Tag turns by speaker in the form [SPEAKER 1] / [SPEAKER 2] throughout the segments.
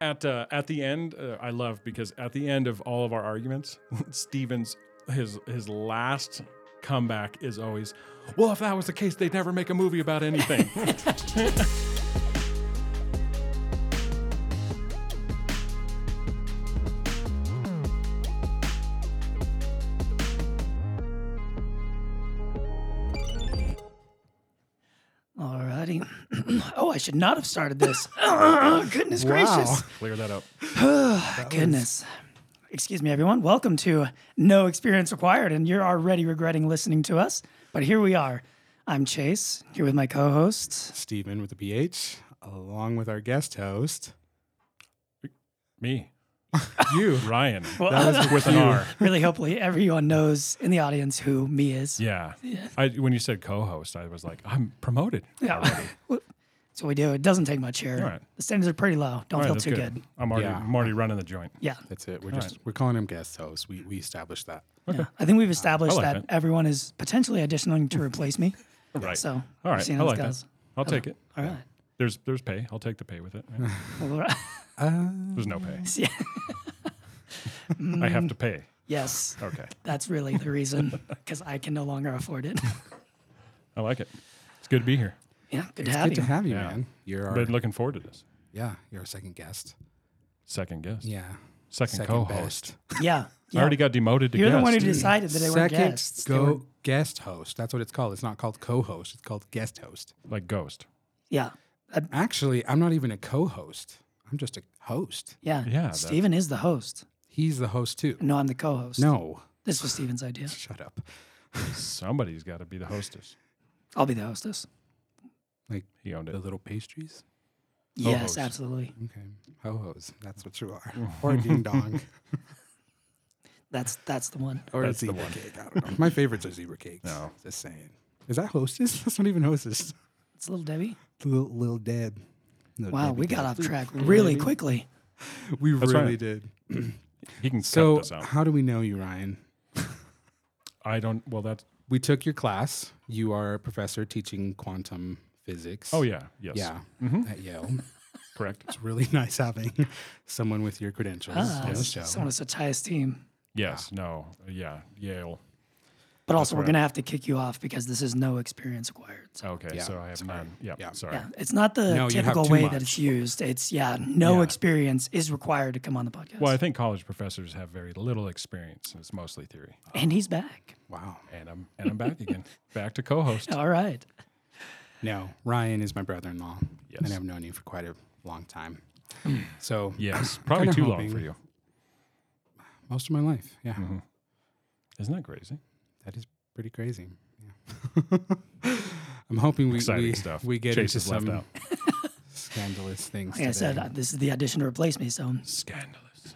[SPEAKER 1] at uh, at the end, uh, I love because at the end of all of our arguments, Stevens his his last comeback is always, "Well, if that was the case, they'd never make a movie about anything."
[SPEAKER 2] Alrighty. oh, I should not have started this. Oh, goodness gracious.
[SPEAKER 1] Clear that up.
[SPEAKER 2] Goodness. Excuse me, everyone. Welcome to No Experience Required, and you're already regretting listening to us. But here we are. I'm Chase, here with my co host.
[SPEAKER 3] Steven with the PH, along with our guest host.
[SPEAKER 1] Me,
[SPEAKER 3] You.
[SPEAKER 1] Ryan, with an R.
[SPEAKER 2] Really, hopefully, everyone knows in the audience who me is.
[SPEAKER 1] Yeah. I when you said co-host, I was like, I'm promoted.
[SPEAKER 2] Yeah. That's what we do. It doesn't take much here.
[SPEAKER 1] Alright.
[SPEAKER 2] The standards are pretty low.
[SPEAKER 1] All
[SPEAKER 2] Don't
[SPEAKER 1] right,
[SPEAKER 2] feel
[SPEAKER 1] that's
[SPEAKER 2] too good.
[SPEAKER 1] I'm already,
[SPEAKER 3] Yeah.
[SPEAKER 1] I'm already running the joint.
[SPEAKER 2] Yeah.
[SPEAKER 3] That's it. We're just we're calling him guest host. We we established that.
[SPEAKER 2] yeah. I think we've established
[SPEAKER 1] like
[SPEAKER 2] that
[SPEAKER 1] it.
[SPEAKER 2] everyone is potentially auditioning to replace me.
[SPEAKER 1] Right.
[SPEAKER 2] So,
[SPEAKER 1] All
[SPEAKER 2] we've
[SPEAKER 1] right.
[SPEAKER 2] seen
[SPEAKER 1] I
[SPEAKER 2] how this
[SPEAKER 1] like that.
[SPEAKER 2] goes.
[SPEAKER 1] I'll take it.
[SPEAKER 2] All right.
[SPEAKER 1] There's there's pay. I'll take the pay with it. Yeah.
[SPEAKER 2] Well, we're-
[SPEAKER 1] There's no pay.
[SPEAKER 2] Yeah. Mm.
[SPEAKER 1] I have to pay.
[SPEAKER 2] yes.
[SPEAKER 1] Okay.
[SPEAKER 2] That's really the reason because I can no longer afford it.
[SPEAKER 1] I like it. It's good to be here.
[SPEAKER 2] yeah, good to
[SPEAKER 3] It's
[SPEAKER 2] have
[SPEAKER 3] good
[SPEAKER 2] you.
[SPEAKER 3] to have you,
[SPEAKER 1] Yeah.
[SPEAKER 3] man. You're our
[SPEAKER 1] Been looking forward to this.
[SPEAKER 3] yeah, you're our second guest.
[SPEAKER 1] Second guest.
[SPEAKER 3] Yeah.
[SPEAKER 1] Second, co-host.
[SPEAKER 3] best.
[SPEAKER 2] yeah,
[SPEAKER 1] I
[SPEAKER 2] yeah.
[SPEAKER 1] already got demoted to
[SPEAKER 2] You're the
[SPEAKER 1] guest.
[SPEAKER 2] one who decided that they were
[SPEAKER 3] Second
[SPEAKER 2] guests. They
[SPEAKER 3] go
[SPEAKER 2] were-
[SPEAKER 3] guest host. That's what it's called. It's not called co-host. It's called guest host.
[SPEAKER 1] like ghost.
[SPEAKER 2] yeah, Uh,
[SPEAKER 3] Actually, I'm not even a co-host. I'm just a host.
[SPEAKER 2] yeah,
[SPEAKER 1] Yeah, that-
[SPEAKER 2] Steven is the host.
[SPEAKER 3] He's the host too.
[SPEAKER 2] No, I'm the co-host.
[SPEAKER 3] No.
[SPEAKER 2] this was Steven's idea.
[SPEAKER 3] Shut up.
[SPEAKER 1] Somebody's got to be the hostess.
[SPEAKER 2] I'll be the hostess.
[SPEAKER 3] Oh, Like
[SPEAKER 1] He owned it.
[SPEAKER 3] the little pastries?
[SPEAKER 2] Yes,
[SPEAKER 1] Co-host.
[SPEAKER 2] absolutely.
[SPEAKER 3] Okay. Ho hos. That's what you are. Or a ding dong.
[SPEAKER 2] That's that's the one.
[SPEAKER 3] Or
[SPEAKER 1] That's
[SPEAKER 3] a
[SPEAKER 1] the
[SPEAKER 3] zebra
[SPEAKER 1] one.
[SPEAKER 3] cake. I don't know. My favorites are zebra cakes.
[SPEAKER 1] No.
[SPEAKER 3] Just saying. Is that hostess? That's not even hostess.
[SPEAKER 2] It's little Debbie.
[SPEAKER 3] Little, little Deb. Little
[SPEAKER 2] Wow,
[SPEAKER 3] Debbie
[SPEAKER 2] we got
[SPEAKER 3] Deb.
[SPEAKER 2] off track really quickly.
[SPEAKER 3] We
[SPEAKER 1] That's
[SPEAKER 3] really
[SPEAKER 1] right.
[SPEAKER 3] did.
[SPEAKER 1] He can
[SPEAKER 3] So,
[SPEAKER 1] cut this out.
[SPEAKER 3] how do we know you, Ryan?
[SPEAKER 1] I don't. Well, that's.
[SPEAKER 3] We took your class. You are a professor teaching quantum physics.
[SPEAKER 1] Oh yeah. Yes. Mm-hmm.
[SPEAKER 3] Yeah. At Yale.
[SPEAKER 1] Correct.
[SPEAKER 3] It's really nice having someone with your credentials
[SPEAKER 2] Ah,
[SPEAKER 3] on the
[SPEAKER 2] s-
[SPEAKER 3] show.
[SPEAKER 2] someone of such high esteem.
[SPEAKER 1] Yes. No. Yeah. Yale.
[SPEAKER 2] But also, we're gonna have to kick you off because this is no experience acquired. So.
[SPEAKER 1] Okay.
[SPEAKER 3] Yeah,
[SPEAKER 1] So I have none. Yeah.
[SPEAKER 3] Yeah.
[SPEAKER 1] Sorry.
[SPEAKER 2] Yeah, it's not the
[SPEAKER 3] No, you have
[SPEAKER 2] typical
[SPEAKER 3] too
[SPEAKER 2] way
[SPEAKER 3] much.
[SPEAKER 2] that it's used. It's yeah, no
[SPEAKER 1] Yeah.
[SPEAKER 2] experience is required to come on the podcast.
[SPEAKER 1] Well, I think college professors have very little experience. It's mostly theory.
[SPEAKER 2] and he's back.
[SPEAKER 3] Wow.
[SPEAKER 1] And I'm and I'm back again. Back to co-host.
[SPEAKER 3] Oh.
[SPEAKER 2] All right.
[SPEAKER 3] No, Ryan is my brother-in-law.
[SPEAKER 1] Yes. Mm.
[SPEAKER 3] And I've known you for quite a long time. So
[SPEAKER 1] Yes. Probably
[SPEAKER 3] kinda
[SPEAKER 1] too long
[SPEAKER 3] hoping-
[SPEAKER 1] for you.
[SPEAKER 3] most of my life. Yeah.
[SPEAKER 1] Isn't that crazy?
[SPEAKER 3] That is pretty crazy. Yeah. I'm hoping we
[SPEAKER 1] Exciting
[SPEAKER 3] we,
[SPEAKER 1] stuff.
[SPEAKER 3] we get
[SPEAKER 1] Chase
[SPEAKER 3] into
[SPEAKER 1] is left
[SPEAKER 3] some
[SPEAKER 1] out.
[SPEAKER 3] scandalous things.
[SPEAKER 2] Like I
[SPEAKER 3] today.
[SPEAKER 2] said, uh, this is the audition to replace me. So
[SPEAKER 1] Scandalous.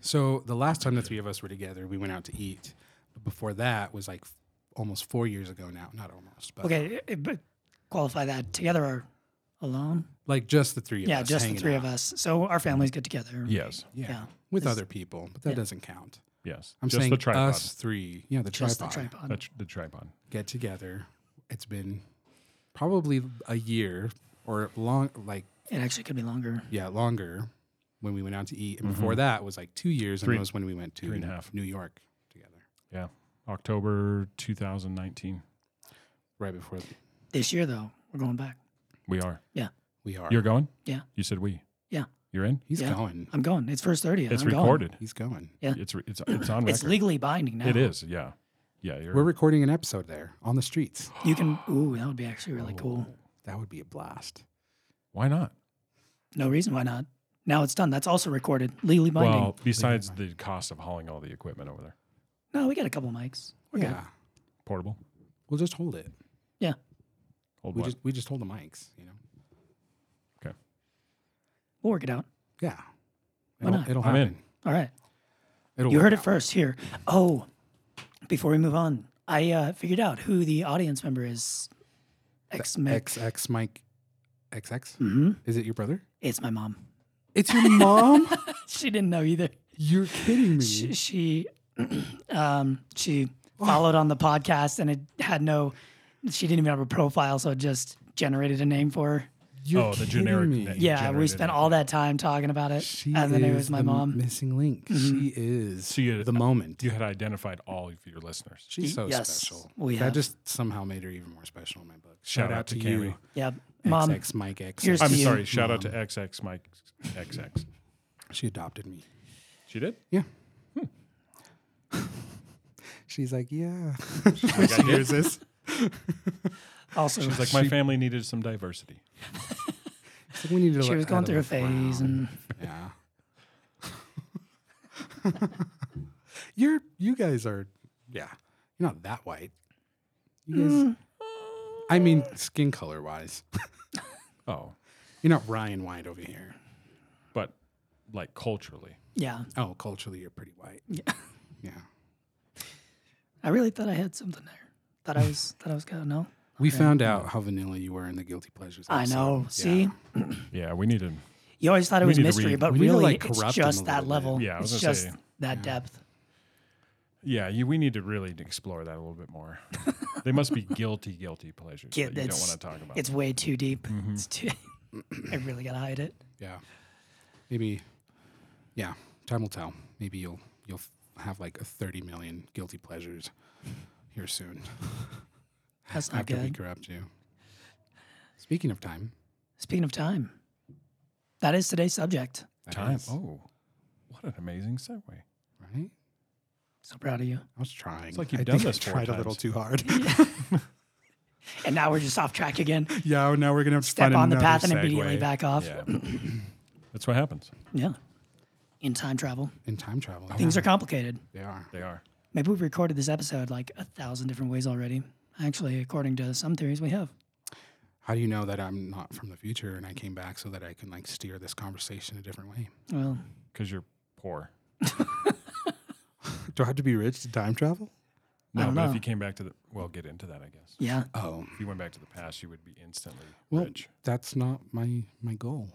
[SPEAKER 3] so the last time the three of us were together, we went out to eat. But before that was like f- almost four years ago now. Not almost, but
[SPEAKER 2] okay, eh, but qualify that together or alone?
[SPEAKER 3] like just the three of
[SPEAKER 2] Yeah,
[SPEAKER 3] us.
[SPEAKER 2] just the
[SPEAKER 3] hanging
[SPEAKER 2] three
[SPEAKER 3] out.
[SPEAKER 2] of us. So our families get together.
[SPEAKER 1] Yes.
[SPEAKER 3] Yeah.
[SPEAKER 2] yeah.
[SPEAKER 3] With
[SPEAKER 2] This-
[SPEAKER 3] other people, but that doesn't count.
[SPEAKER 1] Yes.
[SPEAKER 3] I'm
[SPEAKER 1] Just
[SPEAKER 3] saying
[SPEAKER 1] the tripod.
[SPEAKER 3] us three. Yeah, the
[SPEAKER 2] just
[SPEAKER 3] tripod.
[SPEAKER 2] the tripod.
[SPEAKER 1] That's the tripod.
[SPEAKER 3] get together. It's been probably a year or long, like
[SPEAKER 2] It actually could be longer.
[SPEAKER 3] yeah, longer when we went out to eat. And before that was like two years,
[SPEAKER 1] Mm-hmm. Three-
[SPEAKER 3] and that was when we went to
[SPEAKER 1] three and a half.
[SPEAKER 3] New York together.
[SPEAKER 1] Yeah. October 2019.
[SPEAKER 3] Right before
[SPEAKER 2] This year though, we're going back.
[SPEAKER 1] We are.
[SPEAKER 3] we are.
[SPEAKER 1] You're going?
[SPEAKER 2] Yeah.
[SPEAKER 1] You said we.
[SPEAKER 2] Yeah.
[SPEAKER 1] You're in?
[SPEAKER 3] He's
[SPEAKER 2] Yeah.
[SPEAKER 3] going.
[SPEAKER 2] I'm going. It's first thirty.
[SPEAKER 1] It's
[SPEAKER 2] I'm going.
[SPEAKER 1] recorded.
[SPEAKER 3] He's going.
[SPEAKER 2] Yeah.
[SPEAKER 1] It's re- it's it's on record.
[SPEAKER 2] It's legally binding now.
[SPEAKER 1] It is. Yeah. Yeah. You're,
[SPEAKER 3] We're recording an episode there on the streets.
[SPEAKER 2] You can. Ooh, that would be actually really
[SPEAKER 1] Oh.
[SPEAKER 2] cool.
[SPEAKER 3] That would be a blast.
[SPEAKER 1] why not?
[SPEAKER 2] No reason why not. Now it's done. That's also recorded, legally binding.
[SPEAKER 1] Well, besides the cost of hauling all the equipment over there,
[SPEAKER 2] no, we got a couple mics. We're
[SPEAKER 3] yeah,
[SPEAKER 2] good.
[SPEAKER 1] portable.
[SPEAKER 3] we'll just hold it.
[SPEAKER 2] Yeah.
[SPEAKER 1] Hold
[SPEAKER 3] We
[SPEAKER 1] what?
[SPEAKER 3] just we just hold the mics. You know.
[SPEAKER 1] okay.
[SPEAKER 2] We'll work it out.
[SPEAKER 3] Yeah.
[SPEAKER 2] Why
[SPEAKER 3] it'll,
[SPEAKER 2] not?
[SPEAKER 3] it'll
[SPEAKER 1] I'm in.
[SPEAKER 3] happen.
[SPEAKER 2] All right.
[SPEAKER 3] It'll
[SPEAKER 2] You
[SPEAKER 3] work
[SPEAKER 2] heard it
[SPEAKER 3] out.
[SPEAKER 2] first here. Oh, before we move on, I uh, figured out who the audience member is. X Mix.
[SPEAKER 3] XX Mike. XX.
[SPEAKER 2] hmm
[SPEAKER 3] Is it your brother?
[SPEAKER 2] It's my mom.
[SPEAKER 3] It's your mom.
[SPEAKER 2] She didn't know either.
[SPEAKER 3] You're kidding me.
[SPEAKER 2] She she, um, she followed on the podcast and it had no. She didn't even have a profile, so it just generated a name for her.
[SPEAKER 3] You're
[SPEAKER 1] Oh, the
[SPEAKER 3] kidding
[SPEAKER 1] generic
[SPEAKER 3] me.
[SPEAKER 1] name.
[SPEAKER 2] yeah, we
[SPEAKER 1] generated
[SPEAKER 2] spent
[SPEAKER 1] it.
[SPEAKER 2] all that time talking about it,
[SPEAKER 3] She
[SPEAKER 2] and then it
[SPEAKER 3] is
[SPEAKER 2] was my
[SPEAKER 3] the
[SPEAKER 2] mom. Mm-hmm.
[SPEAKER 3] Missing link. She is
[SPEAKER 1] She is-
[SPEAKER 3] the moment.
[SPEAKER 1] You had identified all of your listeners.
[SPEAKER 3] She's so
[SPEAKER 2] Yes,
[SPEAKER 3] special.
[SPEAKER 2] we
[SPEAKER 3] that
[SPEAKER 2] have.
[SPEAKER 3] just somehow made her even more special in my book.
[SPEAKER 1] Shout out to
[SPEAKER 3] you,
[SPEAKER 1] Cami.
[SPEAKER 2] Yep, mom.
[SPEAKER 3] XX Mike X.
[SPEAKER 2] here's
[SPEAKER 1] I'm
[SPEAKER 2] to you.
[SPEAKER 1] sorry. Shout out to XX Mike XX.
[SPEAKER 3] She adopted me.
[SPEAKER 1] She did.
[SPEAKER 3] Yeah.
[SPEAKER 2] Hmm.
[SPEAKER 3] She's like, yeah.
[SPEAKER 1] Like, I did.
[SPEAKER 3] this.
[SPEAKER 2] Also,
[SPEAKER 1] She's like, my family needed some diversity.
[SPEAKER 3] She's like, we need to
[SPEAKER 2] she
[SPEAKER 3] let
[SPEAKER 2] was going through a
[SPEAKER 3] Adam frown.
[SPEAKER 2] phase, and
[SPEAKER 3] Yeah. You're you guys are yeah. You're not that white. You guys
[SPEAKER 2] Hmm.
[SPEAKER 3] I mean skin color wise.
[SPEAKER 1] Oh,
[SPEAKER 3] You're not Ryan White over here.
[SPEAKER 1] but like culturally,
[SPEAKER 2] yeah,
[SPEAKER 3] Oh, culturally you're pretty white. Yeah. Yeah.
[SPEAKER 2] I really thought I had something there. Thought I was. thought I was good. No,
[SPEAKER 3] We found out how vanilla you were in the guilty pleasures.
[SPEAKER 2] I
[SPEAKER 3] episode.
[SPEAKER 2] know.
[SPEAKER 3] Yeah.
[SPEAKER 2] See,
[SPEAKER 1] yeah, we needed.
[SPEAKER 2] you always thought it
[SPEAKER 1] We
[SPEAKER 2] was
[SPEAKER 1] need to
[SPEAKER 2] mystery,
[SPEAKER 1] read-
[SPEAKER 2] but
[SPEAKER 3] we need to,
[SPEAKER 2] really,
[SPEAKER 3] like,
[SPEAKER 2] it's
[SPEAKER 3] corrupt them a
[SPEAKER 2] just that
[SPEAKER 3] little
[SPEAKER 2] level.
[SPEAKER 3] bit.
[SPEAKER 1] Yeah, I was
[SPEAKER 2] it's
[SPEAKER 1] gonna
[SPEAKER 2] just
[SPEAKER 1] say,
[SPEAKER 2] that depth.
[SPEAKER 1] Yeah, you, we need to really explore that a little bit more. they must be guilty, guilty pleasures
[SPEAKER 2] Yeah,
[SPEAKER 1] that you don't
[SPEAKER 2] it's-
[SPEAKER 1] want to talk about.
[SPEAKER 2] It's way too deep.
[SPEAKER 3] Mm-hmm.
[SPEAKER 2] It's too. I really gotta hide it.
[SPEAKER 3] Yeah. Maybe yeah, time will tell. Maybe you'll you'll have like a 30 million guilty pleasures here soon.
[SPEAKER 2] That's not
[SPEAKER 3] after we
[SPEAKER 2] good.
[SPEAKER 3] corrupt you. Speaking of time,
[SPEAKER 2] Speaking of time, that is today's subject.
[SPEAKER 3] that
[SPEAKER 1] time.
[SPEAKER 3] is,
[SPEAKER 1] Oh, what an amazing segue.
[SPEAKER 3] right?
[SPEAKER 2] So proud of you.
[SPEAKER 3] I was trying.
[SPEAKER 1] like you've
[SPEAKER 3] I
[SPEAKER 1] done
[SPEAKER 3] think I
[SPEAKER 1] this four
[SPEAKER 3] tried a little
[SPEAKER 1] times.
[SPEAKER 3] too hard.
[SPEAKER 2] And now we're just off track again.
[SPEAKER 3] yeah, now we're gonna have to
[SPEAKER 2] Step
[SPEAKER 3] find
[SPEAKER 2] on the
[SPEAKER 3] another
[SPEAKER 2] path and immediately
[SPEAKER 3] segue.
[SPEAKER 2] back off.
[SPEAKER 1] Yeah, that's what happens.
[SPEAKER 2] Yeah. In time travel,
[SPEAKER 3] in time travel.
[SPEAKER 2] things are complicated.
[SPEAKER 3] they are.
[SPEAKER 1] They are.
[SPEAKER 2] Maybe we've recorded this episode like a thousand different ways already. Actually, according to some theories, we have.
[SPEAKER 3] How do you know that I'm not from the future and I came back so that I can like steer this conversation a different way?
[SPEAKER 2] Well,
[SPEAKER 1] because you're poor.
[SPEAKER 3] Do I have to be rich to time travel?
[SPEAKER 2] I
[SPEAKER 1] No,
[SPEAKER 2] don't
[SPEAKER 1] but
[SPEAKER 2] know.
[SPEAKER 1] if you came back to the, well, get into that, I guess.
[SPEAKER 2] yeah.
[SPEAKER 3] Oh,
[SPEAKER 1] If you went back to the past, you would be instantly
[SPEAKER 3] well,
[SPEAKER 1] rich.
[SPEAKER 3] that's not my my goal.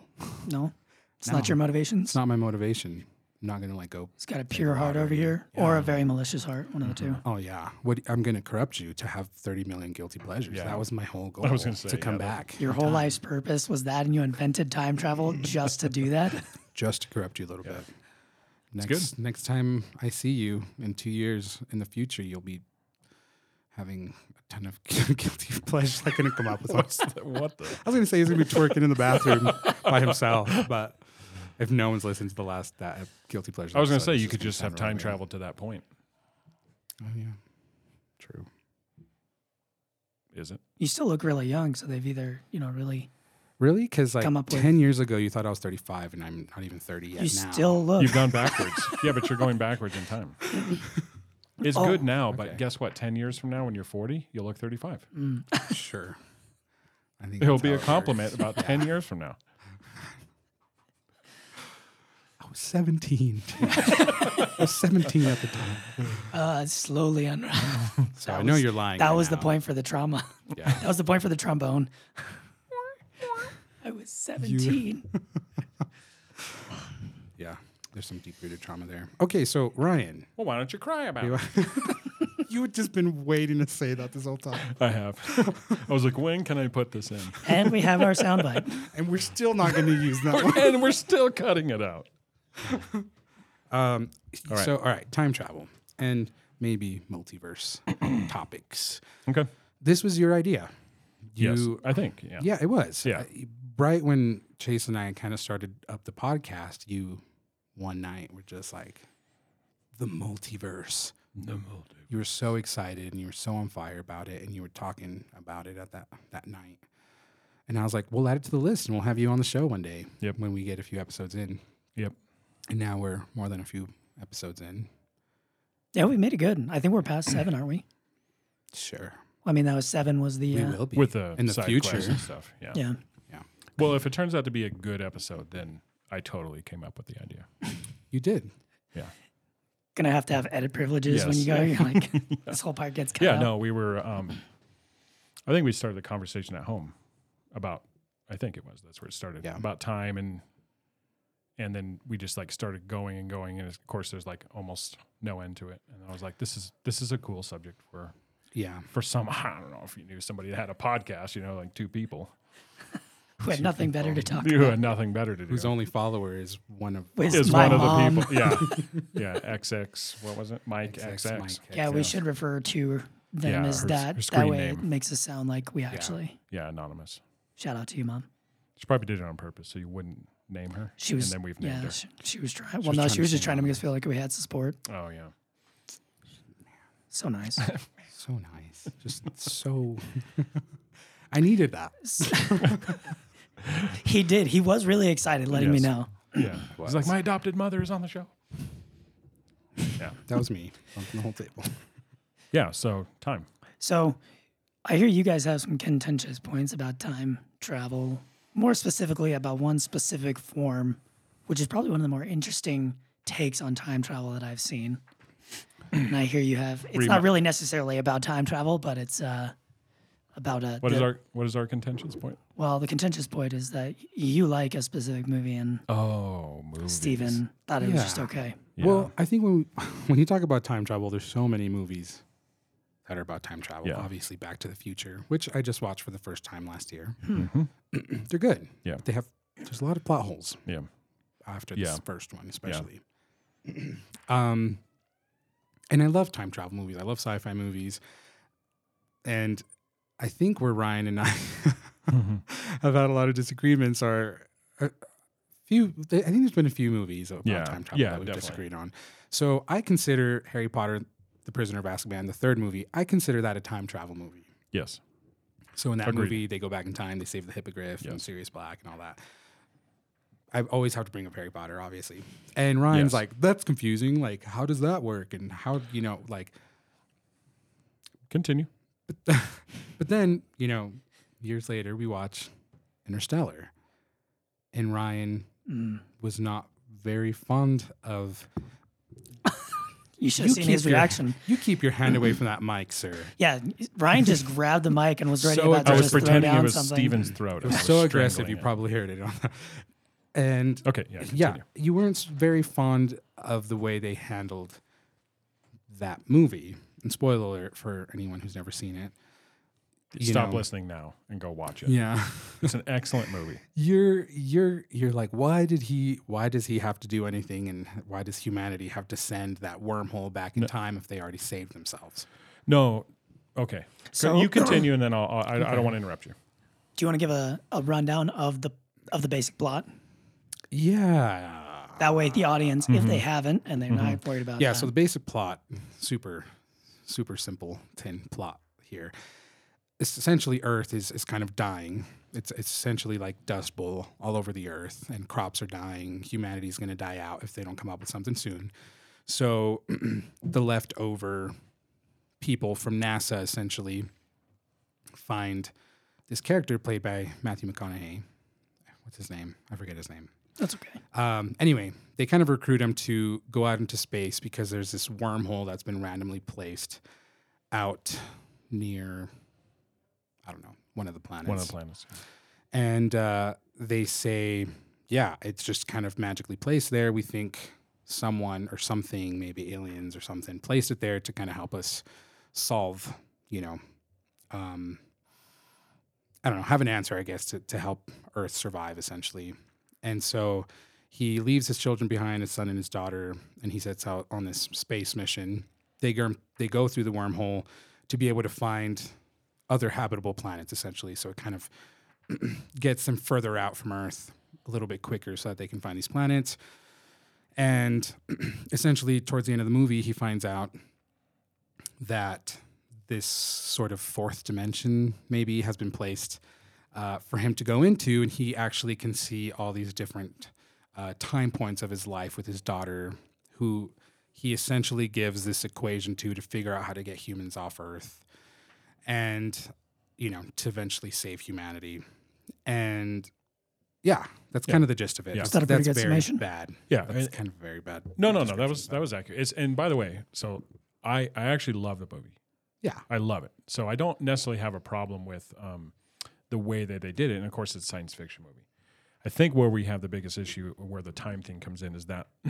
[SPEAKER 2] No, it's
[SPEAKER 3] No.
[SPEAKER 2] not your motivation.
[SPEAKER 3] It's not my motivation. I'm not gonna like go.
[SPEAKER 2] it's got a pure heart
[SPEAKER 3] water
[SPEAKER 2] over
[SPEAKER 3] you.
[SPEAKER 2] here or a very malicious heart, one of the two.
[SPEAKER 1] Mm-hmm.
[SPEAKER 3] Oh yeah, what I'm gonna corrupt you to have 30 million guilty pleasures.
[SPEAKER 1] Yeah.
[SPEAKER 3] That was my whole goal.
[SPEAKER 1] I was gonna say,
[SPEAKER 3] to come
[SPEAKER 1] yeah, that-
[SPEAKER 3] back.
[SPEAKER 2] Your whole life's purpose was that, and you invented time travel just to do that.
[SPEAKER 3] just to corrupt you a little bit. Next,
[SPEAKER 1] good.
[SPEAKER 3] next time I see you in two years in the future, you'll be having a ton of guilty pleasures. I'm gonna come up with.
[SPEAKER 1] What's
[SPEAKER 3] I
[SPEAKER 1] the, what the?
[SPEAKER 3] was gonna say he's gonna be twerking in the bathroom by himself, but if no one's listened to the last that uh, guilty pleasures,
[SPEAKER 1] I was gonna
[SPEAKER 3] episode,
[SPEAKER 1] say
[SPEAKER 3] it's
[SPEAKER 1] you could
[SPEAKER 3] gonna
[SPEAKER 1] just have
[SPEAKER 3] sound really
[SPEAKER 1] time
[SPEAKER 3] weird.
[SPEAKER 1] traveled to that point.
[SPEAKER 3] Oh yeah, true.
[SPEAKER 1] Is it?
[SPEAKER 2] You still look really young, so they've either, you know, really.
[SPEAKER 3] Really? Because like
[SPEAKER 2] Come up with-
[SPEAKER 3] ten years ago, you thought I was 35, and I'm not even 30 yet.
[SPEAKER 2] you
[SPEAKER 3] now.
[SPEAKER 2] still look.
[SPEAKER 1] You've gone backwards. yeah, but you're going backwards in time. It's
[SPEAKER 2] Oh.
[SPEAKER 1] good now, but
[SPEAKER 3] Okay.
[SPEAKER 1] guess what? Ten years from now, when you're 40, you'll look 35.
[SPEAKER 3] sure. I think
[SPEAKER 1] It'll
[SPEAKER 3] that's
[SPEAKER 1] be a
[SPEAKER 3] how it works.
[SPEAKER 1] compliment about 10 years from now.
[SPEAKER 3] I was 17. I was 17 at the time.
[SPEAKER 2] uh, slowly unravel.
[SPEAKER 3] So
[SPEAKER 2] That
[SPEAKER 3] I know
[SPEAKER 2] was-
[SPEAKER 3] you're lying.
[SPEAKER 2] That
[SPEAKER 3] right
[SPEAKER 2] was the
[SPEAKER 3] now.
[SPEAKER 2] point for the trauma.
[SPEAKER 1] Yeah.
[SPEAKER 2] that was the point for the trombone. I was 17.
[SPEAKER 3] Yeah, there's some deep rooted trauma there. Okay, so Ryan,
[SPEAKER 1] Well, why don't you cry about it?
[SPEAKER 3] you had just been waiting to say that this whole time,
[SPEAKER 1] I have. I was like, when can I put this in?
[SPEAKER 2] and we have our soundbite.
[SPEAKER 3] and we're still not going to use that one.
[SPEAKER 1] And we're still cutting it out. All right.
[SPEAKER 3] So, all right, time travel and maybe multiverse topics.
[SPEAKER 1] Okay.
[SPEAKER 3] This was your idea.
[SPEAKER 1] Yes.
[SPEAKER 3] You,
[SPEAKER 1] I think. Yeah.
[SPEAKER 3] yeah, it was.
[SPEAKER 1] Yeah.
[SPEAKER 3] I- right when Chase and I kind of started up the podcast, you one night were just like, the multiverse. you were so excited and you were so on fire about it and you were talking about it at that that night. And I was like, we'll add it to the list and we'll have you on the show one day
[SPEAKER 1] Yep.
[SPEAKER 3] when we get a few episodes in.
[SPEAKER 1] Yep.
[SPEAKER 3] And now we're more than a few episodes in.
[SPEAKER 2] Yeah, we made it good. I think we're past seven, aren't we?
[SPEAKER 3] Sure.
[SPEAKER 2] I mean, that was seven was the. Uh,
[SPEAKER 3] We will be
[SPEAKER 1] With the
[SPEAKER 3] in the
[SPEAKER 1] side
[SPEAKER 3] future.
[SPEAKER 1] quests and stuff. Yeah.
[SPEAKER 2] Yeah.
[SPEAKER 1] Well, if it turns out to be a good episode, then I totally came up with the idea.
[SPEAKER 3] You did.
[SPEAKER 1] Yeah.
[SPEAKER 2] Gonna have to have edit privileges when
[SPEAKER 1] Yes.
[SPEAKER 2] you go. You're like, this whole part gets cut
[SPEAKER 1] Yeah.
[SPEAKER 2] out.
[SPEAKER 1] No, we were. Um, I think we started the conversation at home about. I think it was that's where it started.
[SPEAKER 3] Yeah.
[SPEAKER 1] About time and and then we just like started going and going and of course there's like almost no end to it and I was like this is this is a cool subject for
[SPEAKER 3] Yeah.
[SPEAKER 1] for some I don't know if you knew somebody that had a podcast you know like two people
[SPEAKER 2] who had nothing better to talk
[SPEAKER 1] You
[SPEAKER 2] about.
[SPEAKER 1] had nothing better to do.
[SPEAKER 3] whose only follower is one of
[SPEAKER 2] Was
[SPEAKER 1] is
[SPEAKER 2] my
[SPEAKER 1] one
[SPEAKER 2] mom.
[SPEAKER 1] of the people. Yeah. Yeah. XX. What was it? Mike
[SPEAKER 3] XX,
[SPEAKER 1] XX.
[SPEAKER 3] Mike
[SPEAKER 2] Yeah, we
[SPEAKER 3] XX.
[SPEAKER 2] should refer to them
[SPEAKER 1] Yeah, her s-
[SPEAKER 2] as
[SPEAKER 1] her
[SPEAKER 2] that. That
[SPEAKER 1] screen
[SPEAKER 2] way it
[SPEAKER 1] name.
[SPEAKER 2] makes us sound like we actually.
[SPEAKER 1] Yeah. Anonymous.
[SPEAKER 2] Shout out to you, mom.
[SPEAKER 1] She probably did it on purpose so you wouldn't name her.
[SPEAKER 2] She was.
[SPEAKER 1] And then we've named
[SPEAKER 2] yeah,
[SPEAKER 1] her.
[SPEAKER 2] She, she was trying. Well,
[SPEAKER 3] was
[SPEAKER 2] no,
[SPEAKER 3] trying
[SPEAKER 2] she
[SPEAKER 3] to
[SPEAKER 2] was just
[SPEAKER 3] say
[SPEAKER 2] trying to
[SPEAKER 3] mom.
[SPEAKER 2] make us feel like we had support.
[SPEAKER 1] Oh, yeah.
[SPEAKER 2] So nice.
[SPEAKER 3] So nice. Just so. I needed that.
[SPEAKER 2] he did. He was really excited, letting
[SPEAKER 1] Yes.
[SPEAKER 2] me know.
[SPEAKER 1] Yeah. He's
[SPEAKER 3] was.
[SPEAKER 1] like, my adopted mother is on the show. Yeah.
[SPEAKER 3] That was me. Bumping the whole table.
[SPEAKER 1] Yeah. So time.
[SPEAKER 2] So, I hear you guys have some contentious points about time travel, more specifically about one specific form, which is probably one of the more interesting takes on time travel that I've seen. and I hear you have. It's not
[SPEAKER 1] Remi-
[SPEAKER 2] really necessarily about time travel, but it's uh, about a.
[SPEAKER 1] What is our what is our contentions point?
[SPEAKER 2] Well, the contentious point is that y- you like a specific movie and
[SPEAKER 1] Oh, movies.
[SPEAKER 2] Steven thought it was just
[SPEAKER 3] Yeah.
[SPEAKER 2] okay.
[SPEAKER 1] Yeah.
[SPEAKER 3] Well, I think when we, when you talk about time travel, there's so many movies that are about time travel.
[SPEAKER 1] Yeah.
[SPEAKER 3] Obviously, Back to the Future, which I just watched for the first time last year. They're good.
[SPEAKER 1] Mm-hmm. Yeah.
[SPEAKER 3] They have there's a lot of plot holes
[SPEAKER 1] Yeah.
[SPEAKER 3] after this
[SPEAKER 1] Yeah.
[SPEAKER 3] first one, especially. um, and I love time travel movies. I love sci-fi movies, and I think where Ryan and I
[SPEAKER 1] Mm-hmm.
[SPEAKER 3] have had a lot of disagreements are a few. I think there's been a few movies about
[SPEAKER 1] Yeah.
[SPEAKER 3] time travel
[SPEAKER 1] Yeah,
[SPEAKER 3] that we've
[SPEAKER 1] definitely.
[SPEAKER 3] disagreed on. So I consider Harry Potter, The Prisoner of Azkaban, the third movie. I consider that a time travel movie.
[SPEAKER 1] Yes.
[SPEAKER 3] So in that
[SPEAKER 1] Agreed.
[SPEAKER 3] movie, they go back in time, they save the hippogriff and
[SPEAKER 1] Yes.
[SPEAKER 3] Sirius Black and all that. I always have to bring up Harry Potter, obviously. And Ryan's
[SPEAKER 1] Yes.
[SPEAKER 3] like, that's confusing. Like, how does that work? And how, you know, like,
[SPEAKER 1] Continue.
[SPEAKER 3] but then, you know, years later, we watch Interstellar. And Ryan
[SPEAKER 2] Mm.
[SPEAKER 3] was not very fond of.
[SPEAKER 2] You should have seen his
[SPEAKER 3] your-
[SPEAKER 2] reaction.
[SPEAKER 3] you keep your hand away from that mic, sir.
[SPEAKER 2] Yeah, Ryan just grabbed the mic and was ready
[SPEAKER 3] So
[SPEAKER 2] about to
[SPEAKER 1] I was
[SPEAKER 2] just throw
[SPEAKER 1] pretending it
[SPEAKER 2] down
[SPEAKER 1] was
[SPEAKER 2] something.
[SPEAKER 1] Steven's throat.
[SPEAKER 3] It was
[SPEAKER 1] I
[SPEAKER 3] so aggressive,
[SPEAKER 1] strangling
[SPEAKER 3] you
[SPEAKER 1] it.
[SPEAKER 3] probably heard it on that. And
[SPEAKER 1] Okay. Yeah.
[SPEAKER 3] yeah,
[SPEAKER 1] continue.
[SPEAKER 3] you weren't s- very fond of the way they handled that movie. And spoiler alert for anyone who's never seen it. you
[SPEAKER 1] Stop
[SPEAKER 3] know.
[SPEAKER 1] listening now and go watch it.
[SPEAKER 3] Yeah.
[SPEAKER 1] It's an excellent movie.
[SPEAKER 3] You're you're you're like, why did he why does he have to do anything and why does humanity have to send that wormhole back in time if they already saved themselves?
[SPEAKER 1] No. Okay. So
[SPEAKER 2] So-
[SPEAKER 1] you continue, and then I'll, I'll, I, I don't want to interrupt you.
[SPEAKER 2] Do you want to give a, a rundown of the of the basic plot?
[SPEAKER 3] Yeah.
[SPEAKER 2] That way, the audience, if they haven't and they're not worried about
[SPEAKER 3] Mm-hmm. Yeah,
[SPEAKER 2] that.
[SPEAKER 3] so the basic plot, super, super simple tin plot here. It's essentially Earth is, is kind of dying. It's, it's essentially like dust bowl all over the Earth, and crops are dying. Humanity's going to die out if they don't come up with something soon. So the leftover people from NASA essentially find this character played by Matthew McConaughey. What's his name? I forget his name.
[SPEAKER 2] that's okay.
[SPEAKER 3] Um, anyway, they kind of recruit him to go out into space because there's this wormhole that's been randomly placed out near, I don't know, one of the planets.
[SPEAKER 1] One of the planets.
[SPEAKER 3] And uh, they say, yeah, it's just kind of magically placed there. We think someone or something, maybe aliens or something, placed it there to kind of help us solve, you know, um, I don't know, have an answer, I guess, to, to help Earth survive essentially. And so he leaves his children behind, his son and his daughter, and he sets out on this space mission. They go, they go through the wormhole to be able to find other habitable planets essentially. So it kind of gets them further out from Earth a little bit quicker so that they can find these planets. And essentially, towards the end of the movie, he finds out that this sort of fourth dimension maybe has been placed uh, for him to go into, and he actually can see all these different uh, time points of his life with his daughter, who he essentially gives this equation to to figure out how to get humans off Earth, and you know to eventually save humanity, and yeah, that's kind of the gist of it.
[SPEAKER 1] Yeah. Is
[SPEAKER 2] that a pretty
[SPEAKER 3] that's
[SPEAKER 2] good
[SPEAKER 3] very
[SPEAKER 2] summation?
[SPEAKER 3] bad.
[SPEAKER 1] Yeah,
[SPEAKER 3] that's
[SPEAKER 1] and-
[SPEAKER 3] kind of very bad.
[SPEAKER 1] No, no, no. That
[SPEAKER 3] description,
[SPEAKER 1] was
[SPEAKER 3] but
[SPEAKER 1] that was accurate. It's and by the way, so I I actually love the movie.
[SPEAKER 3] yeah.
[SPEAKER 1] I love it. So I don't necessarily have a problem with um, the way that they did it. And of course, it's a science fiction movie. I think where we have the biggest issue, where the time thing comes in, is that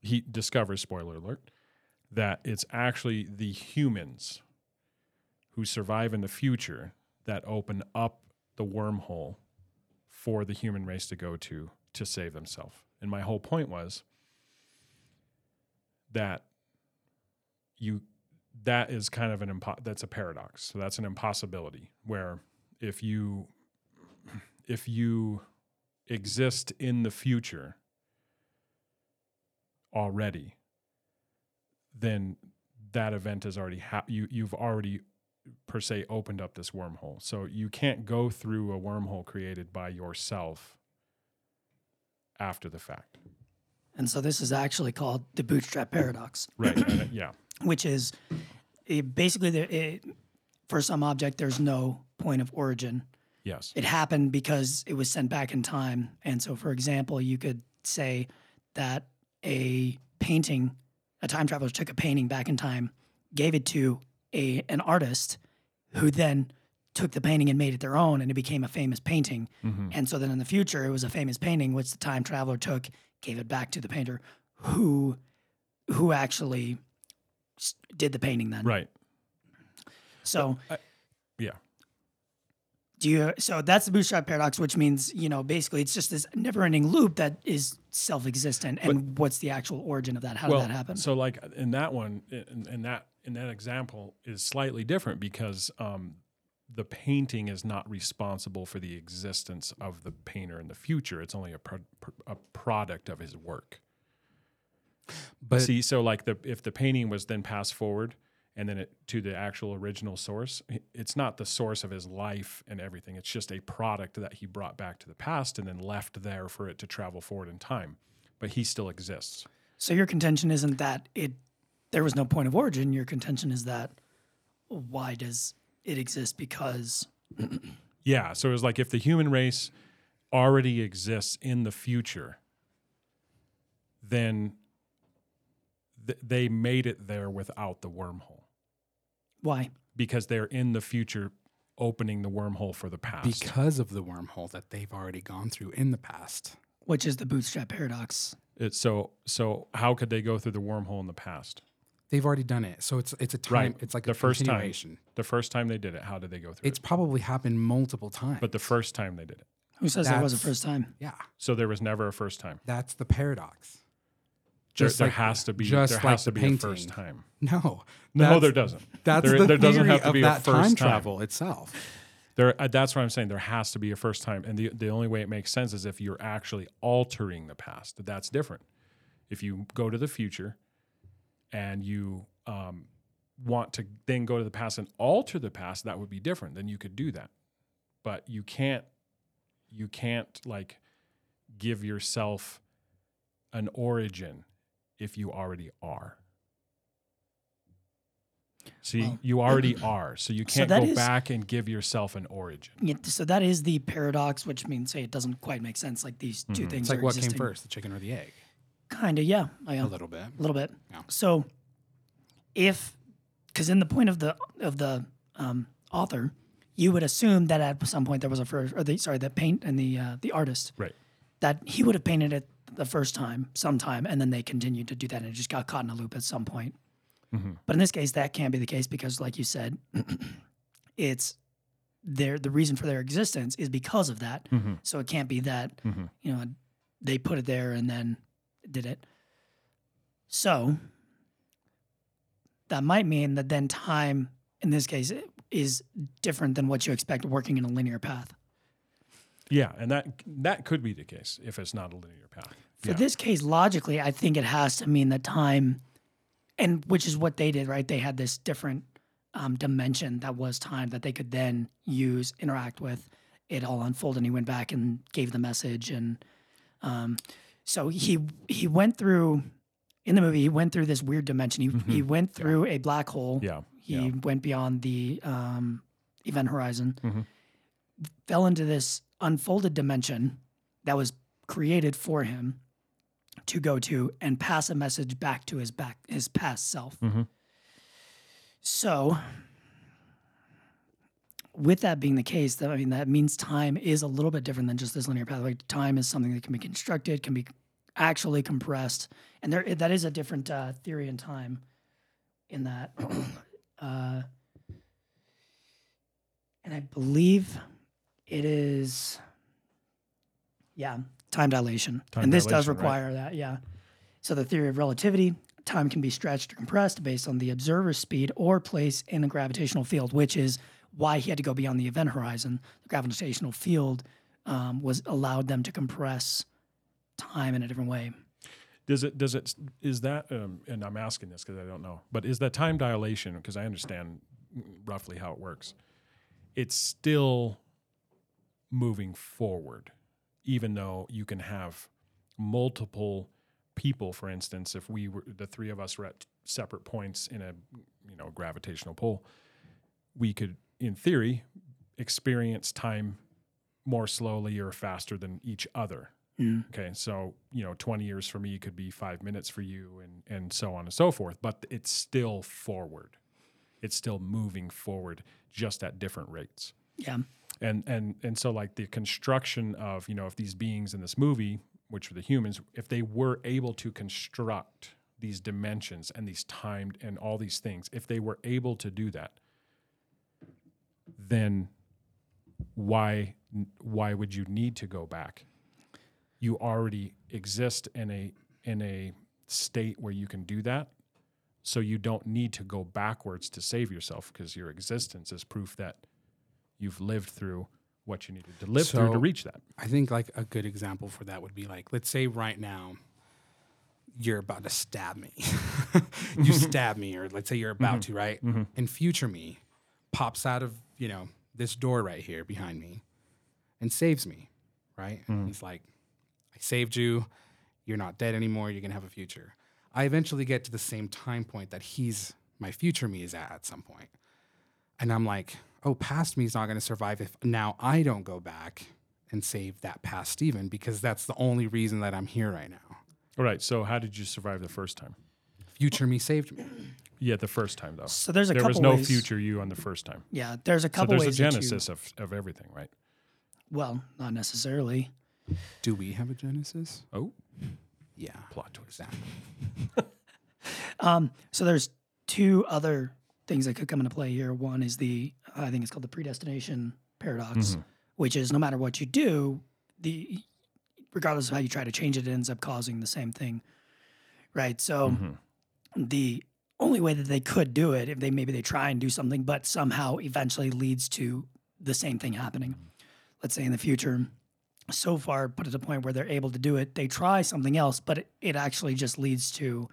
[SPEAKER 1] he discovers, spoiler alert, that it's actually the humans who survive in the future that open up the wormhole for the human race to go to to save themselves. And my whole point was that you that is kind of an impo- that's a paradox. So that's an impossibility where if you if you exist in the future already then that event has already ha- you you've already per se opened up this wormhole. So you can't go through a wormhole created by yourself after the fact.
[SPEAKER 2] And so this is actually called the bootstrap paradox,
[SPEAKER 1] Right. and it- yeah.
[SPEAKER 2] which is it basically the, it, for some object, there's no point of origin.
[SPEAKER 1] Yes.
[SPEAKER 2] It happened because it was sent back in time. And so, for example, you could say that a painting, a time traveler took a painting back in time, gave it to a an artist who then took the painting and made it their own and it became a famous painting. And so then in the future it was a famous painting which the time traveler took, gave it back to the painter who who actually s- did the painting then.
[SPEAKER 1] Right.
[SPEAKER 2] So
[SPEAKER 1] Yeah.
[SPEAKER 2] do you so that's the bootstrap paradox which means you know basically it's just this never-ending loop that is self-existent and what's the actual origin of that how did that happen
[SPEAKER 1] So like in that one, in, in that in that example is slightly different because um, the painting is not responsible for the existence of the painter in the future. It's only a pro- pro- a product of his work.
[SPEAKER 3] But
[SPEAKER 1] See, so like the if the painting was then passed forward and then it to the actual original source, i- it's not the source of his life and everything. It's just a product that he brought back to the past and then left there for it to travel forward in time. But he still exists.
[SPEAKER 2] so your contention isn't that it there was no point of origin your contention is that why does it exist because
[SPEAKER 1] Yeah. So it was like if the human race already exists in the future, then th- they made it there without the wormhole
[SPEAKER 2] why
[SPEAKER 1] because they're in the future opening the wormhole for the past.
[SPEAKER 3] because of the wormhole that they've already gone through in the past.
[SPEAKER 2] which is the bootstrap paradox
[SPEAKER 1] It's so so how could they go through the wormhole in the past?
[SPEAKER 3] They've already done it. So it's it's a time
[SPEAKER 1] Right.
[SPEAKER 3] it's like
[SPEAKER 1] the
[SPEAKER 3] a
[SPEAKER 1] first time.
[SPEAKER 3] continuation.
[SPEAKER 1] The first time they did it, how did they go through
[SPEAKER 3] It's
[SPEAKER 1] it?
[SPEAKER 3] probably happened multiple times.
[SPEAKER 1] But the first time they did it.
[SPEAKER 2] who says there was a
[SPEAKER 3] That's-
[SPEAKER 2] first time
[SPEAKER 3] yeah,
[SPEAKER 1] So there was never a first time.
[SPEAKER 3] that's the paradox.
[SPEAKER 1] There,
[SPEAKER 3] Just
[SPEAKER 1] there
[SPEAKER 3] like-
[SPEAKER 1] has to be
[SPEAKER 3] just
[SPEAKER 1] there
[SPEAKER 3] like
[SPEAKER 1] has to
[SPEAKER 3] the
[SPEAKER 1] be a first
[SPEAKER 3] painting.
[SPEAKER 1] time.
[SPEAKER 3] No.
[SPEAKER 1] No, there
[SPEAKER 3] that's-
[SPEAKER 1] doesn't.
[SPEAKER 3] That's
[SPEAKER 1] there
[SPEAKER 3] the
[SPEAKER 1] there doesn't
[SPEAKER 3] theory
[SPEAKER 1] have to
[SPEAKER 3] of
[SPEAKER 1] be a
[SPEAKER 3] that
[SPEAKER 1] first
[SPEAKER 3] time travel itself.
[SPEAKER 1] There, uh, that's what I'm saying. There has to be a first time, and the the only way it makes sense is if you're actually altering the past. That's different. If you go to the future, and you um, want to then go to the past and alter the past, that would be different. Then you could do that, but you can't. You can't like give yourself an origin if you already are. See,
[SPEAKER 2] Well-
[SPEAKER 1] you already are, so you
[SPEAKER 2] So
[SPEAKER 1] can't
[SPEAKER 2] that
[SPEAKER 1] go
[SPEAKER 2] is-
[SPEAKER 1] back and give yourself an origin.
[SPEAKER 2] Yeah, so that is the paradox which means say it doesn't quite make sense like these two
[SPEAKER 1] Mhm.
[SPEAKER 2] things
[SPEAKER 3] Mm-hmm. It's like
[SPEAKER 2] are
[SPEAKER 3] what
[SPEAKER 2] existing.
[SPEAKER 3] came first, the chicken or the egg?
[SPEAKER 2] kind of yeah i
[SPEAKER 3] A
[SPEAKER 2] am
[SPEAKER 3] little bit.
[SPEAKER 2] a little bit.
[SPEAKER 3] Yeah.
[SPEAKER 2] So if because in the point of the of the um, author, you would assume that at some point there was a first or the sorry the paint and the uh, the artist
[SPEAKER 1] Right.
[SPEAKER 2] that he would have painted it the first time sometime and then they continued to do that and it just got caught in a loop at some point. But in this case, that can't be the case because, like you said, it's their the reason for their existence is because of that. So it can't be that
[SPEAKER 1] Mhm.
[SPEAKER 2] you know they put it there and then did it. So that might mean that then time in this case is different than what you expect working in a linear path.
[SPEAKER 1] Yeah, and that that could be the case if it's not a linear path.
[SPEAKER 2] For
[SPEAKER 1] yeah.
[SPEAKER 2] this case, logically, I think it has to mean that time, and which is what they did, right? They had this different um, dimension that was time that they could then use, interact with. It all unfolded, and he went back and gave the message, and um, so he he went through in the movie. He went through this weird dimension. He he went through a black hole.
[SPEAKER 1] Mm-hmm. yeah,
[SPEAKER 2] He
[SPEAKER 1] yeah,
[SPEAKER 2] went beyond the um, event horizon,
[SPEAKER 1] Mhm.
[SPEAKER 2] fell into this unfolded dimension that was created for him to go to and pass a message back to his back his past self.
[SPEAKER 1] Mhm.
[SPEAKER 2] So, with that being the case, that I mean that means time is a little bit different than just this linear path. Like time is something that can be constructed, can be actually compressed, and there that is a different uh, theory in time. In that, uh, and I believe it is Yeah, time dilation.
[SPEAKER 1] Time
[SPEAKER 2] and this does
[SPEAKER 1] dilation, right.
[SPEAKER 2] require that, yeah. So the theory of relativity, time can be stretched or compressed based on the observer's speed or place in the gravitational field, which is why he had to go beyond the event horizon. The gravitational field um, was allowed them to compress time in a different way.
[SPEAKER 1] Does it? Does it? Is that? Um, and I'm asking this because I don't know. But is that time dilation? Because I understand roughly how it works. It's still moving forward, even though you can have multiple people. For instance, if we were the three of us were at separate points in a you know gravitational pull, we could, in theory, experience time more slowly or faster than each other. Okay, so you know, twenty years for me could be five minutes for you, and and so on and so forth. But it's still forward. It's still moving forward, just at different rates.
[SPEAKER 2] Yeah.
[SPEAKER 1] And and and so like the construction of you know if these beings in this movie, which were the humans, if they were able to construct these dimensions and these timed and all these things, if they were able to do that, then why why would you need to go back? you already exist in a in a state where you can do that so you don't need to go backwards to save yourself because your existence is proof that you've lived through what you needed to live through to
[SPEAKER 3] So-
[SPEAKER 1] reach that
[SPEAKER 3] I think like a good example for that would be like, let's say right now you're about to stab me. you stab me, or let's say you're about to, right? And future me pops out of, you know, this door right here behind me and saves me, right? And he's like, I saved you. You're not dead anymore. You're going to have a future. I eventually get to the same time point that he's, my future me is at at some point. And I'm like, oh, past me is not going to survive if now I don't go back and save that past Steven because that's the only reason that I'm here right now.
[SPEAKER 1] all right so how did you survive the first time
[SPEAKER 3] Future me saved me.
[SPEAKER 1] yeah the first time though
[SPEAKER 2] So there's a
[SPEAKER 1] there
[SPEAKER 2] couple
[SPEAKER 1] was no
[SPEAKER 2] ways.
[SPEAKER 1] future you on the first time
[SPEAKER 2] Yeah, there's a
[SPEAKER 1] so
[SPEAKER 2] couple
[SPEAKER 1] there's a
[SPEAKER 2] ways. that you-
[SPEAKER 1] genesis of, of everything right
[SPEAKER 2] well, not necessarily.
[SPEAKER 3] Do we have a Genesis?
[SPEAKER 1] oh
[SPEAKER 3] Yeah.
[SPEAKER 1] plot twist
[SPEAKER 3] Exactly.
[SPEAKER 2] Um, So there's two other things that could come into play here. One is the I think it's called the predestination paradox,
[SPEAKER 1] Mm-hmm.
[SPEAKER 2] which is no matter what you do, the regardless of how you try to change it, it ends up causing the same thing, right? So
[SPEAKER 1] Mm-hmm.
[SPEAKER 2] the only way that they could do it if they maybe they try and do something, but somehow eventually leads to the same thing happening. Let's say in the future. So far, put at the point where they're able to do it, they try something else, but it, it actually just leads to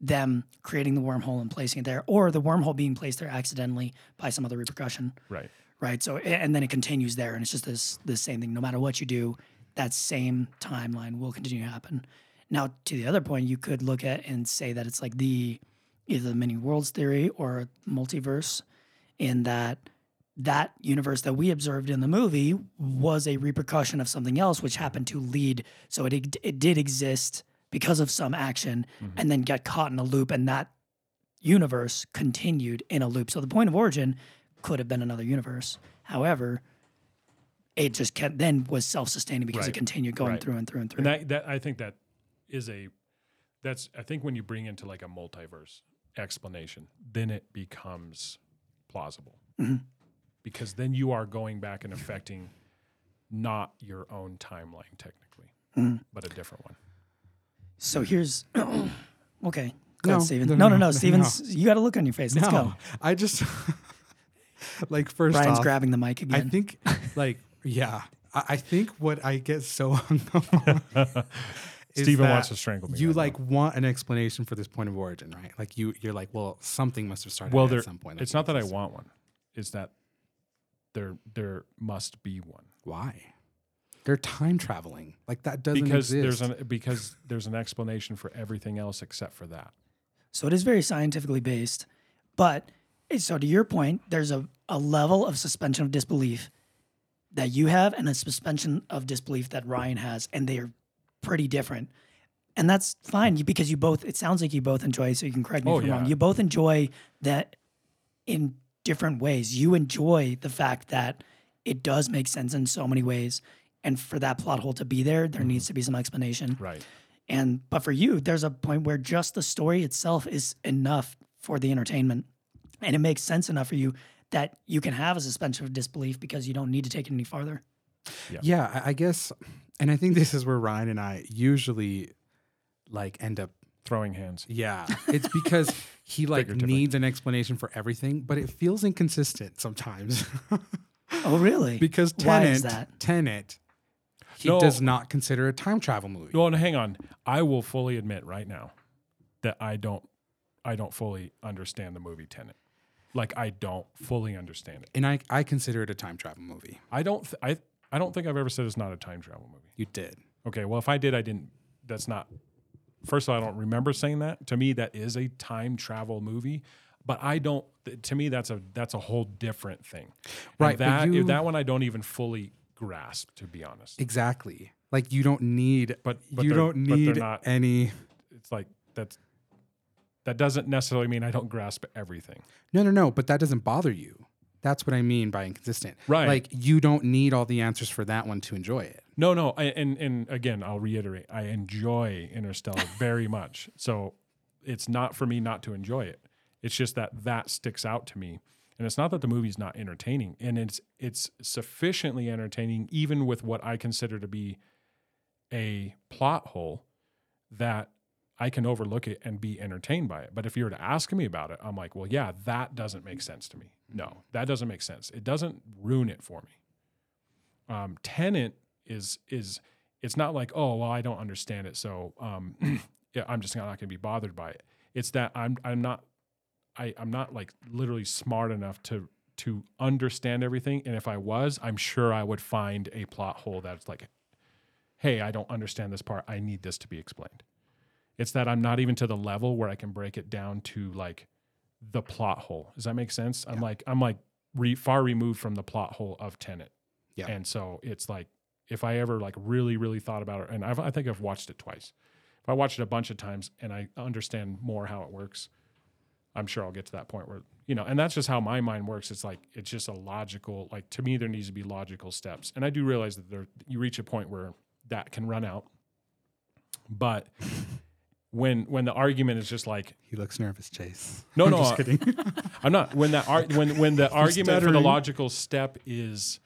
[SPEAKER 2] them creating the wormhole and placing it there, or the wormhole being placed there accidentally by some other repercussion,
[SPEAKER 1] right
[SPEAKER 2] right? So, a- and then it continues there, and it's just this the same thing. No matter what you do, that same timeline will continue to happen. Now, to the other point, you could look at and say that it's like the either the many worlds theory or multiverse, in that that universe that we observed in the movie was a repercussion of something else which happened to lead so it it did exist because of some action
[SPEAKER 1] Mm-hmm.
[SPEAKER 2] and then got caught in a loop and that universe continued in a loop so the point of origin could have been another universe however it just kept then was self-sustaining because it
[SPEAKER 1] Right.
[SPEAKER 2] continued going
[SPEAKER 1] Right.
[SPEAKER 2] through and through and through
[SPEAKER 1] and that, that i think that is a that's i think when you bring into like a multiverse explanation then it becomes plausible
[SPEAKER 3] Mm-hmm.
[SPEAKER 1] because then you are going back and affecting not your own timeline technically
[SPEAKER 3] Mm-hmm.
[SPEAKER 1] but a different one
[SPEAKER 2] so here's okay go
[SPEAKER 3] No,
[SPEAKER 2] ahead, Steven.
[SPEAKER 3] no,
[SPEAKER 2] no no no,
[SPEAKER 3] no, no,
[SPEAKER 2] Steven's, you got a look on your face let's go
[SPEAKER 3] I just like first
[SPEAKER 2] Brian's
[SPEAKER 3] off,
[SPEAKER 2] grabbing the mic
[SPEAKER 3] I
[SPEAKER 2] again
[SPEAKER 3] think like yeah, I, I think what I get so hung up on is
[SPEAKER 1] Steven
[SPEAKER 3] that
[SPEAKER 1] wants to strangle me
[SPEAKER 3] You
[SPEAKER 1] right now.
[SPEAKER 3] like want an explanation for this point of origin, right? Like you, you're like, well, something must have started
[SPEAKER 1] well
[SPEAKER 3] at
[SPEAKER 1] there
[SPEAKER 3] some point.
[SPEAKER 1] it's not that i want one it's that there there must be one
[SPEAKER 3] Why? They're time traveling. Like that doesn't
[SPEAKER 1] because
[SPEAKER 3] exist.
[SPEAKER 1] there's an because there's an explanation for everything else except for that
[SPEAKER 2] So it is very scientifically based. But so to your point, there's a, a level of suspension of disbelief that you have and a suspension of disbelief that Ryan has, and they are pretty different. And that's fine you- because you both, it sounds like you both enjoy, so you can correct me
[SPEAKER 1] Oh,
[SPEAKER 2] if I'm wrong.
[SPEAKER 1] yeah.
[SPEAKER 2] You both enjoy that in different ways. You enjoy the fact that it does make sense in so many ways. And for that plot hole to be there,
[SPEAKER 1] Mm-hmm.
[SPEAKER 2] there needs to be some explanation.
[SPEAKER 1] right
[SPEAKER 2] And but for you, there's a point where just the story itself is enough for the entertainment. And it makes sense enough for you that you can have a suspension of disbelief because you don't need to take it any farther.
[SPEAKER 1] Yeah.
[SPEAKER 3] yeah I, I guess and i think this is where ryan and i usually like end up
[SPEAKER 1] Throwing hands.
[SPEAKER 3] yeah it's because he like
[SPEAKER 1] Figuratively.
[SPEAKER 3] needs an explanation for everything but it feels inconsistent sometimes
[SPEAKER 2] Oh, really?
[SPEAKER 3] because
[SPEAKER 2] Why is
[SPEAKER 3] tenant
[SPEAKER 2] that?
[SPEAKER 3] tenant he
[SPEAKER 1] No.
[SPEAKER 3] does not consider a time travel movie
[SPEAKER 1] Well, and hang on. I will fully admit right now that I don't I don't fully understand the movie Tenet. Like I don't fully understand it.
[SPEAKER 3] and I, I consider it a time travel movie
[SPEAKER 1] I don't th- I I don't think I've ever said it's not a time travel movie.
[SPEAKER 3] you did
[SPEAKER 1] Okay, well if I did I didn't that's not First of all, I don't remember saying that. To me that is a time travel movie, but I don't th- to me that's a that's a whole different thing. And
[SPEAKER 3] Right, but
[SPEAKER 1] that
[SPEAKER 3] you-
[SPEAKER 1] that one I don't even fully grasp to be honest.
[SPEAKER 3] exactly like you don't need
[SPEAKER 1] But, but
[SPEAKER 3] you
[SPEAKER 1] they're-
[SPEAKER 3] don't
[SPEAKER 1] but they're
[SPEAKER 3] need
[SPEAKER 1] not
[SPEAKER 3] any
[SPEAKER 1] it's like that's that doesn't necessarily mean I don't grasp everything.
[SPEAKER 3] No, no, no. But that doesn't bother you. That's what I mean by inconsistent.
[SPEAKER 1] Right.
[SPEAKER 3] Like you don't need all the answers for that one to enjoy it.
[SPEAKER 1] No, no, I, and and again, I'll reiterate, I enjoy Interstellar very much. So it's not for me not to enjoy it. It's just that that sticks out to me, and it's not that the movie's not entertaining, and it's it's sufficiently entertaining even with what I consider to be a plot hole that I can overlook it and be entertained by it. But if you were to ask me about it, I'm like, well, yeah, that doesn't make sense to me. No, that doesn't make sense. It doesn't ruin it for me. Um, Tenant is is it's not like oh well I don't understand it so um, yeah, I'm just not going to be bothered by it. It's that I'm I'm not I I'm not like literally smart enough to to understand everything. And if I was, I'm sure I would find a plot hole that's like, hey, I don't understand this part. I need this to be explained. It's that I'm not even to the level where I can break it down to like the plot hole. Does that make sense? I'm like I'm like re, far removed from the plot hole of Tenet.
[SPEAKER 3] Yeah.
[SPEAKER 1] And so it's like if I ever like really really thought about it, and I've, I think I've watched it twice. If I watch it a bunch of times and I understand more how it works, I'm sure I'll get to that point where you know, and that's just how my mind works. It's like it's just a logical. Like to me, there needs to be logical steps, and I do realize that there you reach a point where that can run out. But when when the argument is just like
[SPEAKER 3] He looks nervous, Chase.
[SPEAKER 1] no
[SPEAKER 3] I'm
[SPEAKER 1] no
[SPEAKER 3] just
[SPEAKER 1] I-
[SPEAKER 3] kidding.
[SPEAKER 1] I'm not when that ar- when when the argument for the
[SPEAKER 3] stuttering.
[SPEAKER 1] logical step is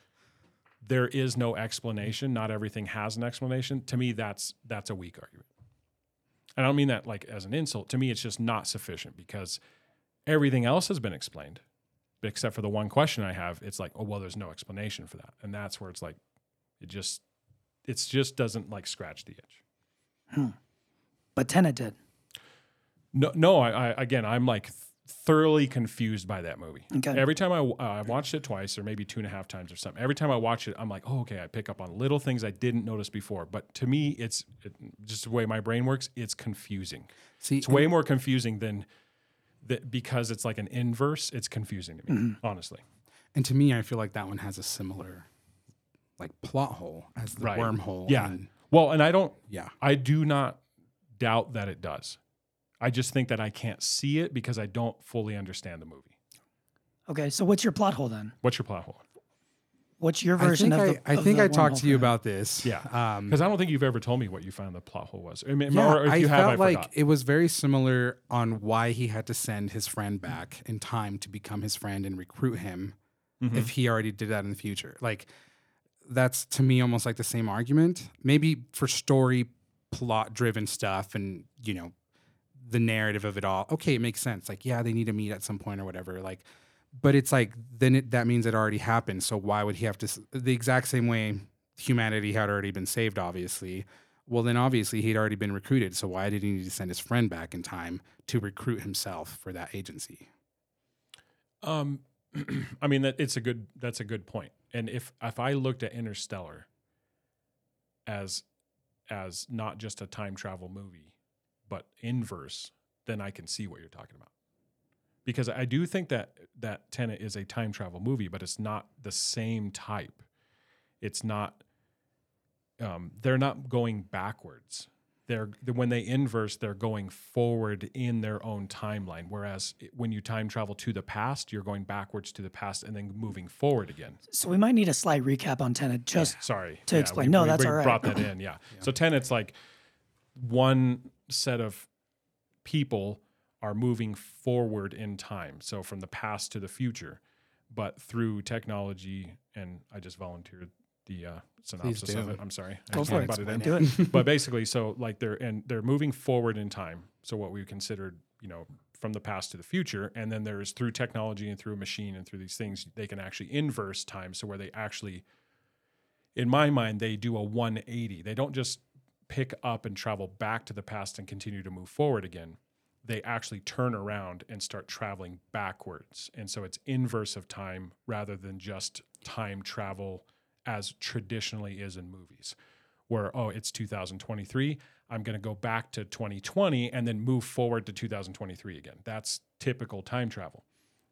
[SPEAKER 1] there is no explanation. Not everything has an explanation. To me, that's that's a weak argument. And I don't mean that like as an insult. To me, it's just not sufficient because everything else has been explained, except for the one question I have. It's like, oh well, there's no explanation for that, and that's where it's like, it just, it's just doesn't like scratch the itch.
[SPEAKER 2] But Tenet did.
[SPEAKER 1] No, no. I, I again, I'm like thoroughly confused by that movie.
[SPEAKER 2] Okay.
[SPEAKER 1] Every time I uh, I watched it twice, or maybe two and a half times, or something. Every time I watch it, I'm like, oh, okay. I pick up on little things I didn't notice before. But to me, it's it, just the way my brain works. It's confusing.
[SPEAKER 3] See,
[SPEAKER 1] It's way more confusing than that because it's like an inverse. It's confusing to me, honestly.
[SPEAKER 3] and to me, I feel like that one has a similar like plot hole as the
[SPEAKER 1] Right.
[SPEAKER 3] wormhole.
[SPEAKER 1] Yeah.
[SPEAKER 3] and-
[SPEAKER 1] Well, and I don't.
[SPEAKER 3] yeah.
[SPEAKER 1] I do not doubt that it does. I just think that I can't see it because I don't fully understand the movie.
[SPEAKER 2] Okay, so what's your plot hole then?
[SPEAKER 1] What's your plot hole?
[SPEAKER 2] What's your
[SPEAKER 3] I
[SPEAKER 2] version
[SPEAKER 3] think I,
[SPEAKER 2] of the?
[SPEAKER 3] I
[SPEAKER 2] of
[SPEAKER 3] think
[SPEAKER 2] the
[SPEAKER 3] I talked to
[SPEAKER 2] wormhole
[SPEAKER 3] you
[SPEAKER 2] plan?
[SPEAKER 3] about this.
[SPEAKER 1] Yeah.
[SPEAKER 3] Um,
[SPEAKER 1] Because I don't think you've ever told me what you found the plot hole was. I mean,
[SPEAKER 3] yeah,
[SPEAKER 1] or if
[SPEAKER 3] I
[SPEAKER 1] you have,
[SPEAKER 3] felt
[SPEAKER 1] I
[SPEAKER 3] like
[SPEAKER 1] forgot.
[SPEAKER 3] it was very similar on why he had to send his friend back in time to become his friend and recruit him
[SPEAKER 1] Mm-hmm.
[SPEAKER 3] if he already did that in the future. Like that's to me almost like the same argument. Maybe for story plot driven stuff and you know the narrative of it all. Okay, it makes sense. Like yeah, they need to meet at some point or whatever. Like but it's like then it, that means it already happened. So why would he have to s- the exact same way humanity had already been saved obviously. Well, then obviously he'd already been recruited. So why did he need to send his friend back in time to recruit himself for that agency?
[SPEAKER 1] Um, I mean that it's a good that's a good point. And if if I looked at Interstellar as as not just a time travel movie, but inverse, then I can see what you're talking about. Because I do think that that Tenet is a time travel movie, but it's not the same type. It's not. Um, they're not going backwards. They're when they inverse, they're going forward in their own timeline. Whereas it- when you time travel to the past, you're going backwards to the past and then moving forward again.
[SPEAKER 2] So we might need a slight recap on Tenet. Just
[SPEAKER 1] Sorry.
[SPEAKER 2] To explain. No, that's all right.
[SPEAKER 1] Brought that in. Yeah. So tenet's like one set of people are moving forward in time, so from the past to the future, but through technology and I just volunteered the uh, synopsis of
[SPEAKER 3] do.
[SPEAKER 1] it. I'm sorry, I
[SPEAKER 2] Go
[SPEAKER 1] just
[SPEAKER 2] for
[SPEAKER 1] wanted
[SPEAKER 2] it.
[SPEAKER 1] to butt in.
[SPEAKER 2] Do it.
[SPEAKER 1] but basically, so like they're and they're moving forward in time. So what we considered, you know, from the past to the future, and then there's through technology and through machine and through these things, they can actually inverse time. So where they actually, in my mind, they do a 180. They don't just pick up and travel back to the past and continue to move forward again. They actually turn around and start traveling backwards. And so it's inverse of time rather than just time travel as traditionally is in movies where oh it's 2023 i'm going to go back to 2020 and then move forward to 2023 again that's typical time travel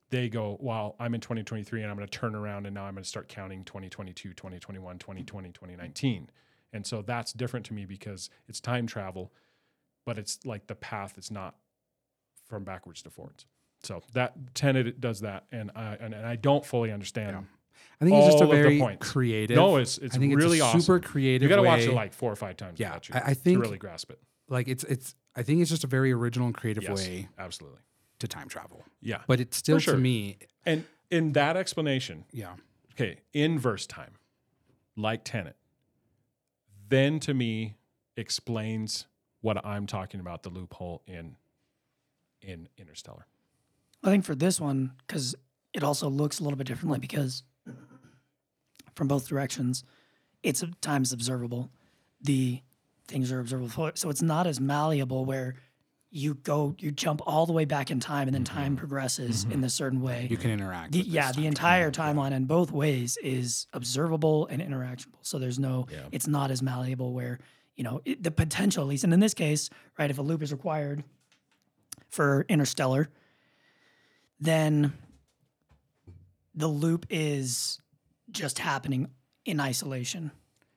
[SPEAKER 1] they go well i'm in 2023 and i'm going to turn around and now i'm going to start counting 2022 2021 2020 2019 and so that's different to me because it's time travel but it's like the path is not from backwards to forwards so that tenet does that and i and, and i don't fully understand
[SPEAKER 3] I think it's just
[SPEAKER 1] All
[SPEAKER 3] a
[SPEAKER 1] of the
[SPEAKER 3] very
[SPEAKER 1] points.
[SPEAKER 3] creative.
[SPEAKER 1] No, it's- it's
[SPEAKER 3] I think
[SPEAKER 1] really
[SPEAKER 3] it's a
[SPEAKER 1] awesome.
[SPEAKER 3] super creative.
[SPEAKER 1] you got to watch
[SPEAKER 3] way-
[SPEAKER 1] it like four or five times
[SPEAKER 3] Yeah,
[SPEAKER 1] without you
[SPEAKER 3] I- I think-
[SPEAKER 1] to really grasp it
[SPEAKER 3] like it's it's. I think it's just a very original and creative
[SPEAKER 1] Yes,
[SPEAKER 3] way
[SPEAKER 1] absolutely.
[SPEAKER 3] to time travel.
[SPEAKER 1] Yeah.
[SPEAKER 3] But it's still
[SPEAKER 1] sure.
[SPEAKER 3] to me,
[SPEAKER 1] and in that explanation,
[SPEAKER 3] yeah,
[SPEAKER 1] okay, inverse time, like Tenet, then to me explains what I'm talking about the loophole in in Interstellar.
[SPEAKER 2] I think for this one, because it also looks a little bit differently because from both directions, it's at times observable. The things are observable, for- so it's not as malleable where you go, you jump all the way back in time, and then time progresses in a certain way.
[SPEAKER 3] you can interact.
[SPEAKER 2] The-
[SPEAKER 3] with
[SPEAKER 2] yeah,
[SPEAKER 3] this
[SPEAKER 2] the
[SPEAKER 3] time
[SPEAKER 2] entire timeline in both ways is observable and interactionable. So there's no, it's not as malleable where, you know, it, the potential, at least, and in this case, right, if a loop is required for interstellar, then the loop is just happening in isolation.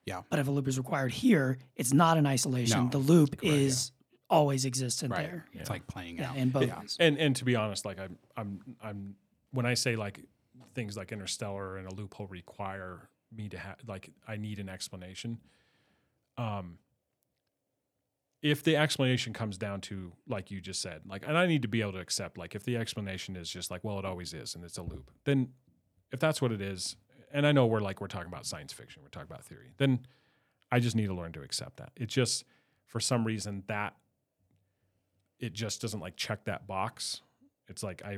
[SPEAKER 3] Yeah.
[SPEAKER 2] But if a loop is required here, it's not in isolation.
[SPEAKER 3] No,
[SPEAKER 2] the loop is always existent
[SPEAKER 3] Right.
[SPEAKER 2] there.
[SPEAKER 3] It's like playing
[SPEAKER 2] Yeah,
[SPEAKER 3] out.
[SPEAKER 2] in both
[SPEAKER 1] Yeah.
[SPEAKER 2] ways.
[SPEAKER 1] And and to be honest, like I'm I'm I'm when I say like things like Interstellar and a loophole require me to have like I need an explanation. Um if the explanation comes down to like you just said, like and I need to be able to accept like if the explanation is just like well it always is and it's a loop, then if that's what it is, and I know we're like we're talking about science fiction, we're talking about theory, then I just need to learn to accept that. It just for some reason that it just doesn't like check that box. It's like I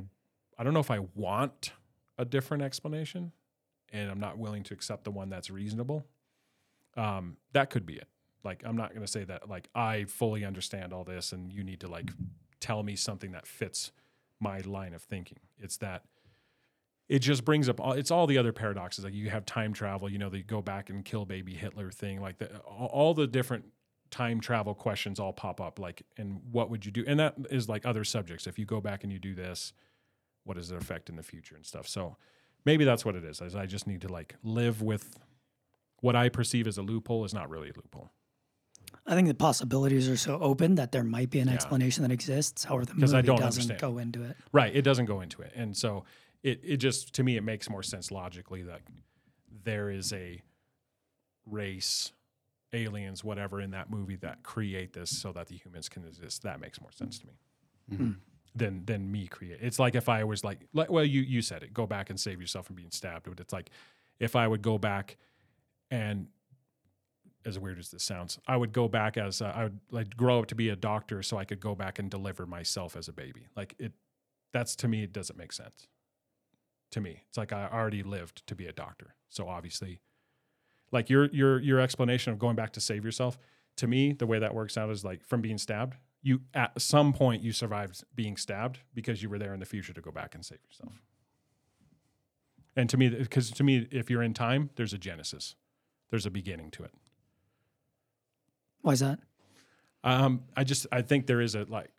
[SPEAKER 1] I don't know if I want a different explanation and I'm not willing to accept the one that's reasonable. Um that could be it. Like I'm not going to say that like I fully understand all this and you need to like tell me something that fits my line of thinking. It's that it just brings up all, it's all the other paradoxes like you have time travel you know they go back and kill baby hitler thing like the, all, all the different time travel questions all pop up like and what would you do and that is like other subjects if you go back and you do this what does it affect in the future and stuff so maybe that's what it is is i just need to like live with what i perceive as a loophole is not really a loophole
[SPEAKER 2] I think the possibilities are so open that there might be an
[SPEAKER 1] Yeah.
[SPEAKER 2] explanation that exists. However, the
[SPEAKER 1] 'Cause
[SPEAKER 2] movie
[SPEAKER 1] I don't
[SPEAKER 2] doesn't
[SPEAKER 1] understand.
[SPEAKER 2] go into it.
[SPEAKER 1] Right. It doesn't go into it. And so it, it just, to me, it makes more sense logically that there is a race, aliens, whatever in that movie that create this so that the humans can exist. That makes more sense to me. Than, than me create. It's like if I was like, like well, you you said it. Go back and save yourself from being stabbed. But it's like if I would go back and as weird as this sounds, I would go back as uh, I would like grow up to be a doctor so I could go back and deliver myself as a baby. Like it, that's to me, it doesn't make sense. To me, it's like I already lived to be a doctor, so obviously, like your your your explanation of going back to save yourself. To me, the way that works out is like from being stabbed. You at some point you survived being stabbed because you were there in the future to go back and save yourself. And to me, because to me, if you're in time, there's a genesis, there's a beginning to it.
[SPEAKER 2] Why is that?
[SPEAKER 1] Um, I just I think there is a like,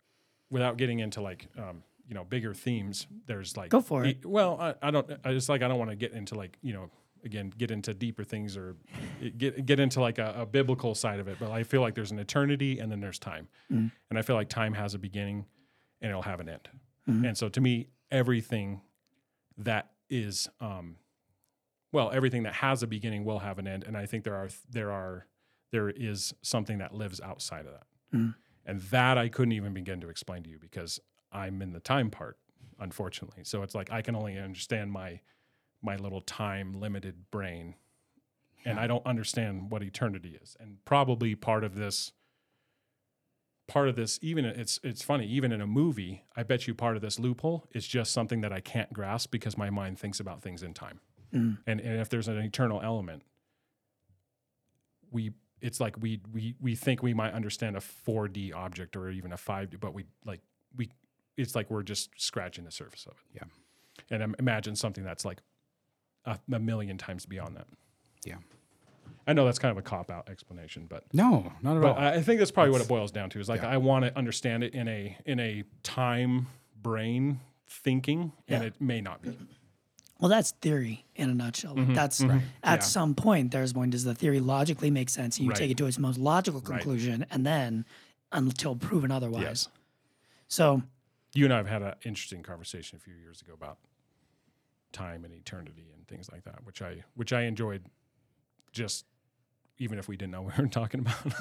[SPEAKER 1] without getting into like um, you know bigger themes, there's like
[SPEAKER 2] Go for
[SPEAKER 1] e-
[SPEAKER 2] it.
[SPEAKER 1] well, I, I don't. I just like I don't want to get into like you know again get into deeper things or it- get get into like a, a biblical side of it. But I feel like there's an eternity and then there's time,
[SPEAKER 2] Mm-hmm.
[SPEAKER 1] and I feel like time has a beginning and it'll have an end.
[SPEAKER 2] Mm-hmm.
[SPEAKER 1] And so to me, everything that is um, well, everything that has a beginning will have an end, and I think there are there are there is something that lives outside of that. And that I couldn't even begin to explain to you because I'm in the time part, unfortunately. So it's like I can only understand my my little time limited brain and I don't understand what eternity is. And probably part of this, part of this, even it's it's funny, even in a movie, I bet you part of this loophole is just something that I can't grasp because my mind thinks about things in time.
[SPEAKER 2] Mm.
[SPEAKER 1] And and if there's an eternal element, we it's like we we we think we might understand a 4D object or even a 5D, but we like we it's like we're just scratching the surface of it.
[SPEAKER 3] Yeah.
[SPEAKER 1] And im- imagine something that's like a, a million times beyond that.
[SPEAKER 3] Yeah.
[SPEAKER 1] I know that's kind of a cop out explanation, but
[SPEAKER 3] No, not at
[SPEAKER 1] but
[SPEAKER 3] all.
[SPEAKER 1] I I think that's probably what it boils down to. Is like
[SPEAKER 3] yeah.
[SPEAKER 1] I want to understand it in a in a time brain thinking, and
[SPEAKER 2] Yeah.
[SPEAKER 1] it may not be.
[SPEAKER 2] Well, that's theory in a nutshell.
[SPEAKER 1] Mm-hmm.
[SPEAKER 2] Like that's at some point there's one. Does the theory logically make sense? And you
[SPEAKER 1] Right.
[SPEAKER 2] take it to its most logical conclusion, and then until proven otherwise. So
[SPEAKER 1] You and I have had an interesting conversation a few years ago about time and eternity and things like that, which I which I enjoyed. Just even if we didn't know what we were talking about,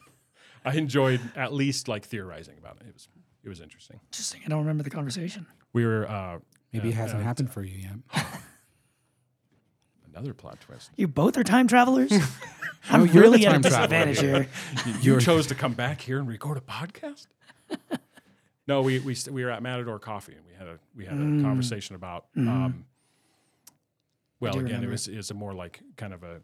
[SPEAKER 1] I enjoyed at least like theorizing about it. It was it was interesting.
[SPEAKER 2] interesting. I don't remember the conversation.
[SPEAKER 1] We were uh,
[SPEAKER 3] Maybe it
[SPEAKER 1] yeah,
[SPEAKER 3] hasn't
[SPEAKER 1] uh,
[SPEAKER 3] happened for you yet.
[SPEAKER 1] Another plot twist.
[SPEAKER 2] You both are time travelers. I'm
[SPEAKER 3] No, you're the
[SPEAKER 2] really at a
[SPEAKER 3] time traveler.
[SPEAKER 2] disadvantage here.
[SPEAKER 1] you chose to come back here and record a podcast. no, we we st- we were at Matador Coffee and we had a we had a
[SPEAKER 2] Mm.
[SPEAKER 1] conversation about. Um, well,
[SPEAKER 2] Mm-hmm. do
[SPEAKER 1] again, it
[SPEAKER 2] remember.
[SPEAKER 1] was is a more like kind of a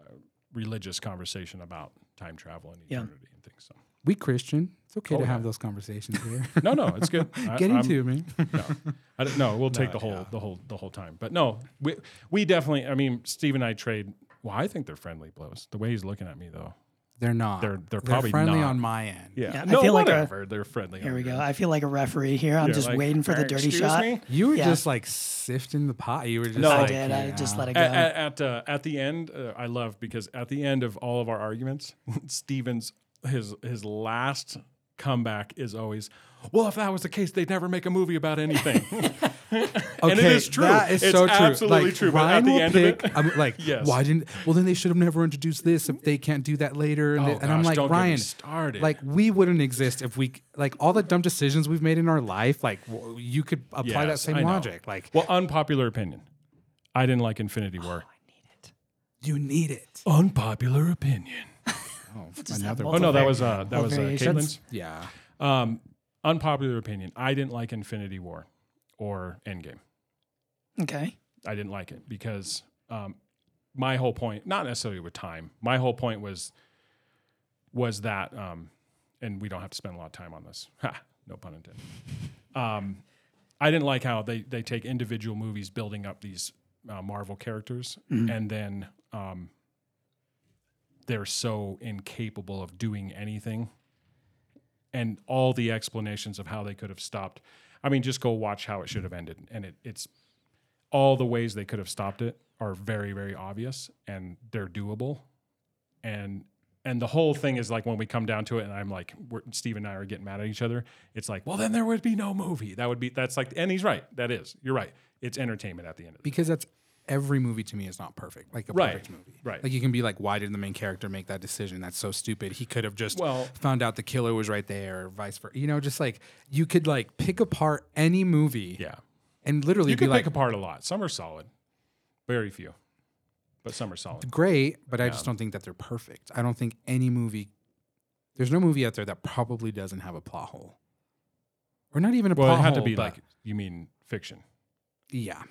[SPEAKER 1] uh, religious conversation about time travel and
[SPEAKER 2] Yeah.
[SPEAKER 1] eternity and things. So.
[SPEAKER 3] we Christian. It's okay
[SPEAKER 1] Oh,
[SPEAKER 3] to
[SPEAKER 1] yeah.
[SPEAKER 3] have those conversations here.
[SPEAKER 1] No, no, it's good. I,
[SPEAKER 3] Get
[SPEAKER 1] I'm-
[SPEAKER 3] into it, man.
[SPEAKER 1] no, I don't, no, we'll take the whole, the whole, the whole time. But no, we we definitely. I mean, Steve and I trade. Well, I think they're friendly blows. The way he's looking at me, though.
[SPEAKER 3] They're not.
[SPEAKER 1] They're- they're probably
[SPEAKER 3] friendly
[SPEAKER 1] not.
[SPEAKER 3] on my end.
[SPEAKER 2] Yeah, I
[SPEAKER 1] no,
[SPEAKER 2] feel like a-
[SPEAKER 1] whatever. they're friendly.
[SPEAKER 2] Here
[SPEAKER 1] on
[SPEAKER 2] we
[SPEAKER 1] your
[SPEAKER 2] go. I feel like a referee here. I'm
[SPEAKER 1] You're
[SPEAKER 2] just
[SPEAKER 1] like,
[SPEAKER 2] waiting for the
[SPEAKER 1] "Uh,
[SPEAKER 2] dirty
[SPEAKER 1] excuse
[SPEAKER 2] shot.
[SPEAKER 1] me?"
[SPEAKER 3] You were
[SPEAKER 2] Yeah.
[SPEAKER 3] just like sifting the pot. You were just.
[SPEAKER 1] No,
[SPEAKER 2] I
[SPEAKER 3] like,
[SPEAKER 2] did. I just
[SPEAKER 3] yeah.
[SPEAKER 2] let it go.
[SPEAKER 1] At, at, at, uh, at the end, uh, I love because at the end of all of our arguments, Stevens his his last comeback is always, "Well, if that was the case, they'd never make a movie about anything."
[SPEAKER 3] Okay,
[SPEAKER 1] And it is true.
[SPEAKER 3] That is
[SPEAKER 1] It's
[SPEAKER 3] so true.
[SPEAKER 1] absolutely
[SPEAKER 3] like,
[SPEAKER 1] true, but at
[SPEAKER 3] Ryan
[SPEAKER 1] the
[SPEAKER 3] will
[SPEAKER 1] end of
[SPEAKER 3] pick,
[SPEAKER 1] it-
[SPEAKER 3] I'm like,
[SPEAKER 1] Yes.
[SPEAKER 3] why didn't? Well, then they should have never introduced this if they can't do that later. And,
[SPEAKER 1] Oh,
[SPEAKER 3] th- and I'm
[SPEAKER 1] gosh,
[SPEAKER 3] like,
[SPEAKER 1] don't get me
[SPEAKER 3] Ryan,
[SPEAKER 1] started.
[SPEAKER 3] like we wouldn't exist if we like all the dumb decisions we've made in our life. Like w- you could apply that
[SPEAKER 1] Yes,
[SPEAKER 3] same
[SPEAKER 1] I know.
[SPEAKER 3] logic. Like
[SPEAKER 1] well, unpopular opinion. I didn't like Infinity War.
[SPEAKER 3] you need it.
[SPEAKER 1] unpopular opinion.
[SPEAKER 3] Oh,
[SPEAKER 2] does that
[SPEAKER 1] Oh no, that
[SPEAKER 2] Multiple
[SPEAKER 1] was uh, that
[SPEAKER 2] multiple
[SPEAKER 1] was uh,
[SPEAKER 2] variations?
[SPEAKER 1] Caitlin's.
[SPEAKER 3] yeah.
[SPEAKER 1] Um, unpopular opinion. I didn't like Infinity War or Endgame.
[SPEAKER 2] Okay.
[SPEAKER 1] I didn't like it because um, my whole point, not necessarily with time, my whole point was was that, um, and we don't have to spend a lot of time on this. Ha, no pun intended. Um, I didn't like how they they take individual movies building up these uh, Marvel characters, and then um, they're so incapable of doing anything, and all the explanations of how they could have stopped. I mean, just go watch how it should have ended, and it, it's all the ways they could have stopped it are very very obvious and they're doable and and the whole thing is like when we come down to it and i'm like we're, steve and i are getting mad at each other it's like well then there would be no movie that would be that's like and he's right that is you're right it's entertainment at the end of the
[SPEAKER 3] because that's every movie to me is not perfect. Like a
[SPEAKER 1] Right,
[SPEAKER 3] perfect movie.
[SPEAKER 1] right.
[SPEAKER 3] Like you can be like, why did the main character make that decision? That's so stupid. He could have just
[SPEAKER 1] Well-
[SPEAKER 3] found out the killer was right there, or vice versa. You know, just like you could like pick apart any movie
[SPEAKER 1] yeah
[SPEAKER 3] and literally
[SPEAKER 1] you
[SPEAKER 3] be
[SPEAKER 1] can
[SPEAKER 3] like,
[SPEAKER 1] pick apart a lot some are solid very few but some are solid
[SPEAKER 3] great, but I just don't think that they're perfect. I don't think any movie. There's no movie out there that probably doesn't have a plot hole, or not even a
[SPEAKER 1] well
[SPEAKER 3] plot
[SPEAKER 1] it had to
[SPEAKER 3] hole,
[SPEAKER 1] be
[SPEAKER 3] but-
[SPEAKER 1] like you mean fiction
[SPEAKER 3] yeah.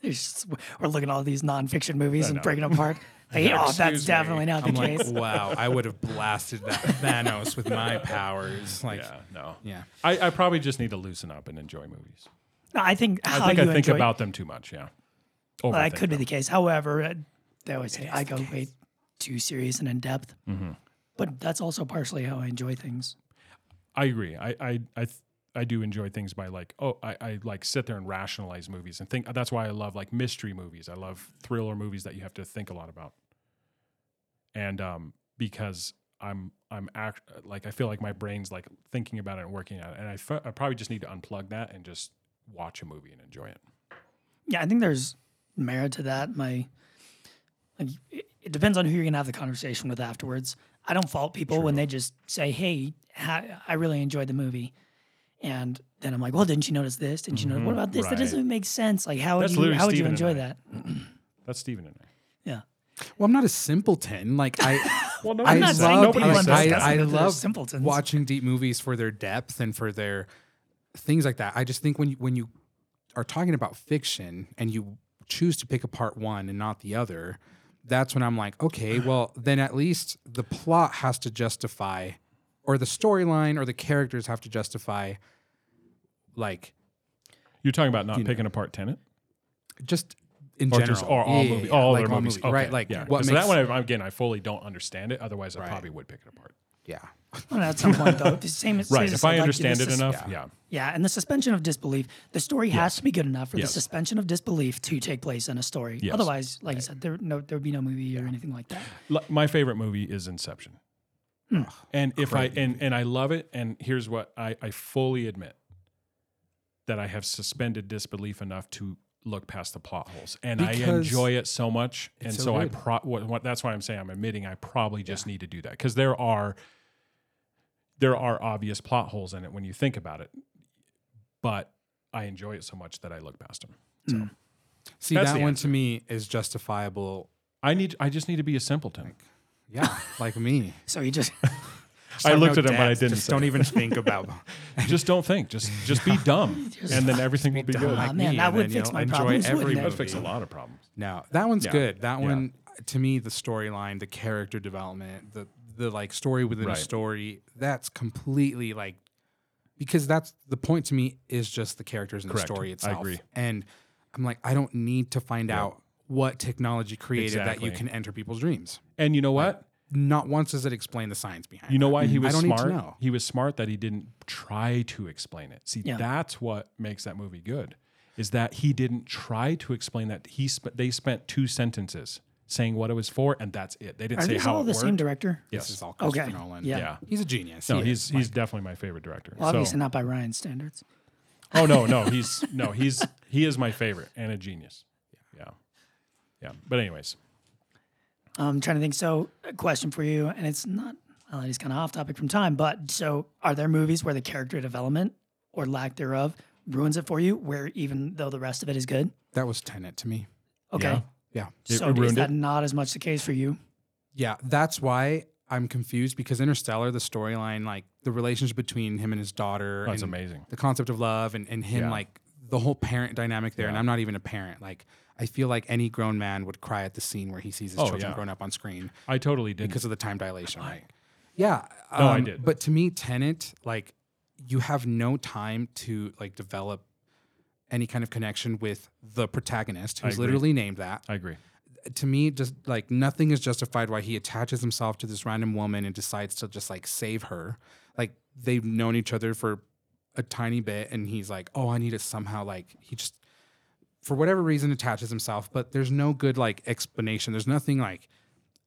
[SPEAKER 2] There's just- We're looking at all these nonfiction movies and
[SPEAKER 1] know.
[SPEAKER 2] breaking them apart. Hey, oh, that's
[SPEAKER 1] Excuse me.
[SPEAKER 2] definitely not the
[SPEAKER 3] I'm like,
[SPEAKER 2] case.
[SPEAKER 3] wow, I would have blasted that Thanos with my powers. Like,
[SPEAKER 1] yeah no
[SPEAKER 3] yeah.
[SPEAKER 1] I, I probably just need to loosen up and enjoy movies
[SPEAKER 2] No, I think how
[SPEAKER 1] i think
[SPEAKER 2] you
[SPEAKER 1] i think
[SPEAKER 2] enjoy,
[SPEAKER 1] about them too much yeah
[SPEAKER 2] well, that
[SPEAKER 1] Overthink
[SPEAKER 2] could be
[SPEAKER 1] them.
[SPEAKER 2] the case. However, uh, they always say I go way too serious and in depth.
[SPEAKER 1] Mm-hmm.
[SPEAKER 2] But that's also partially how I enjoy things.
[SPEAKER 1] I agree. I I I, th- I do enjoy things by like oh I, I like sit there and rationalize movies and think that's why I love like mystery movies. I love thriller movies that you have to think a lot about. And um because I'm I'm act like I feel like my brain's like thinking about it and working on it and I fe- I probably just need to unplug that and just watch a movie and enjoy it.
[SPEAKER 2] Yeah, I think there's merit to that. My like, it it depends on who you're gonna have the conversation with afterwards. I don't fault people when they just say, "Hey, ha- I really enjoyed the movie," and then I'm like, "Well, didn't you notice this? Didn't you notice what about this?
[SPEAKER 1] Mm-hmm.
[SPEAKER 2] That
[SPEAKER 1] right.
[SPEAKER 2] doesn't make sense. Like, how would
[SPEAKER 1] That's
[SPEAKER 2] you
[SPEAKER 1] literally
[SPEAKER 2] how would you
[SPEAKER 1] Steven and
[SPEAKER 2] enjoy
[SPEAKER 1] I.
[SPEAKER 2] that?"
[SPEAKER 1] That's Steven and I.
[SPEAKER 3] Well, I'm not a simpleton. Like I,
[SPEAKER 1] Well, no,
[SPEAKER 3] I
[SPEAKER 2] I'm not saying
[SPEAKER 3] love,
[SPEAKER 2] nobody
[SPEAKER 3] I,
[SPEAKER 2] wants
[SPEAKER 3] I,
[SPEAKER 2] to
[SPEAKER 3] I
[SPEAKER 2] They're
[SPEAKER 3] love
[SPEAKER 2] simpletons.
[SPEAKER 3] watching deep movies for their depth and for their things like that. I just think when you, when you are talking about fiction and you choose to pick apart one and not the other, that's when I'm like, okay, well, then at least the plot has to justify, or the storyline or the characters have to justify, like
[SPEAKER 1] You're talking about not picking apart Tenant,
[SPEAKER 3] just in
[SPEAKER 1] or
[SPEAKER 3] general
[SPEAKER 1] just or all
[SPEAKER 3] Yeah, yeah,
[SPEAKER 1] movie,
[SPEAKER 3] yeah,
[SPEAKER 1] all
[SPEAKER 3] like
[SPEAKER 1] other
[SPEAKER 3] all
[SPEAKER 1] movies,
[SPEAKER 3] movie,
[SPEAKER 1] Okay,
[SPEAKER 3] right? Like
[SPEAKER 1] yeah.
[SPEAKER 3] what
[SPEAKER 1] so
[SPEAKER 3] makes
[SPEAKER 1] that one I- again, I fully don't understand it. Otherwise, I
[SPEAKER 3] Right.
[SPEAKER 1] probably would pick it apart.
[SPEAKER 3] yeah.
[SPEAKER 2] Well, at some point, though, the same. same
[SPEAKER 1] Right.
[SPEAKER 2] as
[SPEAKER 1] If
[SPEAKER 2] like
[SPEAKER 1] I
[SPEAKER 2] the
[SPEAKER 1] understand it
[SPEAKER 2] sus-
[SPEAKER 1] enough,
[SPEAKER 3] yeah.
[SPEAKER 1] yeah.
[SPEAKER 2] Yeah, and the suspension of disbelief. The story has to be good enough for
[SPEAKER 1] Yes.
[SPEAKER 2] the suspension of disbelief to take place in a story.
[SPEAKER 1] Yes.
[SPEAKER 2] Otherwise, like you said, there no there would be no movie or anything like that.
[SPEAKER 1] L- my favorite movie is Inception. And if I and, and I love it, and here's what I, I fully admit that I have suspended disbelief enough to look past the plot holes, and I
[SPEAKER 3] Because
[SPEAKER 1] enjoy it so much, and so,
[SPEAKER 3] so
[SPEAKER 1] I
[SPEAKER 3] good.
[SPEAKER 1] pro what, what, that's why I'm saying I'm admitting I probably just need to do that because there are there are obvious plot holes in it when you think about it, but I enjoy it so much that I look past them. So
[SPEAKER 3] See
[SPEAKER 1] That's
[SPEAKER 3] that
[SPEAKER 1] the
[SPEAKER 3] one
[SPEAKER 1] answer.
[SPEAKER 3] to me is justifiable.
[SPEAKER 1] I need I just need to be a simpleton.
[SPEAKER 3] Yeah, like me.
[SPEAKER 2] So you just
[SPEAKER 3] Just
[SPEAKER 1] I
[SPEAKER 3] have
[SPEAKER 1] looked
[SPEAKER 3] no
[SPEAKER 1] at him, but I
[SPEAKER 3] depth,
[SPEAKER 1] didn't
[SPEAKER 3] Just
[SPEAKER 1] say
[SPEAKER 3] don't
[SPEAKER 1] it.
[SPEAKER 3] even think about.
[SPEAKER 1] just don't think. Just just be dumb, and then everything will be
[SPEAKER 3] dumb
[SPEAKER 1] good.
[SPEAKER 3] like
[SPEAKER 2] Aw, man,
[SPEAKER 3] me,
[SPEAKER 2] that
[SPEAKER 3] and
[SPEAKER 2] would
[SPEAKER 3] then
[SPEAKER 2] fix
[SPEAKER 3] you'll
[SPEAKER 2] my
[SPEAKER 3] enjoy
[SPEAKER 2] problems,
[SPEAKER 3] every
[SPEAKER 2] wouldn't it?
[SPEAKER 1] That
[SPEAKER 3] movie.
[SPEAKER 1] fixes a lot of problems.
[SPEAKER 3] No, that one's
[SPEAKER 1] Yeah,
[SPEAKER 3] good. That
[SPEAKER 1] yeah.
[SPEAKER 3] one to me, the storyline, the character development, the the like story within
[SPEAKER 1] Right.
[SPEAKER 3] a story. That's completely like because that's the point to me is just the characters and
[SPEAKER 1] Correct.
[SPEAKER 3] the story
[SPEAKER 1] I
[SPEAKER 3] itself.
[SPEAKER 1] agree.
[SPEAKER 3] And I'm like, I don't need to find out what technology created that
[SPEAKER 1] Exactly.
[SPEAKER 3] you can enter people's dreams.
[SPEAKER 1] And you know what?
[SPEAKER 3] Not once does it explain the science behind. Mm.
[SPEAKER 1] You know why he
[SPEAKER 3] I
[SPEAKER 1] was
[SPEAKER 3] don't need to
[SPEAKER 1] smart?
[SPEAKER 3] know.
[SPEAKER 1] He was smart that he didn't try to explain it. See,
[SPEAKER 2] Yeah.
[SPEAKER 1] that's what makes that movie good. Is that he didn't try to explain that he sp- they spent two sentences saying what it was for and that's it. They didn't
[SPEAKER 2] are
[SPEAKER 1] say
[SPEAKER 2] these
[SPEAKER 1] how
[SPEAKER 2] all
[SPEAKER 1] it
[SPEAKER 2] the same
[SPEAKER 1] worked.
[SPEAKER 2] director?
[SPEAKER 3] This
[SPEAKER 1] Yes.
[SPEAKER 3] is all Christopher
[SPEAKER 2] Okay.
[SPEAKER 3] Nolan.
[SPEAKER 2] Yeah.
[SPEAKER 1] Yeah.
[SPEAKER 3] he's a genius.
[SPEAKER 1] No,
[SPEAKER 3] He
[SPEAKER 1] he's
[SPEAKER 3] is.
[SPEAKER 1] he's definitely my favorite director.
[SPEAKER 2] Well,
[SPEAKER 1] so,
[SPEAKER 2] obviously not by Ryan standards.
[SPEAKER 1] oh no, no, he's no, he's he is my favorite and a genius. Yeah. Yeah. But anyways,
[SPEAKER 2] Um, I'm trying to think. So, a question for you, and it's not. Well, it's kind of off topic from time, but so are there movies where the character development or lack thereof ruins it for you, where even though the rest of it is good?
[SPEAKER 3] that was Tenet to me.
[SPEAKER 2] Okay.
[SPEAKER 1] Yeah.
[SPEAKER 3] Yeah.
[SPEAKER 1] It
[SPEAKER 2] so is
[SPEAKER 1] ruined
[SPEAKER 2] that
[SPEAKER 1] it?
[SPEAKER 2] not as much the case for you?
[SPEAKER 3] Yeah, that's why I'm confused because Interstellar, the storyline, like the relationship between him and his daughter,
[SPEAKER 1] that's
[SPEAKER 3] and
[SPEAKER 1] Oh, amazing.
[SPEAKER 3] the concept of love, and, and him,
[SPEAKER 1] Yeah.
[SPEAKER 3] like the whole parent dynamic there. And
[SPEAKER 1] Yeah.
[SPEAKER 3] I'm not even a parent. Like, I feel like any grown man would cry at the scene where he sees his
[SPEAKER 1] Oh,
[SPEAKER 3] children
[SPEAKER 1] yeah.
[SPEAKER 3] grown up on screen
[SPEAKER 1] I totally did.
[SPEAKER 3] because of the time dilation, right? Yeah.
[SPEAKER 1] No, I
[SPEAKER 3] um,
[SPEAKER 1] did.
[SPEAKER 3] But to me, Tenant, like, you have no time to like develop any kind of connection with the protagonist,
[SPEAKER 1] I
[SPEAKER 3] who's
[SPEAKER 1] agree.
[SPEAKER 3] literally named that
[SPEAKER 1] I agree.
[SPEAKER 3] to me, just like nothing is justified why he attaches himself to this random woman and decides to just like save her. Like they've known each other for a tiny bit, and he's like, oh, I need to somehow like he just for whatever reason attaches himself. But there's no good like explanation. There's nothing like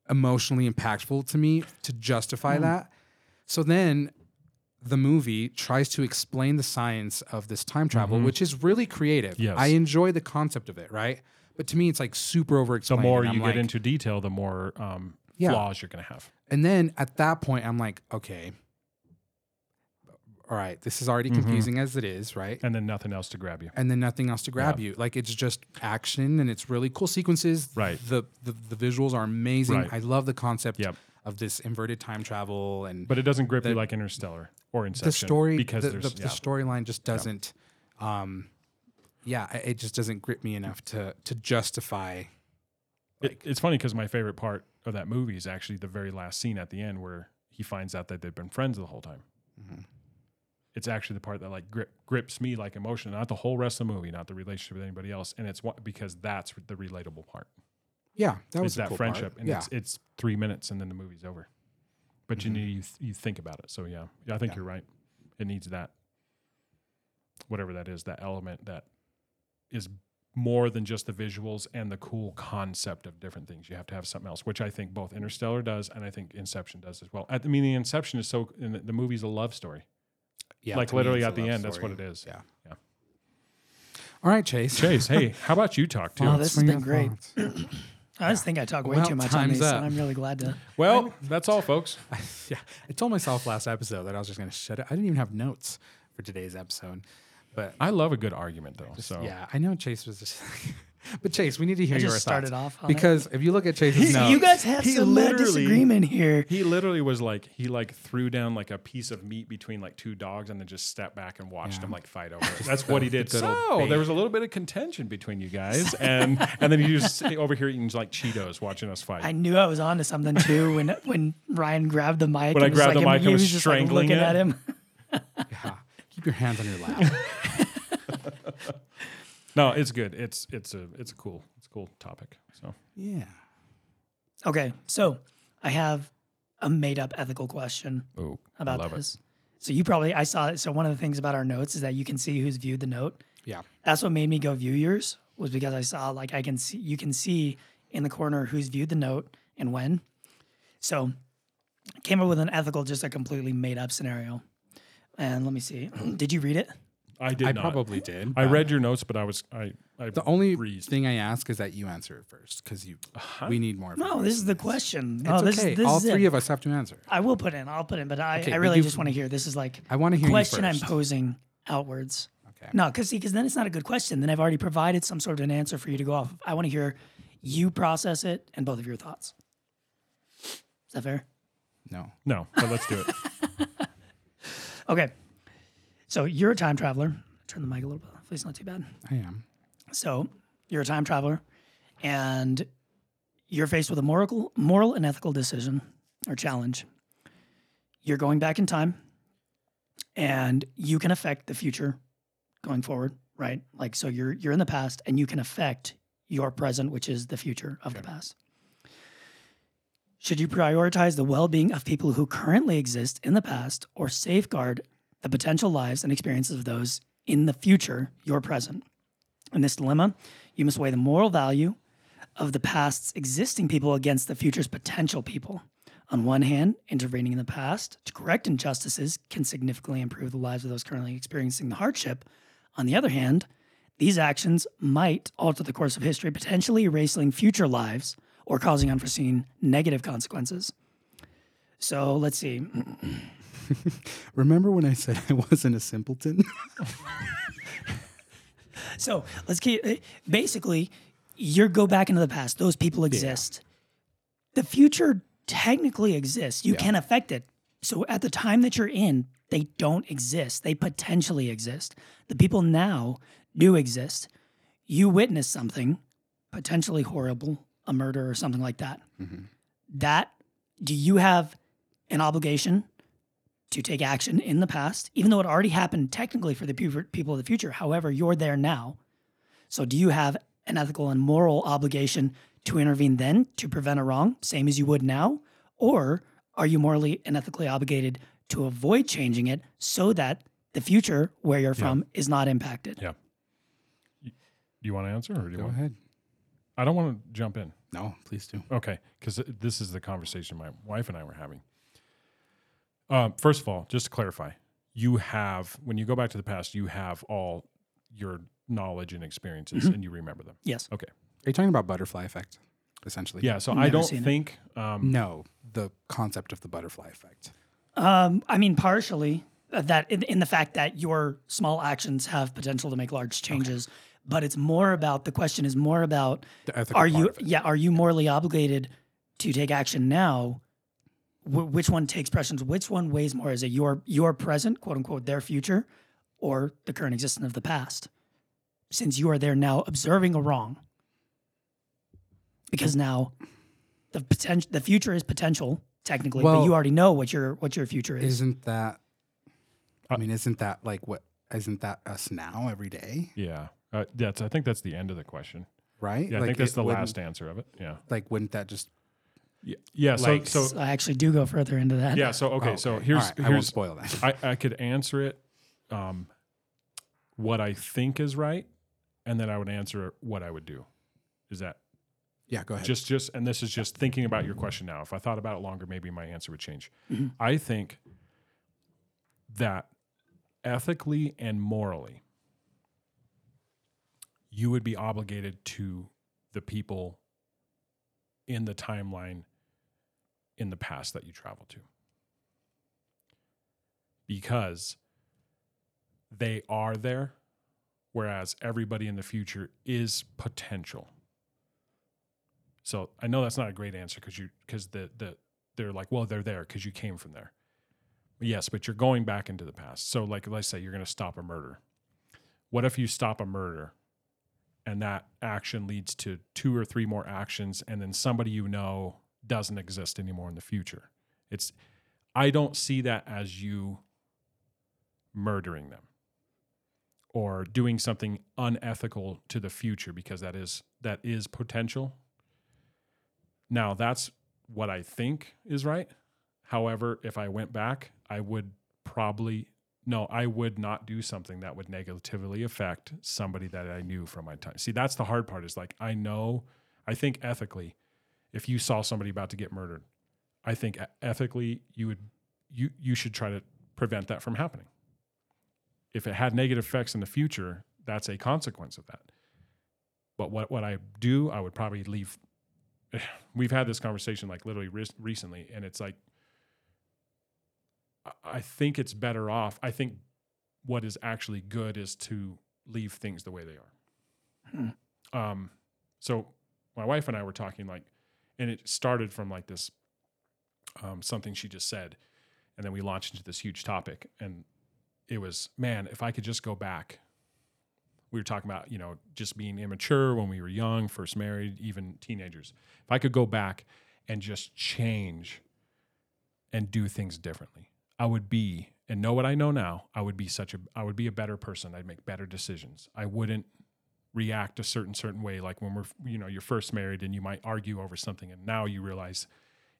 [SPEAKER 3] emotionally impactful to me to justify that. So then the movie tries to explain the science of this time travel, which is really creative.
[SPEAKER 1] Yes.
[SPEAKER 3] I enjoy the concept of it, right? But to me, it's like super over
[SPEAKER 1] The
[SPEAKER 3] explained.
[SPEAKER 1] more
[SPEAKER 3] and I'm
[SPEAKER 1] you
[SPEAKER 3] like-
[SPEAKER 1] get into detail, the more um,
[SPEAKER 3] Yeah.
[SPEAKER 1] flaws you're going to have.
[SPEAKER 3] And then at that point, I'm like, okay, all right, this is already confusing as it is, right?
[SPEAKER 1] Mm-hmm. and then nothing else to grab you.
[SPEAKER 3] And then nothing else to grab you. Like it's just action and it's really cool sequences.
[SPEAKER 1] Right.
[SPEAKER 3] The the, the visuals are amazing.
[SPEAKER 1] Right.
[SPEAKER 3] I love the concept
[SPEAKER 1] Yep.
[SPEAKER 3] of this inverted time travel and
[SPEAKER 1] But it doesn't grip you
[SPEAKER 3] The-
[SPEAKER 1] like Interstellar or Inception.
[SPEAKER 3] the story
[SPEAKER 1] because
[SPEAKER 3] the,
[SPEAKER 1] there's
[SPEAKER 3] the,
[SPEAKER 1] yeah.
[SPEAKER 3] the storyline just doesn't um yeah, it- it just doesn't grip me enough to to justify
[SPEAKER 1] It- it's funny because my favorite part of that movie is actually the very last scene at the end where he finds out that they've been friends the whole time.
[SPEAKER 3] Mm-hmm.
[SPEAKER 1] It's actually the part that like grip, grips me like emotion, not the whole rest of the movie, not the relationship with anybody else, and it's what because that's the relatable part.
[SPEAKER 3] yeah, that was
[SPEAKER 1] it's
[SPEAKER 3] a
[SPEAKER 1] that
[SPEAKER 3] cool part.
[SPEAKER 1] friendship, and
[SPEAKER 3] yeah.
[SPEAKER 1] it's it's three minutes and then the movie's over. But you need you, th- you think about it. So yeah, Yeah, I think
[SPEAKER 3] Mm-hmm. Yeah.
[SPEAKER 1] you're right. It needs that whatever that is, that element that is more than just the visuals and the cool concept of different things. You have to have something else, which I think both Interstellar does and I think Inception does as well. At, I mean, the Inception is so and the, the movie's a love story.
[SPEAKER 3] yeah,
[SPEAKER 1] like
[SPEAKER 3] to me,
[SPEAKER 1] literally
[SPEAKER 3] it's a
[SPEAKER 1] at the
[SPEAKER 3] love
[SPEAKER 1] end, that's what
[SPEAKER 3] story.
[SPEAKER 1] it is.
[SPEAKER 3] Yeah.
[SPEAKER 1] Yeah.
[SPEAKER 3] All right, Chase.
[SPEAKER 1] Chase, hey, how about you talk
[SPEAKER 2] Wow,
[SPEAKER 1] too?
[SPEAKER 2] this has
[SPEAKER 3] Bring
[SPEAKER 2] been
[SPEAKER 3] your
[SPEAKER 2] great.
[SPEAKER 3] thoughts.
[SPEAKER 2] I just think I talk way
[SPEAKER 3] Well,
[SPEAKER 2] too much on
[SPEAKER 3] time's
[SPEAKER 2] these,
[SPEAKER 3] up.
[SPEAKER 2] and I'm really glad to.
[SPEAKER 1] Well, that's all, folks.
[SPEAKER 3] yeah, I told myself last episode that I was just going to shut it. I didn't even have notes for today's episode, But
[SPEAKER 1] I love a good argument though. So
[SPEAKER 3] yeah, I know Chase was just But Chase, we need to hear
[SPEAKER 2] I
[SPEAKER 3] your
[SPEAKER 2] just started
[SPEAKER 3] thoughts.
[SPEAKER 2] off on it.
[SPEAKER 3] because if you look at Chase's
[SPEAKER 2] So
[SPEAKER 3] notes,
[SPEAKER 2] you guys have
[SPEAKER 1] He
[SPEAKER 2] some mad
[SPEAKER 1] literally-
[SPEAKER 2] disagreement here.
[SPEAKER 1] he literally was like he like threw down like a piece of meat between like two dogs and then just stepped back and watched
[SPEAKER 3] Yeah.
[SPEAKER 1] them like fight over it. That's what he did.
[SPEAKER 3] good old
[SPEAKER 1] So
[SPEAKER 3] bait.
[SPEAKER 1] there was a little bit of contention between you guys, and and then you just sit over here eating like Cheetos, watching us fight.
[SPEAKER 2] I knew I was onto something too when when Ryan grabbed the mic.
[SPEAKER 1] When I
[SPEAKER 2] and was
[SPEAKER 1] grabbed
[SPEAKER 2] like,
[SPEAKER 1] the mic, I
[SPEAKER 2] he
[SPEAKER 1] was
[SPEAKER 2] was just, like,
[SPEAKER 1] strangling it.
[SPEAKER 2] looking at him.
[SPEAKER 3] yeah, keep your hands on your lap.
[SPEAKER 1] no, it's good. It's it's a it's a cool it's a cool topic. So
[SPEAKER 3] yeah.
[SPEAKER 2] Okay, so I have a made up ethical question
[SPEAKER 1] oh,
[SPEAKER 2] about this. So you probably I saw it. So one of the things about our notes is that you can see who's viewed the note.
[SPEAKER 3] Yeah.
[SPEAKER 2] That's what made me go view yours was because I saw like I can see you can see in the corner who's viewed the note and when. So I came up with an ethical, just a completely made up scenario. And let me see. Did you read it?
[SPEAKER 1] I did
[SPEAKER 3] I
[SPEAKER 1] not.
[SPEAKER 3] probably did.
[SPEAKER 1] I
[SPEAKER 3] but
[SPEAKER 1] read your notes, but I was I I
[SPEAKER 3] the only
[SPEAKER 1] breezed.
[SPEAKER 3] thing I ask is that you answer it first because you
[SPEAKER 1] Uh-huh.
[SPEAKER 3] we need more.
[SPEAKER 2] No, this is the question.
[SPEAKER 3] It's
[SPEAKER 2] No, Oh, this,
[SPEAKER 3] okay.
[SPEAKER 2] this
[SPEAKER 3] All
[SPEAKER 2] is
[SPEAKER 3] three
[SPEAKER 2] it.
[SPEAKER 3] of us have to answer.
[SPEAKER 2] I will put in. I'll put in, but I,
[SPEAKER 3] Okay,
[SPEAKER 2] I
[SPEAKER 3] but
[SPEAKER 2] really
[SPEAKER 3] you-
[SPEAKER 2] just want to hear. This is like
[SPEAKER 3] I want to hear
[SPEAKER 2] question
[SPEAKER 3] you
[SPEAKER 2] I'm
[SPEAKER 3] first.
[SPEAKER 2] posing outwards.
[SPEAKER 3] okay.
[SPEAKER 2] No, because see, because then it's not a good question. Then I've already provided some sort of an answer for you to go off. of. I want to hear you process it and both of your thoughts. Is that fair?
[SPEAKER 3] No.
[SPEAKER 1] No, but let's do it.
[SPEAKER 2] Okay. So you're a time traveler. Turn the mic a little bit. Hopefully it's not too bad.
[SPEAKER 3] I am.
[SPEAKER 2] So you're a time traveler, and you're faced with a moral, moral and ethical decision or challenge. You're going back in time, and you can affect the future going forward, right? Like so, you're you're in the past, and you can affect your present, which is the future of the past. Should you prioritize the well-being of people who currently exist in the past, or safeguard the potential lives and experiences of those in the future, your present? In this dilemma, you must weigh the moral value of the past's existing people against the future's potential people. On one hand, intervening in the past to correct injustices can significantly improve the lives of those currently experiencing the hardship. On the other hand, these actions might alter the course of history, potentially erasing future lives or causing unforeseen negative consequences. So let's see.
[SPEAKER 3] Remember when I said I wasn't a simpleton?
[SPEAKER 2] So let's keep. eh, Basically, you go back into the past. Those people exist. The future technically exists. You can affect it. So at the time that you're in, they don't exist. They potentially exist. The people now do exist. You witness something potentially horrible, a murder or something like that. That do you have an obligation to take action in the past, even though it already happened technically for the pu- people of the future. However, you're there now. So, do you have an ethical and moral obligation to intervene then to prevent a wrong, same as you would now? Or are you morally and ethically obligated to avoid changing it so that the future where you're from is not impacted?
[SPEAKER 1] Yeah. You, you want to answer, or do you
[SPEAKER 3] Go
[SPEAKER 1] want?
[SPEAKER 3] ahead.
[SPEAKER 1] I don't want to jump in.
[SPEAKER 3] No, please do.
[SPEAKER 1] Okay, because this is the conversation my wife and I were having. Um, first of all, just to clarify, you have when you go back to the past, you have all your knowledge and experiences,
[SPEAKER 3] Mm-hmm.
[SPEAKER 1] and you remember them.
[SPEAKER 2] Yes.
[SPEAKER 1] Okay,
[SPEAKER 3] Are you talking about butterfly effect, essentially?
[SPEAKER 1] yeah. So I
[SPEAKER 2] Never
[SPEAKER 1] don't
[SPEAKER 2] seen it.
[SPEAKER 1] think. Um,
[SPEAKER 3] No, the concept of the butterfly effect.
[SPEAKER 2] Um, I mean, partially uh, that in, in the fact that your small actions have potential to make large changes, but it's more about the question is more about
[SPEAKER 3] The ethical
[SPEAKER 2] are
[SPEAKER 3] part
[SPEAKER 2] you
[SPEAKER 3] of it.
[SPEAKER 2] yeah are you morally obligated to take action now? Wh- which one takes precedence? Which one weighs more? Is it your your present quote unquote their future, or the current existence of the past? Since you are there now observing a wrong, because now the potential the future is potential technically, but
[SPEAKER 3] Well-
[SPEAKER 2] you already know what your what your future is.
[SPEAKER 3] Isn't that? I mean, isn't that like what? Isn't that us now every day?
[SPEAKER 1] Yeah, uh, that's. I think that's the end of the question.
[SPEAKER 3] Right?
[SPEAKER 1] Yeah, I think that's
[SPEAKER 3] it
[SPEAKER 1] the
[SPEAKER 3] wouldn't-
[SPEAKER 1] last answer of it. Yeah.
[SPEAKER 3] Like, wouldn't that just?
[SPEAKER 1] Yeah. Yeah. So
[SPEAKER 3] Like-
[SPEAKER 1] so
[SPEAKER 2] So I actually do go further into that.
[SPEAKER 1] yeah. So okay.
[SPEAKER 3] Oh,
[SPEAKER 1] So
[SPEAKER 3] All
[SPEAKER 1] here's
[SPEAKER 3] right, I won't
[SPEAKER 1] here's
[SPEAKER 3] spoil that.
[SPEAKER 1] I, I could answer it um, what I think is right, and then I would answer what I would do. Is that
[SPEAKER 3] Yeah, go ahead.
[SPEAKER 1] just just and this is just thinking about your question now. If I thought about it longer, maybe my answer would change.
[SPEAKER 3] Mm-hmm.
[SPEAKER 1] I think that ethically and morally, you would be obligated to the people in the timeline in the past that you travel to. Because they are there whereas everybody in the future is potential. So I know that's not a great answer because you because the the they're like, well, they're there because you came from there. Yes, but you're going back into the past. So like let's say you're gonna stop a murder. What if you stop a murder and that action leads to two or three more actions and then somebody you know doesn't exist anymore in the future? It's I don't see that as you murdering them or doing something unethical to the future because that is that is potential. Now that's what I think is right. However, if I went back, I would probably no, I would not do something that would negatively affect somebody that I knew from my time. See, that's the hard part is like I know, I think ethically, if you saw somebody about to get murdered, I think e- ethically you would you you should try to prevent that from happening. If it had negative effects in the future, that's a consequence of that. But what what I do, I would probably leave. We've had this conversation like literally re- recently, and it's like I- I think it's better off. I think what is actually good is to leave things the way they are. Um, so my wife and I were talking like, and it started from like this um, something she just said. And then we launched into this huge topic. And it was, man, if I could just go back. We were talking about, you know, just being immature when we were young, first married, even teenagers. If I could go back and just change and do things differently, I would be and know what I know now. I would be such a, I would be a better person. I'd make better decisions. I wouldn't react a certain certain way like when we're you know you're first married and you might argue over something and now you realize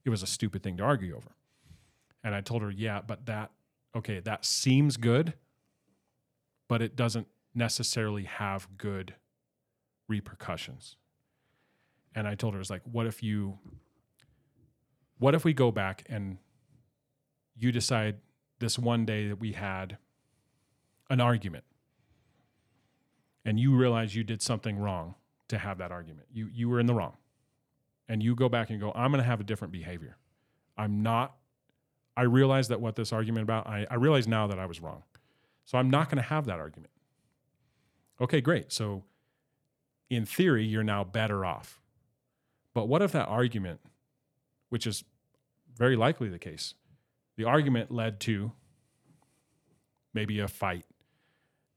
[SPEAKER 1] it was a stupid thing to argue over. And I told her, yeah, but that, okay, that seems good, but it doesn't necessarily have good repercussions. And I told her, it's like, what if you, what if we go back and you decide this one day that we had an argument and you realize you did something wrong to have that argument? You, you were in the wrong and you go back and go, I'm going to have a different behavior. I'm not, I realize that what this argument about, I, I realize now that I was wrong. So I'm not going to have that argument. Okay, great. So in theory, you're now better off. But what if that argument, which is very likely the case, the argument led to maybe a fight?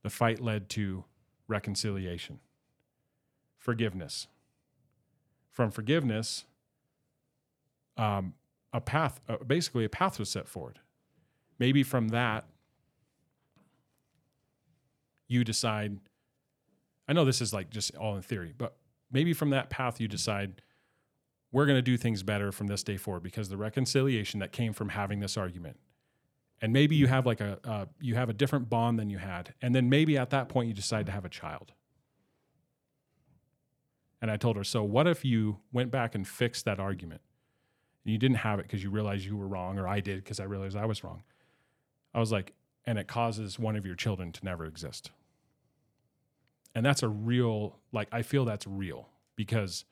[SPEAKER 1] The fight led to reconciliation, forgiveness from forgiveness, um, a path, uh, basically a path was set forward. Maybe from that, you decide. I know this is like just all in theory, but maybe from that path, you decide we're going to do things better from this day forward because the reconciliation that came from having this argument. And maybe you have like a uh, you have a different bond than you had, and then maybe at that point you decide to have a child. And I told her, so what if you went back and fixed that argument? And you didn't have it because you realized you were wrong, or I did because I realized I was wrong. I was like, and it causes one of your children to never exist. And that's a real, like, I feel that's real because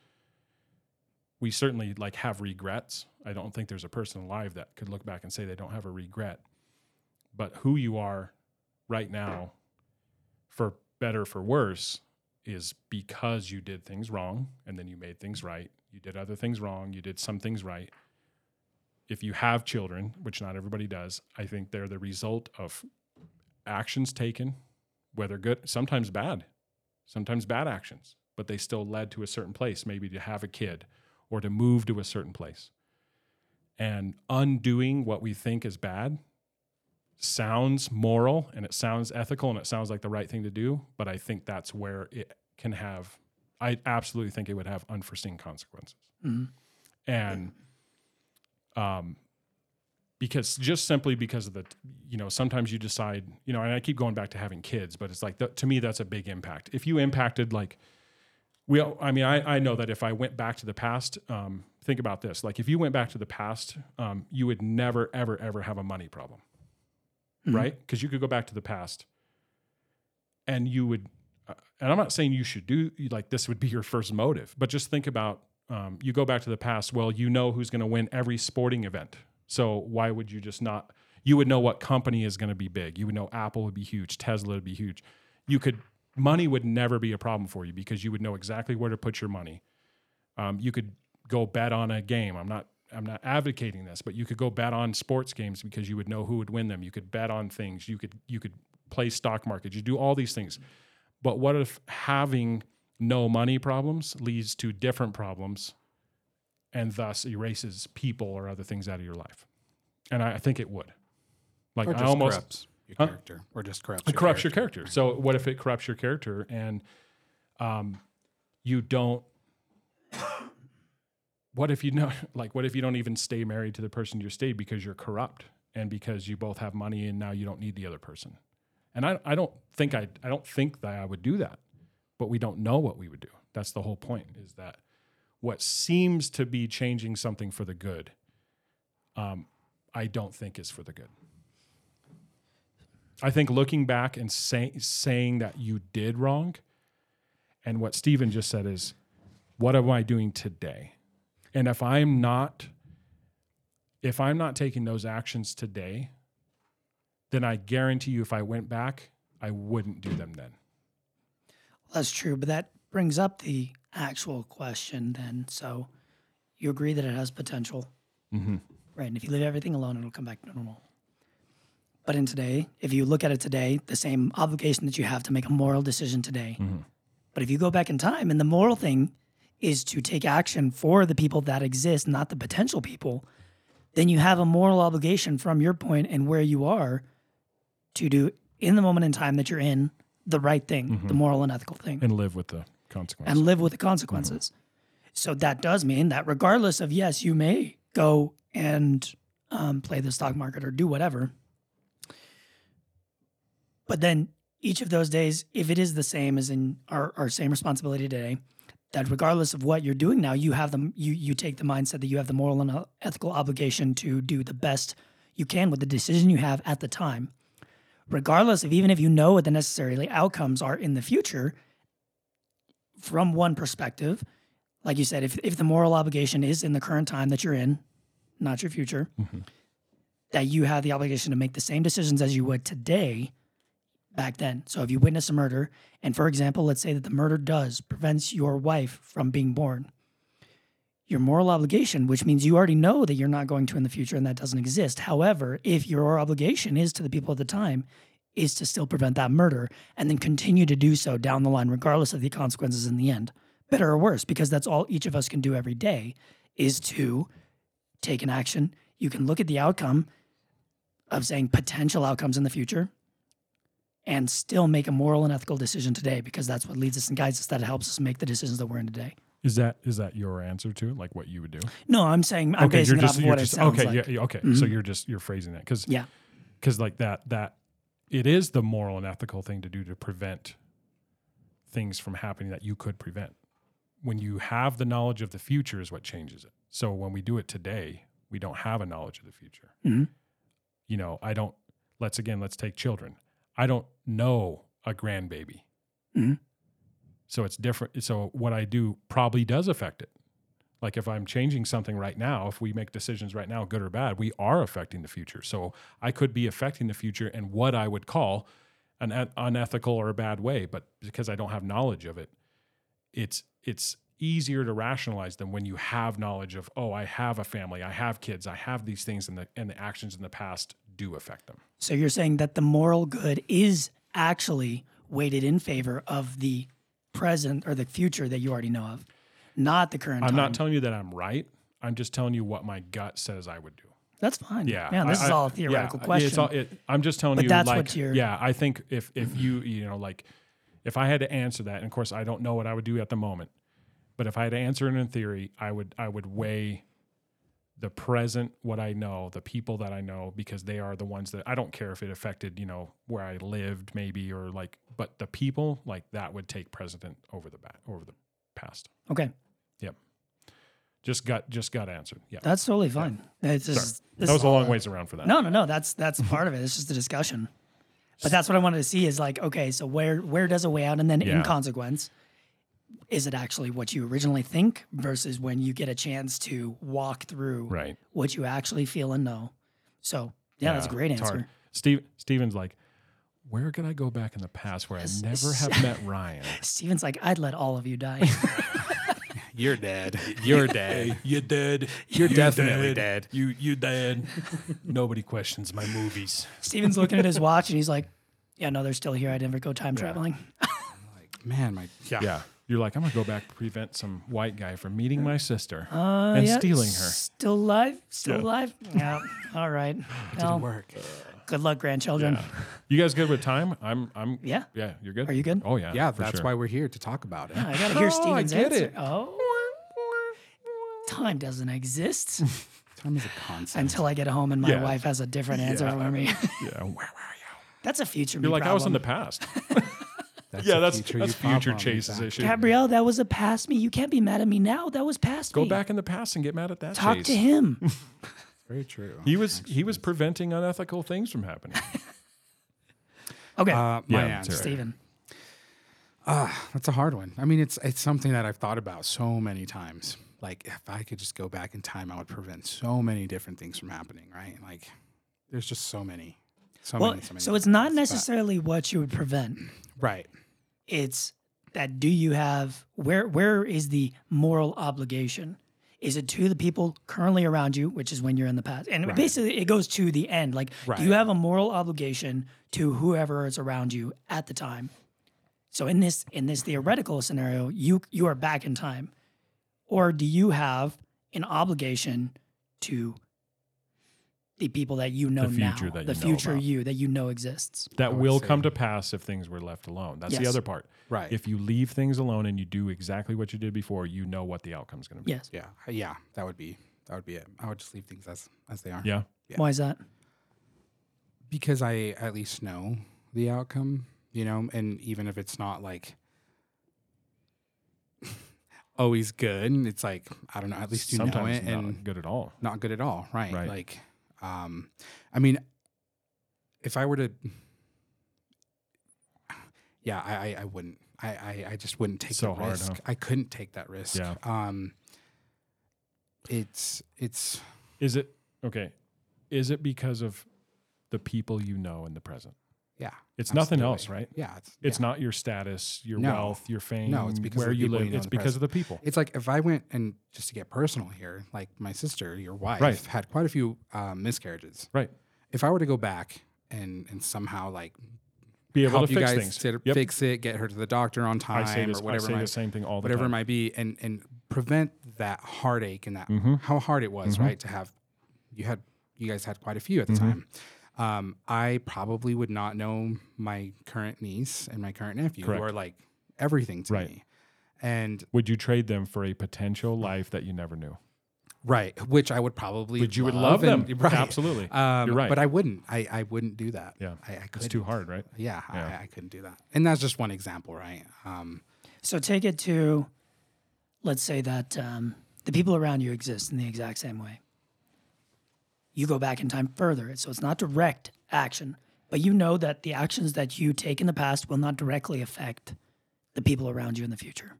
[SPEAKER 1] we certainly like have regrets. I don't think there's a person alive that could look back and say they don't have a regret. But who you are right now, for better or for worse, is because you did things wrong and then you made things right. You did other things wrong. You did some things right. If you have children, which not everybody does, I think they're the result of actions taken, whether good, sometimes bad, sometimes bad actions, but they still led to a certain place, maybe to have a kid or to move to a certain place. And undoing what we think is bad sounds moral and it sounds ethical and it sounds like the right thing to do, but I think that's where it can have I absolutely think it would have unforeseen consequences.
[SPEAKER 2] Mhm.
[SPEAKER 1] And um because just simply because of the you know sometimes you decide you know and i keep going back to having kids but it's like that, to me that's a big impact if you impacted like we all- i mean i, I know that if i went back to the past um, think about this like if you went back to the past um, you would never ever ever have a money problem right? Because you could go back to the past, and you would. uh, And I'm not saying you should do you- like this would be your first motive, but just think about um, you go back to the past. Well, you know who's going to win every sporting event, so why would you just not? You would know what company is going to be big. You would know Apple would be huge, Tesla would be huge. You could money would never be a problem for you because you would know exactly where to put your money. Um, you could go bet on a game. I'm not I'm not advocating this, but you could go bet on sports games because you would know who would win them. You could bet on things. You could you could play stock markets. You do all these things. But what if having no money problems leads to different problems and thus erases people or other things out of your life? And I, I think it would. Like
[SPEAKER 3] or
[SPEAKER 1] I
[SPEAKER 3] just
[SPEAKER 1] almost
[SPEAKER 3] corrupts your
[SPEAKER 1] Huh?
[SPEAKER 3] character, or just corrupts
[SPEAKER 1] it corrupts your character. So what if it corrupts your character and um, you don't? What if you know, like, what if you don't even stay married to the person you stayed because you're corrupt and because you both have money and now you don't need the other person? And I, I don't think I, I don't think that I would do that, but we don't know what we would do. That's the whole point is that what seems to be changing something for the good, um, I don't think is for the good. I think looking back and say, saying that you did wrong, and what Steven just said is, what am I doing today? And if I'm not, if I'm not taking those actions today, then I guarantee you, if I went back, I wouldn't do them then.
[SPEAKER 2] That's true, but that brings up the actual question then. So you agree that it has potential.
[SPEAKER 1] Mm-hmm.
[SPEAKER 2] Right. And if you leave everything alone, it'll come back to normal. But in today, if you look at it today, the same obligation that you have to make a moral decision today. But if you go back in time, and the moral thing is to take action for the people that exist, not the potential people, then you have a moral obligation from your point and where you are to do in the moment in time that you're in the right thing, the moral and ethical thing
[SPEAKER 1] And live with the consequences.
[SPEAKER 2] and live with the consequences. So that does mean that regardless of yes, you may go and um, play the stock market or do whatever. But then each of those days, if it is the same as in our, our same responsibility today, that regardless of what you're doing now, you have the you you take the mindset that you have the moral and ethical obligation to do the best you can with the decision you have at the time. Regardless of even if you know what the necessary outcomes are in the future, from one perspective, like you said, if, if the moral obligation is in the current time that you're in, not your future, that you have the obligation to make the same decisions as you would today back then. So if you witness a murder, and for example, let's say that the murder does prevents your wife from being born, your moral obligation, which means you already know that you're not going to in the future and that doesn't exist. However, if your obligation is to the people at the time, is to still prevent that murder and then continue to do so down the line, regardless of the consequences in the end, better or worse, because that's all each of us can do every day is to take an action. You can look at the outcome of saying potential outcomes in the future and still make a moral and ethical decision today because that's what leads us and guides us that helps us make the decisions that we're in today.
[SPEAKER 1] is that is that your answer to it? Like what you would do?
[SPEAKER 2] No, I'm saying I'm
[SPEAKER 1] okay,
[SPEAKER 2] basing
[SPEAKER 1] you're
[SPEAKER 2] it
[SPEAKER 1] just
[SPEAKER 2] off of
[SPEAKER 1] you're
[SPEAKER 2] what it
[SPEAKER 1] just
[SPEAKER 2] sounds
[SPEAKER 1] okay.
[SPEAKER 2] like. Mm-hmm.
[SPEAKER 1] yeah, yeah, okay, so you're just you're phrasing that because
[SPEAKER 2] yeah.
[SPEAKER 1] because like that that it is the moral and ethical thing to do to prevent things from happening that you could prevent when you have the knowledge of the future is what changes it so when we do it today we don't have a knowledge of the future
[SPEAKER 2] Mhm.
[SPEAKER 1] you know i don't let's again let's take children i don't know a grandbaby
[SPEAKER 2] Mhm.
[SPEAKER 1] so it's different so what i do probably does affect it like if i'm changing something right now if we make decisions right now good or bad we are affecting the future so i could be affecting the future in what i would call an un- unethical or a bad way but because i don't have knowledge of it it's it's easier to rationalize than when you have knowledge of oh i have a family i have kids i have these things and the and the actions in the past do affect them
[SPEAKER 2] So you're saying that the moral good is actually weighted in favor of the present or the future that you already know of, not the current.
[SPEAKER 1] i'm
[SPEAKER 2] time.
[SPEAKER 1] not telling you that i'm right i'm just telling you what my gut says i would do
[SPEAKER 2] That's fine.
[SPEAKER 1] Yeah,
[SPEAKER 2] Man, this
[SPEAKER 1] I-
[SPEAKER 2] is
[SPEAKER 1] I-
[SPEAKER 2] all a
[SPEAKER 1] yeah,
[SPEAKER 2] theoretical
[SPEAKER 1] it's
[SPEAKER 2] question.
[SPEAKER 1] all- it- I'm just telling
[SPEAKER 2] But
[SPEAKER 1] you,
[SPEAKER 2] that's
[SPEAKER 1] like,
[SPEAKER 2] what's your-
[SPEAKER 1] yeah, I think if if you you know like if I had to answer that, and of course I don't know what I would do at the moment, but if I had to answer it in theory, I would I would weigh the present, what I know, the people that I know, because they are the ones that I don't care if it affected you know where I lived maybe or like, but the people like that would take precedent over the back over the past.
[SPEAKER 2] okay,
[SPEAKER 1] Just got just got answered. Yeah,
[SPEAKER 2] that's totally fine. It's
[SPEAKER 1] Sorry.
[SPEAKER 2] just, this
[SPEAKER 1] that
[SPEAKER 2] is
[SPEAKER 1] was a long ways around for that.
[SPEAKER 2] No, no, no. That's that's part of it. It's just a discussion. But that's what I wanted to see is like, okay, so where where does it weigh out? And then
[SPEAKER 1] Yeah.
[SPEAKER 2] in consequence, is it actually what you originally think versus when you get a chance to walk through
[SPEAKER 1] Right.
[SPEAKER 2] what you actually feel and know? So yeah, that's a great
[SPEAKER 1] it's hard.
[SPEAKER 2] answer.
[SPEAKER 1] Steve Steven's like, where can I go back in the past where I
[SPEAKER 2] Yes,
[SPEAKER 1] never
[SPEAKER 2] yes.
[SPEAKER 1] have met Ryan?
[SPEAKER 2] Steven's like, I'd let all of you die.
[SPEAKER 3] You're dead. You're dead.
[SPEAKER 1] you're dead.
[SPEAKER 3] You're definitely dead.
[SPEAKER 1] You you dead. Nobody questions my movies.
[SPEAKER 2] Steven's looking at his watch and he's like, Yeah, no, they're still here. I'd never go time traveling.
[SPEAKER 3] Like, man, my
[SPEAKER 1] Yeah. You're like, I'm gonna go back prevent some white guy from meeting my sister
[SPEAKER 2] Uh,
[SPEAKER 1] and
[SPEAKER 2] yeah,
[SPEAKER 1] stealing her.
[SPEAKER 2] Still alive? Still
[SPEAKER 1] Yeah.
[SPEAKER 2] alive? Yeah. All right.
[SPEAKER 3] didn't
[SPEAKER 2] Well,
[SPEAKER 3] work.
[SPEAKER 2] good luck, grandchildren.
[SPEAKER 1] Yeah. You guys good with time? I'm I'm
[SPEAKER 2] Yeah.
[SPEAKER 1] Yeah, you're good.
[SPEAKER 2] Are you good?
[SPEAKER 1] Oh yeah.
[SPEAKER 3] Yeah,
[SPEAKER 1] for
[SPEAKER 3] that's
[SPEAKER 1] sure.
[SPEAKER 3] why we're here to talk about it.
[SPEAKER 2] I gotta hear
[SPEAKER 1] Oh, I
[SPEAKER 2] Steven's
[SPEAKER 1] get
[SPEAKER 2] answer.
[SPEAKER 1] it.
[SPEAKER 2] Oh, time doesn't exist
[SPEAKER 3] Time is a concept.
[SPEAKER 2] until I get home and my
[SPEAKER 1] Yeah.
[SPEAKER 2] wife has a different answer
[SPEAKER 1] Yeah.
[SPEAKER 2] for me.
[SPEAKER 1] Yeah. Where were you?
[SPEAKER 2] That's a future. me
[SPEAKER 1] You're like, I was in the
[SPEAKER 2] problem.
[SPEAKER 1] past.
[SPEAKER 3] That's
[SPEAKER 1] yeah,
[SPEAKER 3] a
[SPEAKER 1] that's
[SPEAKER 3] future
[SPEAKER 1] that's
[SPEAKER 3] you pop
[SPEAKER 1] future
[SPEAKER 3] on,
[SPEAKER 1] Chase's
[SPEAKER 3] exactly.
[SPEAKER 1] issue.
[SPEAKER 2] Gabrielle. That was a past me. You can't be mad at me now. That was past
[SPEAKER 1] Go
[SPEAKER 2] me.
[SPEAKER 1] back in the past and get mad at that.
[SPEAKER 2] Talk
[SPEAKER 1] Chase.
[SPEAKER 2] to him.
[SPEAKER 3] Very true.
[SPEAKER 1] He was he was preventing unethical things from happening.
[SPEAKER 2] Okay,
[SPEAKER 3] Uh, my
[SPEAKER 1] Yeah, that's
[SPEAKER 3] answer.
[SPEAKER 1] right.
[SPEAKER 2] Steven.
[SPEAKER 3] That's a hard one. I mean, it's it's something that I've thought about so many times. Like if I could just go back in time, I would prevent so many different things from happening, right? Like there's just so many. So
[SPEAKER 2] Well,
[SPEAKER 3] many, so many.
[SPEAKER 2] so it's not
[SPEAKER 3] different things,
[SPEAKER 2] necessarily what you would prevent.
[SPEAKER 3] but- right.
[SPEAKER 2] It's that do you have where where is the moral obligation? Is it to the people currently around you, which is when you're in the past? And basically it goes to the end. Like do you
[SPEAKER 3] Right.
[SPEAKER 2] have a moral obligation to whoever is around you at the time? So in this in this theoretical scenario, you you are back in time. Or do you have an obligation to the people that you know now,
[SPEAKER 1] future that
[SPEAKER 2] the
[SPEAKER 1] you know
[SPEAKER 2] future
[SPEAKER 1] about.
[SPEAKER 2] you that you know exists?
[SPEAKER 1] That
[SPEAKER 3] would
[SPEAKER 1] will
[SPEAKER 3] say-
[SPEAKER 1] come to pass if things were left alone. That's the
[SPEAKER 2] Yes.
[SPEAKER 1] other part.
[SPEAKER 3] Right.
[SPEAKER 1] If you leave things alone and you do exactly what you did before, you know what the outcome's going to be.
[SPEAKER 2] Yes.
[SPEAKER 3] yeah. Yeah. That would be that would be it. I would just leave things as as they are.
[SPEAKER 1] Yeah.
[SPEAKER 3] Yeah.
[SPEAKER 2] Why is that?
[SPEAKER 3] because I at least know the outcome, you know, and even if it's not like always good, it's like I don't know. At least you know
[SPEAKER 1] Sometimes
[SPEAKER 3] it,
[SPEAKER 1] not
[SPEAKER 3] and
[SPEAKER 1] good at all.
[SPEAKER 3] not good at all, right?
[SPEAKER 1] Right.
[SPEAKER 3] Like, um, I mean, if I were to, yeah, I, I, I wouldn't. I, I, I just wouldn't take
[SPEAKER 1] So
[SPEAKER 3] the
[SPEAKER 1] hard,
[SPEAKER 3] risk.
[SPEAKER 1] huh?
[SPEAKER 3] I couldn't take that risk.
[SPEAKER 1] Yeah.
[SPEAKER 3] Um, it's it's
[SPEAKER 1] Is it okay? Is it because of the people you know in the present?
[SPEAKER 3] yeah.
[SPEAKER 1] It's nothing else,
[SPEAKER 3] absolutely.
[SPEAKER 1] right?
[SPEAKER 3] Yeah. It's
[SPEAKER 1] It's
[SPEAKER 3] yeah.
[SPEAKER 1] not your status, your
[SPEAKER 3] No.
[SPEAKER 1] wealth, your fame.
[SPEAKER 3] No, it's because
[SPEAKER 1] where
[SPEAKER 3] of the
[SPEAKER 1] you
[SPEAKER 3] people
[SPEAKER 1] live.
[SPEAKER 3] you know in
[SPEAKER 1] it's
[SPEAKER 3] the
[SPEAKER 1] because of the people.
[SPEAKER 3] It's like if I went and just to get personal here, like my sister, your wife,
[SPEAKER 1] Right.
[SPEAKER 3] had quite a few um, miscarriages.
[SPEAKER 1] right.
[SPEAKER 3] If I were to go back and and somehow like
[SPEAKER 1] Be able
[SPEAKER 3] help
[SPEAKER 1] to
[SPEAKER 3] you
[SPEAKER 1] fix
[SPEAKER 3] guys
[SPEAKER 1] things.
[SPEAKER 3] sit-
[SPEAKER 1] Yep.
[SPEAKER 3] fix it, get her to the doctor on
[SPEAKER 1] I
[SPEAKER 3] time
[SPEAKER 1] say, this,
[SPEAKER 3] or
[SPEAKER 1] I
[SPEAKER 3] whatever,
[SPEAKER 1] say
[SPEAKER 3] my,
[SPEAKER 1] the same thing all the
[SPEAKER 3] whatever it
[SPEAKER 1] time.
[SPEAKER 3] might be, and and prevent that heartache and that
[SPEAKER 1] Mm-hmm.
[SPEAKER 3] how hard it was, right? To have you had you guys had quite a few at the
[SPEAKER 1] Mm-hmm.
[SPEAKER 3] time. Um, I probably would not know my current niece and my current nephew,
[SPEAKER 1] Correct.
[SPEAKER 3] who are like everything to
[SPEAKER 1] Right.
[SPEAKER 3] me, and
[SPEAKER 1] Would you trade them for a potential life that you never knew?
[SPEAKER 3] Right, which I would probably.
[SPEAKER 1] But you would love
[SPEAKER 3] and-
[SPEAKER 1] them.
[SPEAKER 3] right.
[SPEAKER 1] Absolutely.
[SPEAKER 3] Um,
[SPEAKER 1] You're right.
[SPEAKER 3] But I wouldn't. I, I wouldn't do that.
[SPEAKER 1] Yeah.
[SPEAKER 3] I, I
[SPEAKER 1] It's
[SPEAKER 3] could.
[SPEAKER 1] too hard, right?
[SPEAKER 3] Yeah,
[SPEAKER 1] Yeah.
[SPEAKER 3] I, I couldn't do that. And that's just one example, right? Um,
[SPEAKER 2] So take it to, let's say that um, the people around you exist in the exact same way. You go back in time further, so it's not direct action, but you know that the actions that you take in the past will not directly affect the people around you in the future.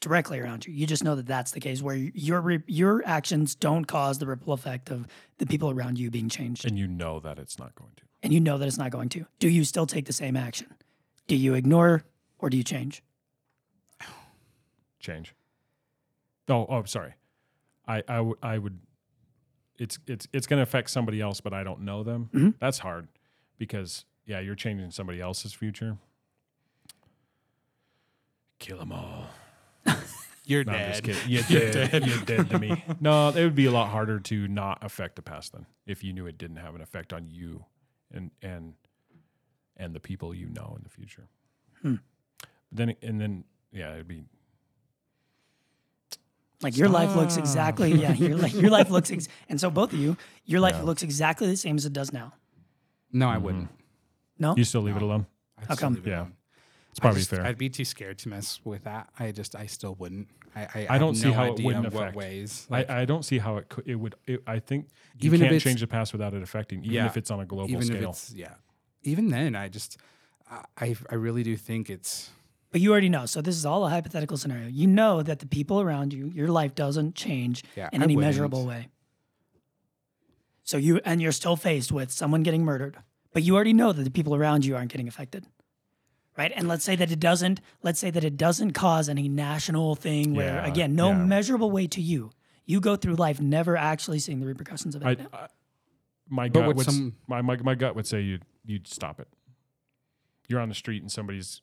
[SPEAKER 2] Directly around you, you just know that that's the case where your re- your actions don't cause the ripple effect of the people around you being changed,
[SPEAKER 1] And you know that it's not going to.
[SPEAKER 2] and you know that it's not going to. Do you still take the same action? Do you ignore or do you change?
[SPEAKER 1] change. Oh, oh, sorry. I, I, w- I would. It's it's it's going to affect somebody else, but I don't know them.
[SPEAKER 3] Mm-hmm.
[SPEAKER 1] That's hard because yeah, you're changing somebody else's future. Kill them all.
[SPEAKER 3] you're
[SPEAKER 1] No, I'm just
[SPEAKER 3] dead.
[SPEAKER 1] kidding. You're dead. You're dead to me. No, it would be a lot harder to not affect the past then if you knew it didn't have an effect on you and and and the people you know in the future.
[SPEAKER 3] Hmm.
[SPEAKER 1] But then and then yeah, it'd be
[SPEAKER 2] Like your life looks exactly yeah your li- your life looks ex- and so both of you your life looks exactly the same as it does now.
[SPEAKER 3] No, I wouldn't.
[SPEAKER 2] No,
[SPEAKER 1] you still leave it alone.
[SPEAKER 3] I'd
[SPEAKER 2] How
[SPEAKER 3] still
[SPEAKER 2] come?
[SPEAKER 3] leave
[SPEAKER 1] Mm-hmm.
[SPEAKER 3] it
[SPEAKER 1] Yeah.
[SPEAKER 3] alone.
[SPEAKER 1] It's probably
[SPEAKER 3] I just-
[SPEAKER 1] fair.
[SPEAKER 3] I'd be too scared to mess with that. I just, I still wouldn't. I, I,
[SPEAKER 1] I
[SPEAKER 3] have
[SPEAKER 1] don't see
[SPEAKER 3] no
[SPEAKER 1] how it
[SPEAKER 3] idea
[SPEAKER 1] wouldn't
[SPEAKER 3] what
[SPEAKER 1] affect.
[SPEAKER 3] ways. Like,
[SPEAKER 1] I, I don't see how it could. It would. It, I think you
[SPEAKER 3] Even if
[SPEAKER 1] can't
[SPEAKER 3] it's-
[SPEAKER 1] change the past without it affecting, even
[SPEAKER 3] Yeah.
[SPEAKER 1] if it's on a global
[SPEAKER 3] even if
[SPEAKER 1] scale.
[SPEAKER 3] it's yeah. Even then, I just, I- I, I really do think it's
[SPEAKER 2] but you already know. So this is all a hypothetical scenario. You know that the people around you, your life doesn't change
[SPEAKER 3] Yeah,
[SPEAKER 2] in
[SPEAKER 3] I
[SPEAKER 2] any
[SPEAKER 3] wouldn't.
[SPEAKER 2] measurable way. So you and you're still faced with someone getting murdered, but you already know that the people around you aren't getting affected. Right. And let's say that it doesn't, let's say that it doesn't cause any national thing where,
[SPEAKER 1] Yeah,
[SPEAKER 2] again, no
[SPEAKER 1] yeah.
[SPEAKER 2] measurable way to you. You go through life never actually seeing the repercussions of it.
[SPEAKER 1] I,
[SPEAKER 2] now.
[SPEAKER 1] I my
[SPEAKER 3] But
[SPEAKER 1] gut
[SPEAKER 3] with
[SPEAKER 1] would s-
[SPEAKER 3] some-
[SPEAKER 1] my, my my gut would say you you'd stop it. You're on the street and somebody's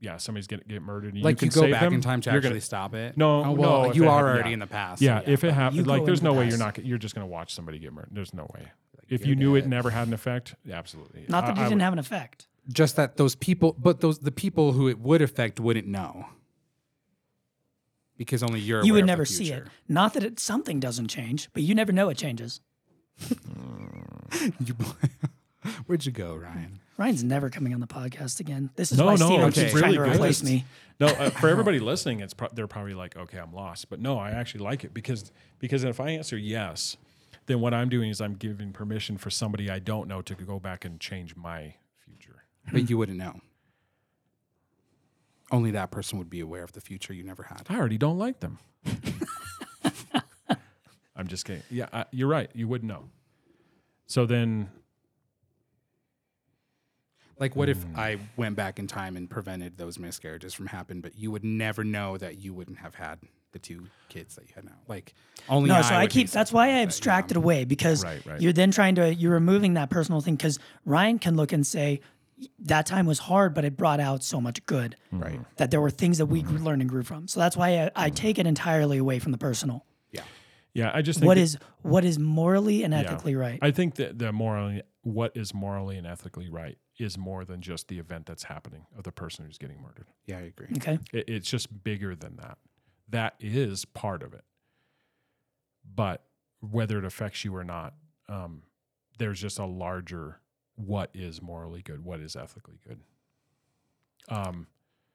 [SPEAKER 1] yeah somebody's gonna get murdered. And
[SPEAKER 3] Like
[SPEAKER 1] you,
[SPEAKER 3] you,
[SPEAKER 1] can
[SPEAKER 3] go
[SPEAKER 1] save
[SPEAKER 3] back
[SPEAKER 1] them,
[SPEAKER 3] in time to
[SPEAKER 1] you're
[SPEAKER 3] actually
[SPEAKER 1] gonna-
[SPEAKER 3] stop it.
[SPEAKER 1] No,
[SPEAKER 3] oh, well,
[SPEAKER 1] no, if
[SPEAKER 3] you
[SPEAKER 1] it
[SPEAKER 3] are
[SPEAKER 1] happened-
[SPEAKER 3] already
[SPEAKER 1] yeah.
[SPEAKER 3] in the past.
[SPEAKER 1] yeah, if it
[SPEAKER 2] you
[SPEAKER 1] happened,
[SPEAKER 2] go
[SPEAKER 1] like there's
[SPEAKER 2] in
[SPEAKER 1] no
[SPEAKER 2] the
[SPEAKER 1] way you're
[SPEAKER 2] past.
[SPEAKER 1] not you're just gonna watch somebody get murdered. There's no way.
[SPEAKER 3] Like,
[SPEAKER 1] If you knew it
[SPEAKER 3] dead.
[SPEAKER 1] never had an effect, yeah, absolutely.
[SPEAKER 2] Not that
[SPEAKER 1] I-
[SPEAKER 2] you
[SPEAKER 1] I
[SPEAKER 2] didn't
[SPEAKER 1] would-
[SPEAKER 2] have an effect.
[SPEAKER 3] just that those people, but those the people who it would affect wouldn't know because only you're.
[SPEAKER 2] You
[SPEAKER 3] aware
[SPEAKER 2] would
[SPEAKER 3] of the
[SPEAKER 2] never see it.
[SPEAKER 3] future.
[SPEAKER 2] Not that it, something doesn't change, but you never know it changes.
[SPEAKER 3] You, where'd you go, Ryan?
[SPEAKER 2] Ryan's never coming on the podcast again. This is
[SPEAKER 1] No,
[SPEAKER 2] why
[SPEAKER 1] no,
[SPEAKER 2] Steven
[SPEAKER 1] it's
[SPEAKER 2] keeps
[SPEAKER 1] really
[SPEAKER 2] trying to
[SPEAKER 1] good.
[SPEAKER 2] replace me.
[SPEAKER 1] No, uh, for everybody listening, it's pro- they're probably like, okay, I'm lost. But no, I actually like it because because if I answer yes, then what I'm doing is I'm giving permission for somebody I don't know to go back and change my future.
[SPEAKER 3] But you wouldn't know. Only that person would be aware of the future you never had.
[SPEAKER 1] I already don't like them. I'm just kidding. Yeah, I, you're right. You wouldn't know. So then,
[SPEAKER 3] Like, what if I went back in time and prevented those miscarriages from happening, but you would never know that you wouldn't have had the two kids that you had now? Like, only
[SPEAKER 2] No,
[SPEAKER 3] I
[SPEAKER 2] so I
[SPEAKER 3] would be
[SPEAKER 2] keep. That's why I abstract it away because
[SPEAKER 1] um, Right, right.
[SPEAKER 2] you're then trying to you're removing that personal thing because Ryan can look and say that time was hard, but it brought out so much good. Right. That there were things that we grew- learned and grew from. So that's why I, I take it entirely away from the personal.
[SPEAKER 3] Yeah.
[SPEAKER 1] yeah, I just think
[SPEAKER 2] What
[SPEAKER 1] that-
[SPEAKER 2] is what is morally and
[SPEAKER 1] yeah.
[SPEAKER 2] ethically right?
[SPEAKER 1] I think that the morally, what is morally and ethically right, is more than just the event that's happening of the person who's getting murdered.
[SPEAKER 3] Yeah, I agree.
[SPEAKER 2] okay.
[SPEAKER 1] It, it's just bigger than that. That is part of it. But whether it affects you or not, um, there's just a larger what is morally good, what is ethically good. Um,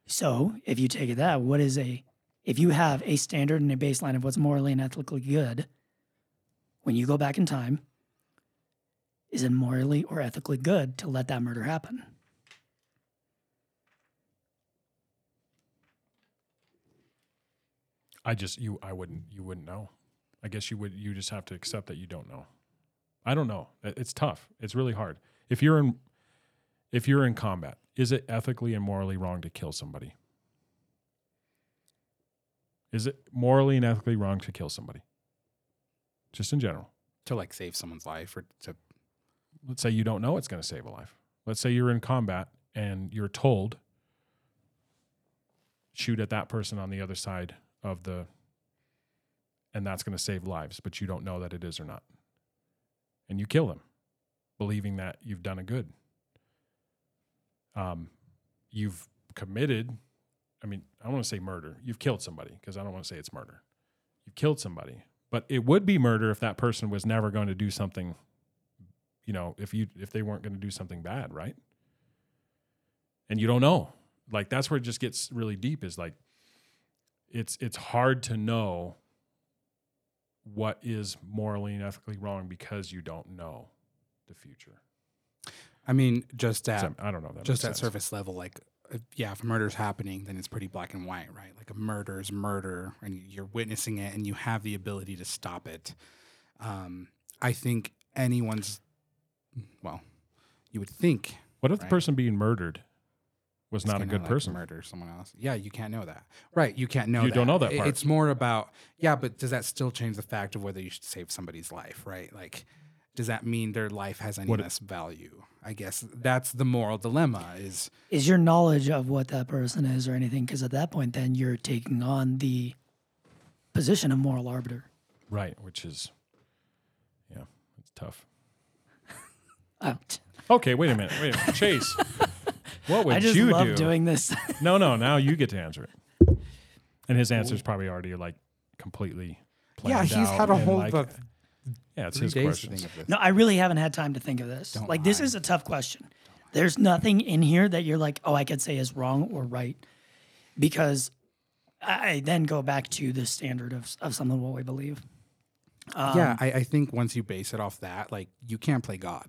[SPEAKER 2] So if you take it that, what is a if you have a standard and a baseline of what's morally and ethically good, when you go back in time, is it morally or ethically good to let that murder happen?
[SPEAKER 1] I just you I wouldn't you wouldn't know. I guess you would you just have to accept that you don't know. I don't know. It- It's tough. It's really hard. If you're in if you're in combat, is it ethically and morally wrong to kill somebody? Is it morally and ethically wrong to kill somebody? Just in general.
[SPEAKER 3] To like save someone's life or to
[SPEAKER 1] Let's say you don't know it's going to save a life. Let's say you're in combat and you're told shoot at that person on the other side of the and that's going to save lives, but you don't know that it is or not. And you kill them, believing that you've done a good. Um, you've committed, I mean, I don't want to say murder. You've killed somebody because I don't want to say it's murder. You've killed somebody, but it would be murder if that person was never going to do something, you know, if you if they weren't going to do something bad, right? And you don't know. Like that's where it just gets really deep is like it's it's hard to know what is morally and ethically wrong because you don't know the future.
[SPEAKER 3] I mean, just at
[SPEAKER 1] So, I don't know. if That
[SPEAKER 3] just at
[SPEAKER 1] makes sense.
[SPEAKER 3] surface level, like if, yeah, if murder's happening, then it's pretty black and white, right? Like a murder is murder, and you're witnessing it, and you have the ability to stop it. Um, I think anyone's, well, you would think
[SPEAKER 1] What if the
[SPEAKER 3] Right.
[SPEAKER 1] person being murdered was
[SPEAKER 3] it's
[SPEAKER 1] not a
[SPEAKER 3] gonna,
[SPEAKER 1] good
[SPEAKER 3] like,
[SPEAKER 1] person?
[SPEAKER 3] Murder someone else. Yeah, you can't know that, right? You can't know.
[SPEAKER 1] You
[SPEAKER 3] that.
[SPEAKER 1] don't know that
[SPEAKER 3] I-
[SPEAKER 1] part.
[SPEAKER 3] It's more about yeah, but does that still change the fact of whether you should save somebody's life, right? Like, does that mean their life has any
[SPEAKER 1] What-
[SPEAKER 3] less value? I guess that's the moral dilemma. Is
[SPEAKER 2] is your knowledge of what that person is or anything because at that point then you're taking on the position of moral arbiter
[SPEAKER 1] Right, which is, yeah, it's tough.
[SPEAKER 2] out
[SPEAKER 1] Okay, wait a minute. Wait a minute. Chase, what would
[SPEAKER 2] i just
[SPEAKER 1] you
[SPEAKER 2] love
[SPEAKER 1] do?
[SPEAKER 2] doing this
[SPEAKER 1] no, no, now you get to answer it. And his answer is probably already like completely
[SPEAKER 3] yeah,
[SPEAKER 1] planned
[SPEAKER 3] he's
[SPEAKER 1] out
[SPEAKER 3] had a
[SPEAKER 1] and,
[SPEAKER 3] whole
[SPEAKER 1] like,
[SPEAKER 3] of
[SPEAKER 1] Yeah, it's
[SPEAKER 3] three
[SPEAKER 1] his
[SPEAKER 3] days
[SPEAKER 1] question.
[SPEAKER 3] to think of this.
[SPEAKER 2] no i really haven't had time to think of this
[SPEAKER 3] Don't
[SPEAKER 2] like this
[SPEAKER 3] lie.
[SPEAKER 2] is a tough question there's nothing in here that you're like oh i could say is wrong or right because i I then go back to the standard of, of something what we believe Um,
[SPEAKER 1] Um,
[SPEAKER 3] yeah, I, I think once you base it off that, like you can't play God,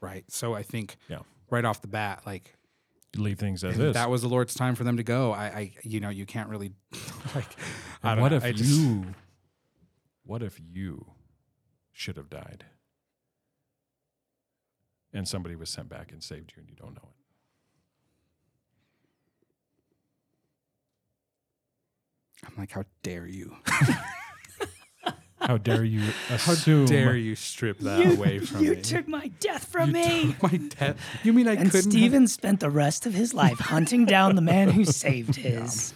[SPEAKER 3] right? So I think
[SPEAKER 1] Yeah.
[SPEAKER 3] right off the bat, like
[SPEAKER 1] You leave things as
[SPEAKER 3] if
[SPEAKER 1] is.
[SPEAKER 3] that was the Lord's time for them to go. I, I you know, you can't really like. I
[SPEAKER 1] And
[SPEAKER 3] don't
[SPEAKER 1] what
[SPEAKER 3] know,
[SPEAKER 1] if
[SPEAKER 3] I just-
[SPEAKER 1] you what if you should have died and somebody was sent back and saved you, and you don't know it.
[SPEAKER 3] I'm like, how dare you?
[SPEAKER 1] How dare you assume?
[SPEAKER 3] Dare you strip that
[SPEAKER 2] you
[SPEAKER 3] away from
[SPEAKER 2] you
[SPEAKER 3] me?
[SPEAKER 2] took my death from
[SPEAKER 3] You
[SPEAKER 2] me.
[SPEAKER 3] took my death. You mean I
[SPEAKER 2] and
[SPEAKER 3] couldn't?
[SPEAKER 2] Steven spent the rest of his life hunting down the man who saved his.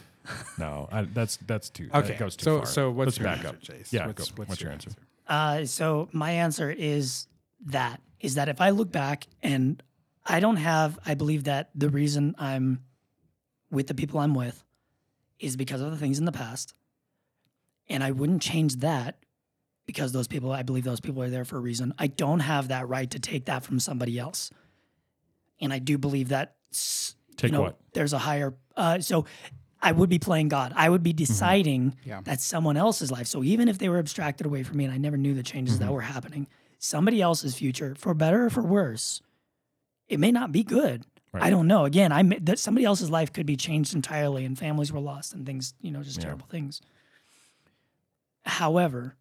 [SPEAKER 1] No, I, that's that's too.
[SPEAKER 3] Have?
[SPEAKER 1] that
[SPEAKER 3] Okay.
[SPEAKER 1] goes too
[SPEAKER 3] so
[SPEAKER 1] far.
[SPEAKER 3] so what's
[SPEAKER 1] Let's
[SPEAKER 3] your
[SPEAKER 1] back
[SPEAKER 3] answer,
[SPEAKER 1] up?
[SPEAKER 3] Chase?
[SPEAKER 1] Yeah,
[SPEAKER 3] What's,
[SPEAKER 1] go. what's, your answer?
[SPEAKER 2] Uh, so my answer is that is that if I look back and I don't have, I believe that the reason I'm with the people I'm with is because of the things in the past, and I wouldn't change that because those people, I believe those people are there for a reason. I don't have that right to take that from somebody else, and I do believe that s-
[SPEAKER 1] Take
[SPEAKER 2] you know,
[SPEAKER 1] what?
[SPEAKER 2] There's a higher. Uh, so I would be playing God. I would be
[SPEAKER 1] Mm-hmm.
[SPEAKER 2] deciding
[SPEAKER 3] Yeah.
[SPEAKER 2] that's someone else's life. So even if they were abstracted away from me and I never knew the changes
[SPEAKER 1] Mm-hmm.
[SPEAKER 2] that were happening, somebody else's future, for better or for worse, it may not be good.
[SPEAKER 1] Right.
[SPEAKER 2] I don't know. Again, I may- that somebody else's life could be changed entirely, and families were lost, and things, you know, just
[SPEAKER 1] Yeah.
[SPEAKER 2] terrible things. However,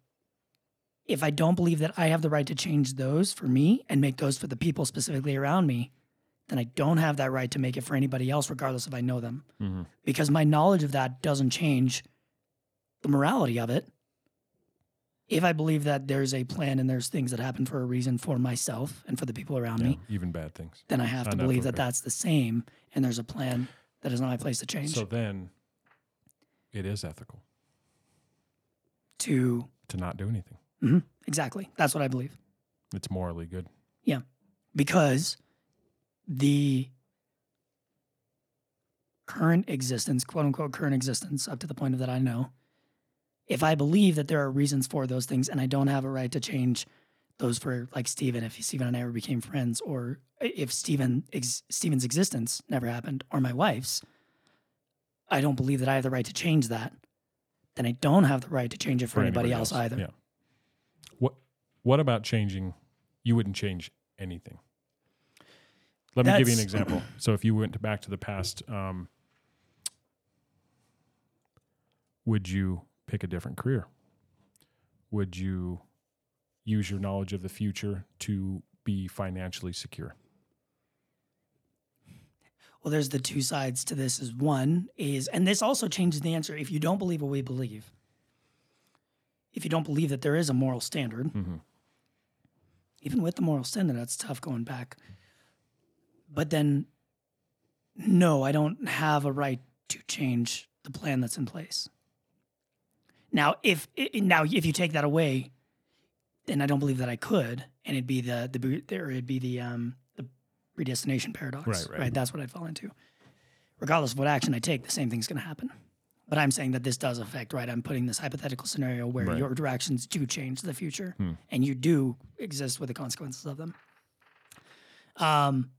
[SPEAKER 2] if I don't believe that I have the right to change those for me and make those for the people specifically around me, then I don't have that right to make it for anybody else, regardless if I know them.
[SPEAKER 1] Mhm.
[SPEAKER 2] Because my knowledge of that doesn't change the morality of it. If I believe that there's a plan and there's things that happen for a reason for myself and for the people around
[SPEAKER 1] Yeah,
[SPEAKER 2] me,
[SPEAKER 1] even bad things.
[SPEAKER 2] then I have to
[SPEAKER 1] Enough
[SPEAKER 2] believe
[SPEAKER 1] of
[SPEAKER 2] that
[SPEAKER 1] it.
[SPEAKER 2] that's the same and there's a plan that is not my place to change.
[SPEAKER 1] So then, it is ethical
[SPEAKER 2] to
[SPEAKER 1] to not do anything.
[SPEAKER 2] Mhm. exactly. That's what I believe.
[SPEAKER 1] It's morally good.
[SPEAKER 2] because the current existence, quote unquote, current existence, up to the point of that I know, if I believe that there are reasons for those things and I don't have a right to change those for like Steven, if Steven and I ever became friends, or i- if Steven, ex- Steven's existence never happened, or my wife's, I don't believe that I have the right to change that. Then I don't have the right to change it for, anybody, else, either.
[SPEAKER 1] Yeah. What What about changing? You wouldn't change anything. Let me give you an
[SPEAKER 2] That's-
[SPEAKER 1] example. So if you went to- back to the past, um, would you pick a different career? Would you use your knowledge of the future to be financially secure?
[SPEAKER 2] Well, there's the two sides to this. Is one is, and this also changes the answer. If you don't believe what we believe, if you don't believe that there is a moral standard,
[SPEAKER 1] Mhm.
[SPEAKER 2] even with the moral standard, that's tough going back. But then, no, I don't have a right to change the plan that's in place. Now, if i- now if you take that away, then I don't believe that I could, and it'd be the the bu- there it'd be the um the predestination paradox,
[SPEAKER 1] Right, right.
[SPEAKER 2] That's what I'd fall into. Regardless of what action I take, the same thing's going to happen. But I'm saying that this does affect, right? I'm putting this hypothetical scenario where
[SPEAKER 1] Right.
[SPEAKER 2] your directions do change the future, and you do exist with the consequences of them. Um,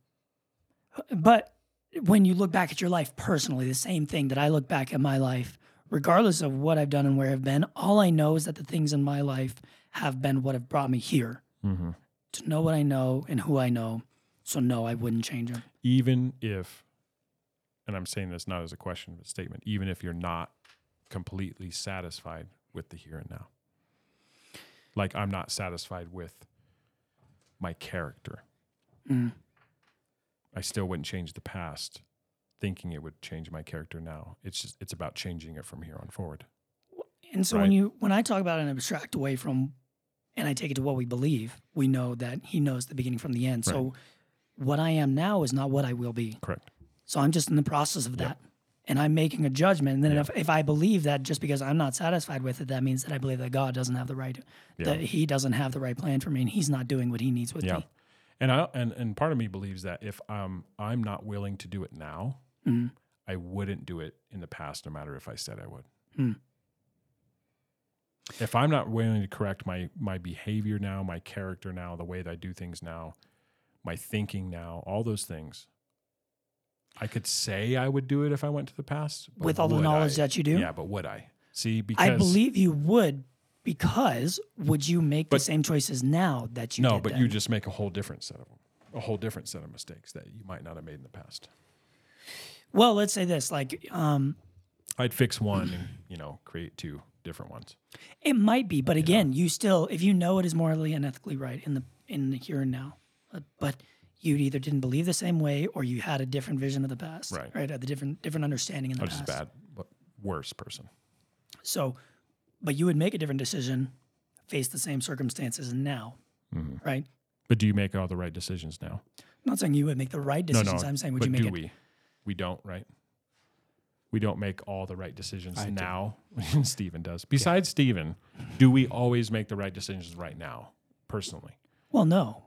[SPEAKER 2] but when you look back at your life personally, the same thing that I look back at my life, regardless of what I've done and where I've been, all I know is that the things in my life have been what have brought me here
[SPEAKER 1] Mm-hmm.
[SPEAKER 2] to know what I know and who I know. So no, I wouldn't change them.
[SPEAKER 1] Even if, and I'm saying this not as a question but statement, even if you're not completely satisfied with the here and now. Like I'm not satisfied with my character.
[SPEAKER 2] Mm.
[SPEAKER 1] I still wouldn't change the past thinking it would change my character now. It's just it's about changing it from here on forward.
[SPEAKER 2] And so
[SPEAKER 1] Right.
[SPEAKER 2] when you when I talk about an abstract away from and I take it to what we believe, we know that he knows the beginning from the end. So what I am now is not what I will be.
[SPEAKER 1] Correct.
[SPEAKER 2] So I'm just in the process of that. And I'm making a judgment. And then if, if I believe that just because I'm not satisfied with it, that means that I believe that God doesn't have the right, that he doesn't have the right plan for me and he's not doing what he needs with
[SPEAKER 1] Yeah.
[SPEAKER 2] me.
[SPEAKER 1] And I and, and part of me believes that if um I'm not willing to do it now,
[SPEAKER 2] Mhm.
[SPEAKER 1] I wouldn't do it in the past, no matter if I said I would.
[SPEAKER 2] Hmm.
[SPEAKER 1] If I'm not willing to correct my my behavior now, my character now, the way that I do things now, my thinking now, all those things, I could say I would do it if I went to the past. but
[SPEAKER 2] With all the
[SPEAKER 1] would
[SPEAKER 2] knowledge
[SPEAKER 1] I?
[SPEAKER 2] that you do?
[SPEAKER 1] yeah, but would I? See, because
[SPEAKER 2] I believe you would because would you make the
[SPEAKER 1] But-
[SPEAKER 2] same choices now that you
[SPEAKER 1] no,
[SPEAKER 2] did
[SPEAKER 1] but
[SPEAKER 2] then?
[SPEAKER 1] you just make a whole different set of them, a whole different set of mistakes that you might not have made in the past.
[SPEAKER 2] well let's say this like um
[SPEAKER 1] I'd fix one and you know create two different ones.
[SPEAKER 2] It might be, but again, you still, if you know it is morally and ethically right in the in the here and now, uh, but you either didn't believe the same way or you had a different vision of the past,
[SPEAKER 1] Right.
[SPEAKER 2] Right, had the different different understanding in the
[SPEAKER 1] Which is
[SPEAKER 2] past.
[SPEAKER 1] bad, but worse person.
[SPEAKER 2] So, but you would make a different decision, face the same circumstances now,
[SPEAKER 1] Mm-hmm.
[SPEAKER 2] right?
[SPEAKER 1] But do you make all the right decisions now?
[SPEAKER 2] I'm not saying you would make the right decisions.
[SPEAKER 1] no, no.
[SPEAKER 2] I'm saying would
[SPEAKER 1] but
[SPEAKER 2] you make
[SPEAKER 1] do
[SPEAKER 2] it?
[SPEAKER 1] we? We don't, right? We don't make all the right decisions
[SPEAKER 3] I do.
[SPEAKER 1] now. Steven does. Besides Steven, do we always make the right decisions right now, personally?
[SPEAKER 2] Well, no.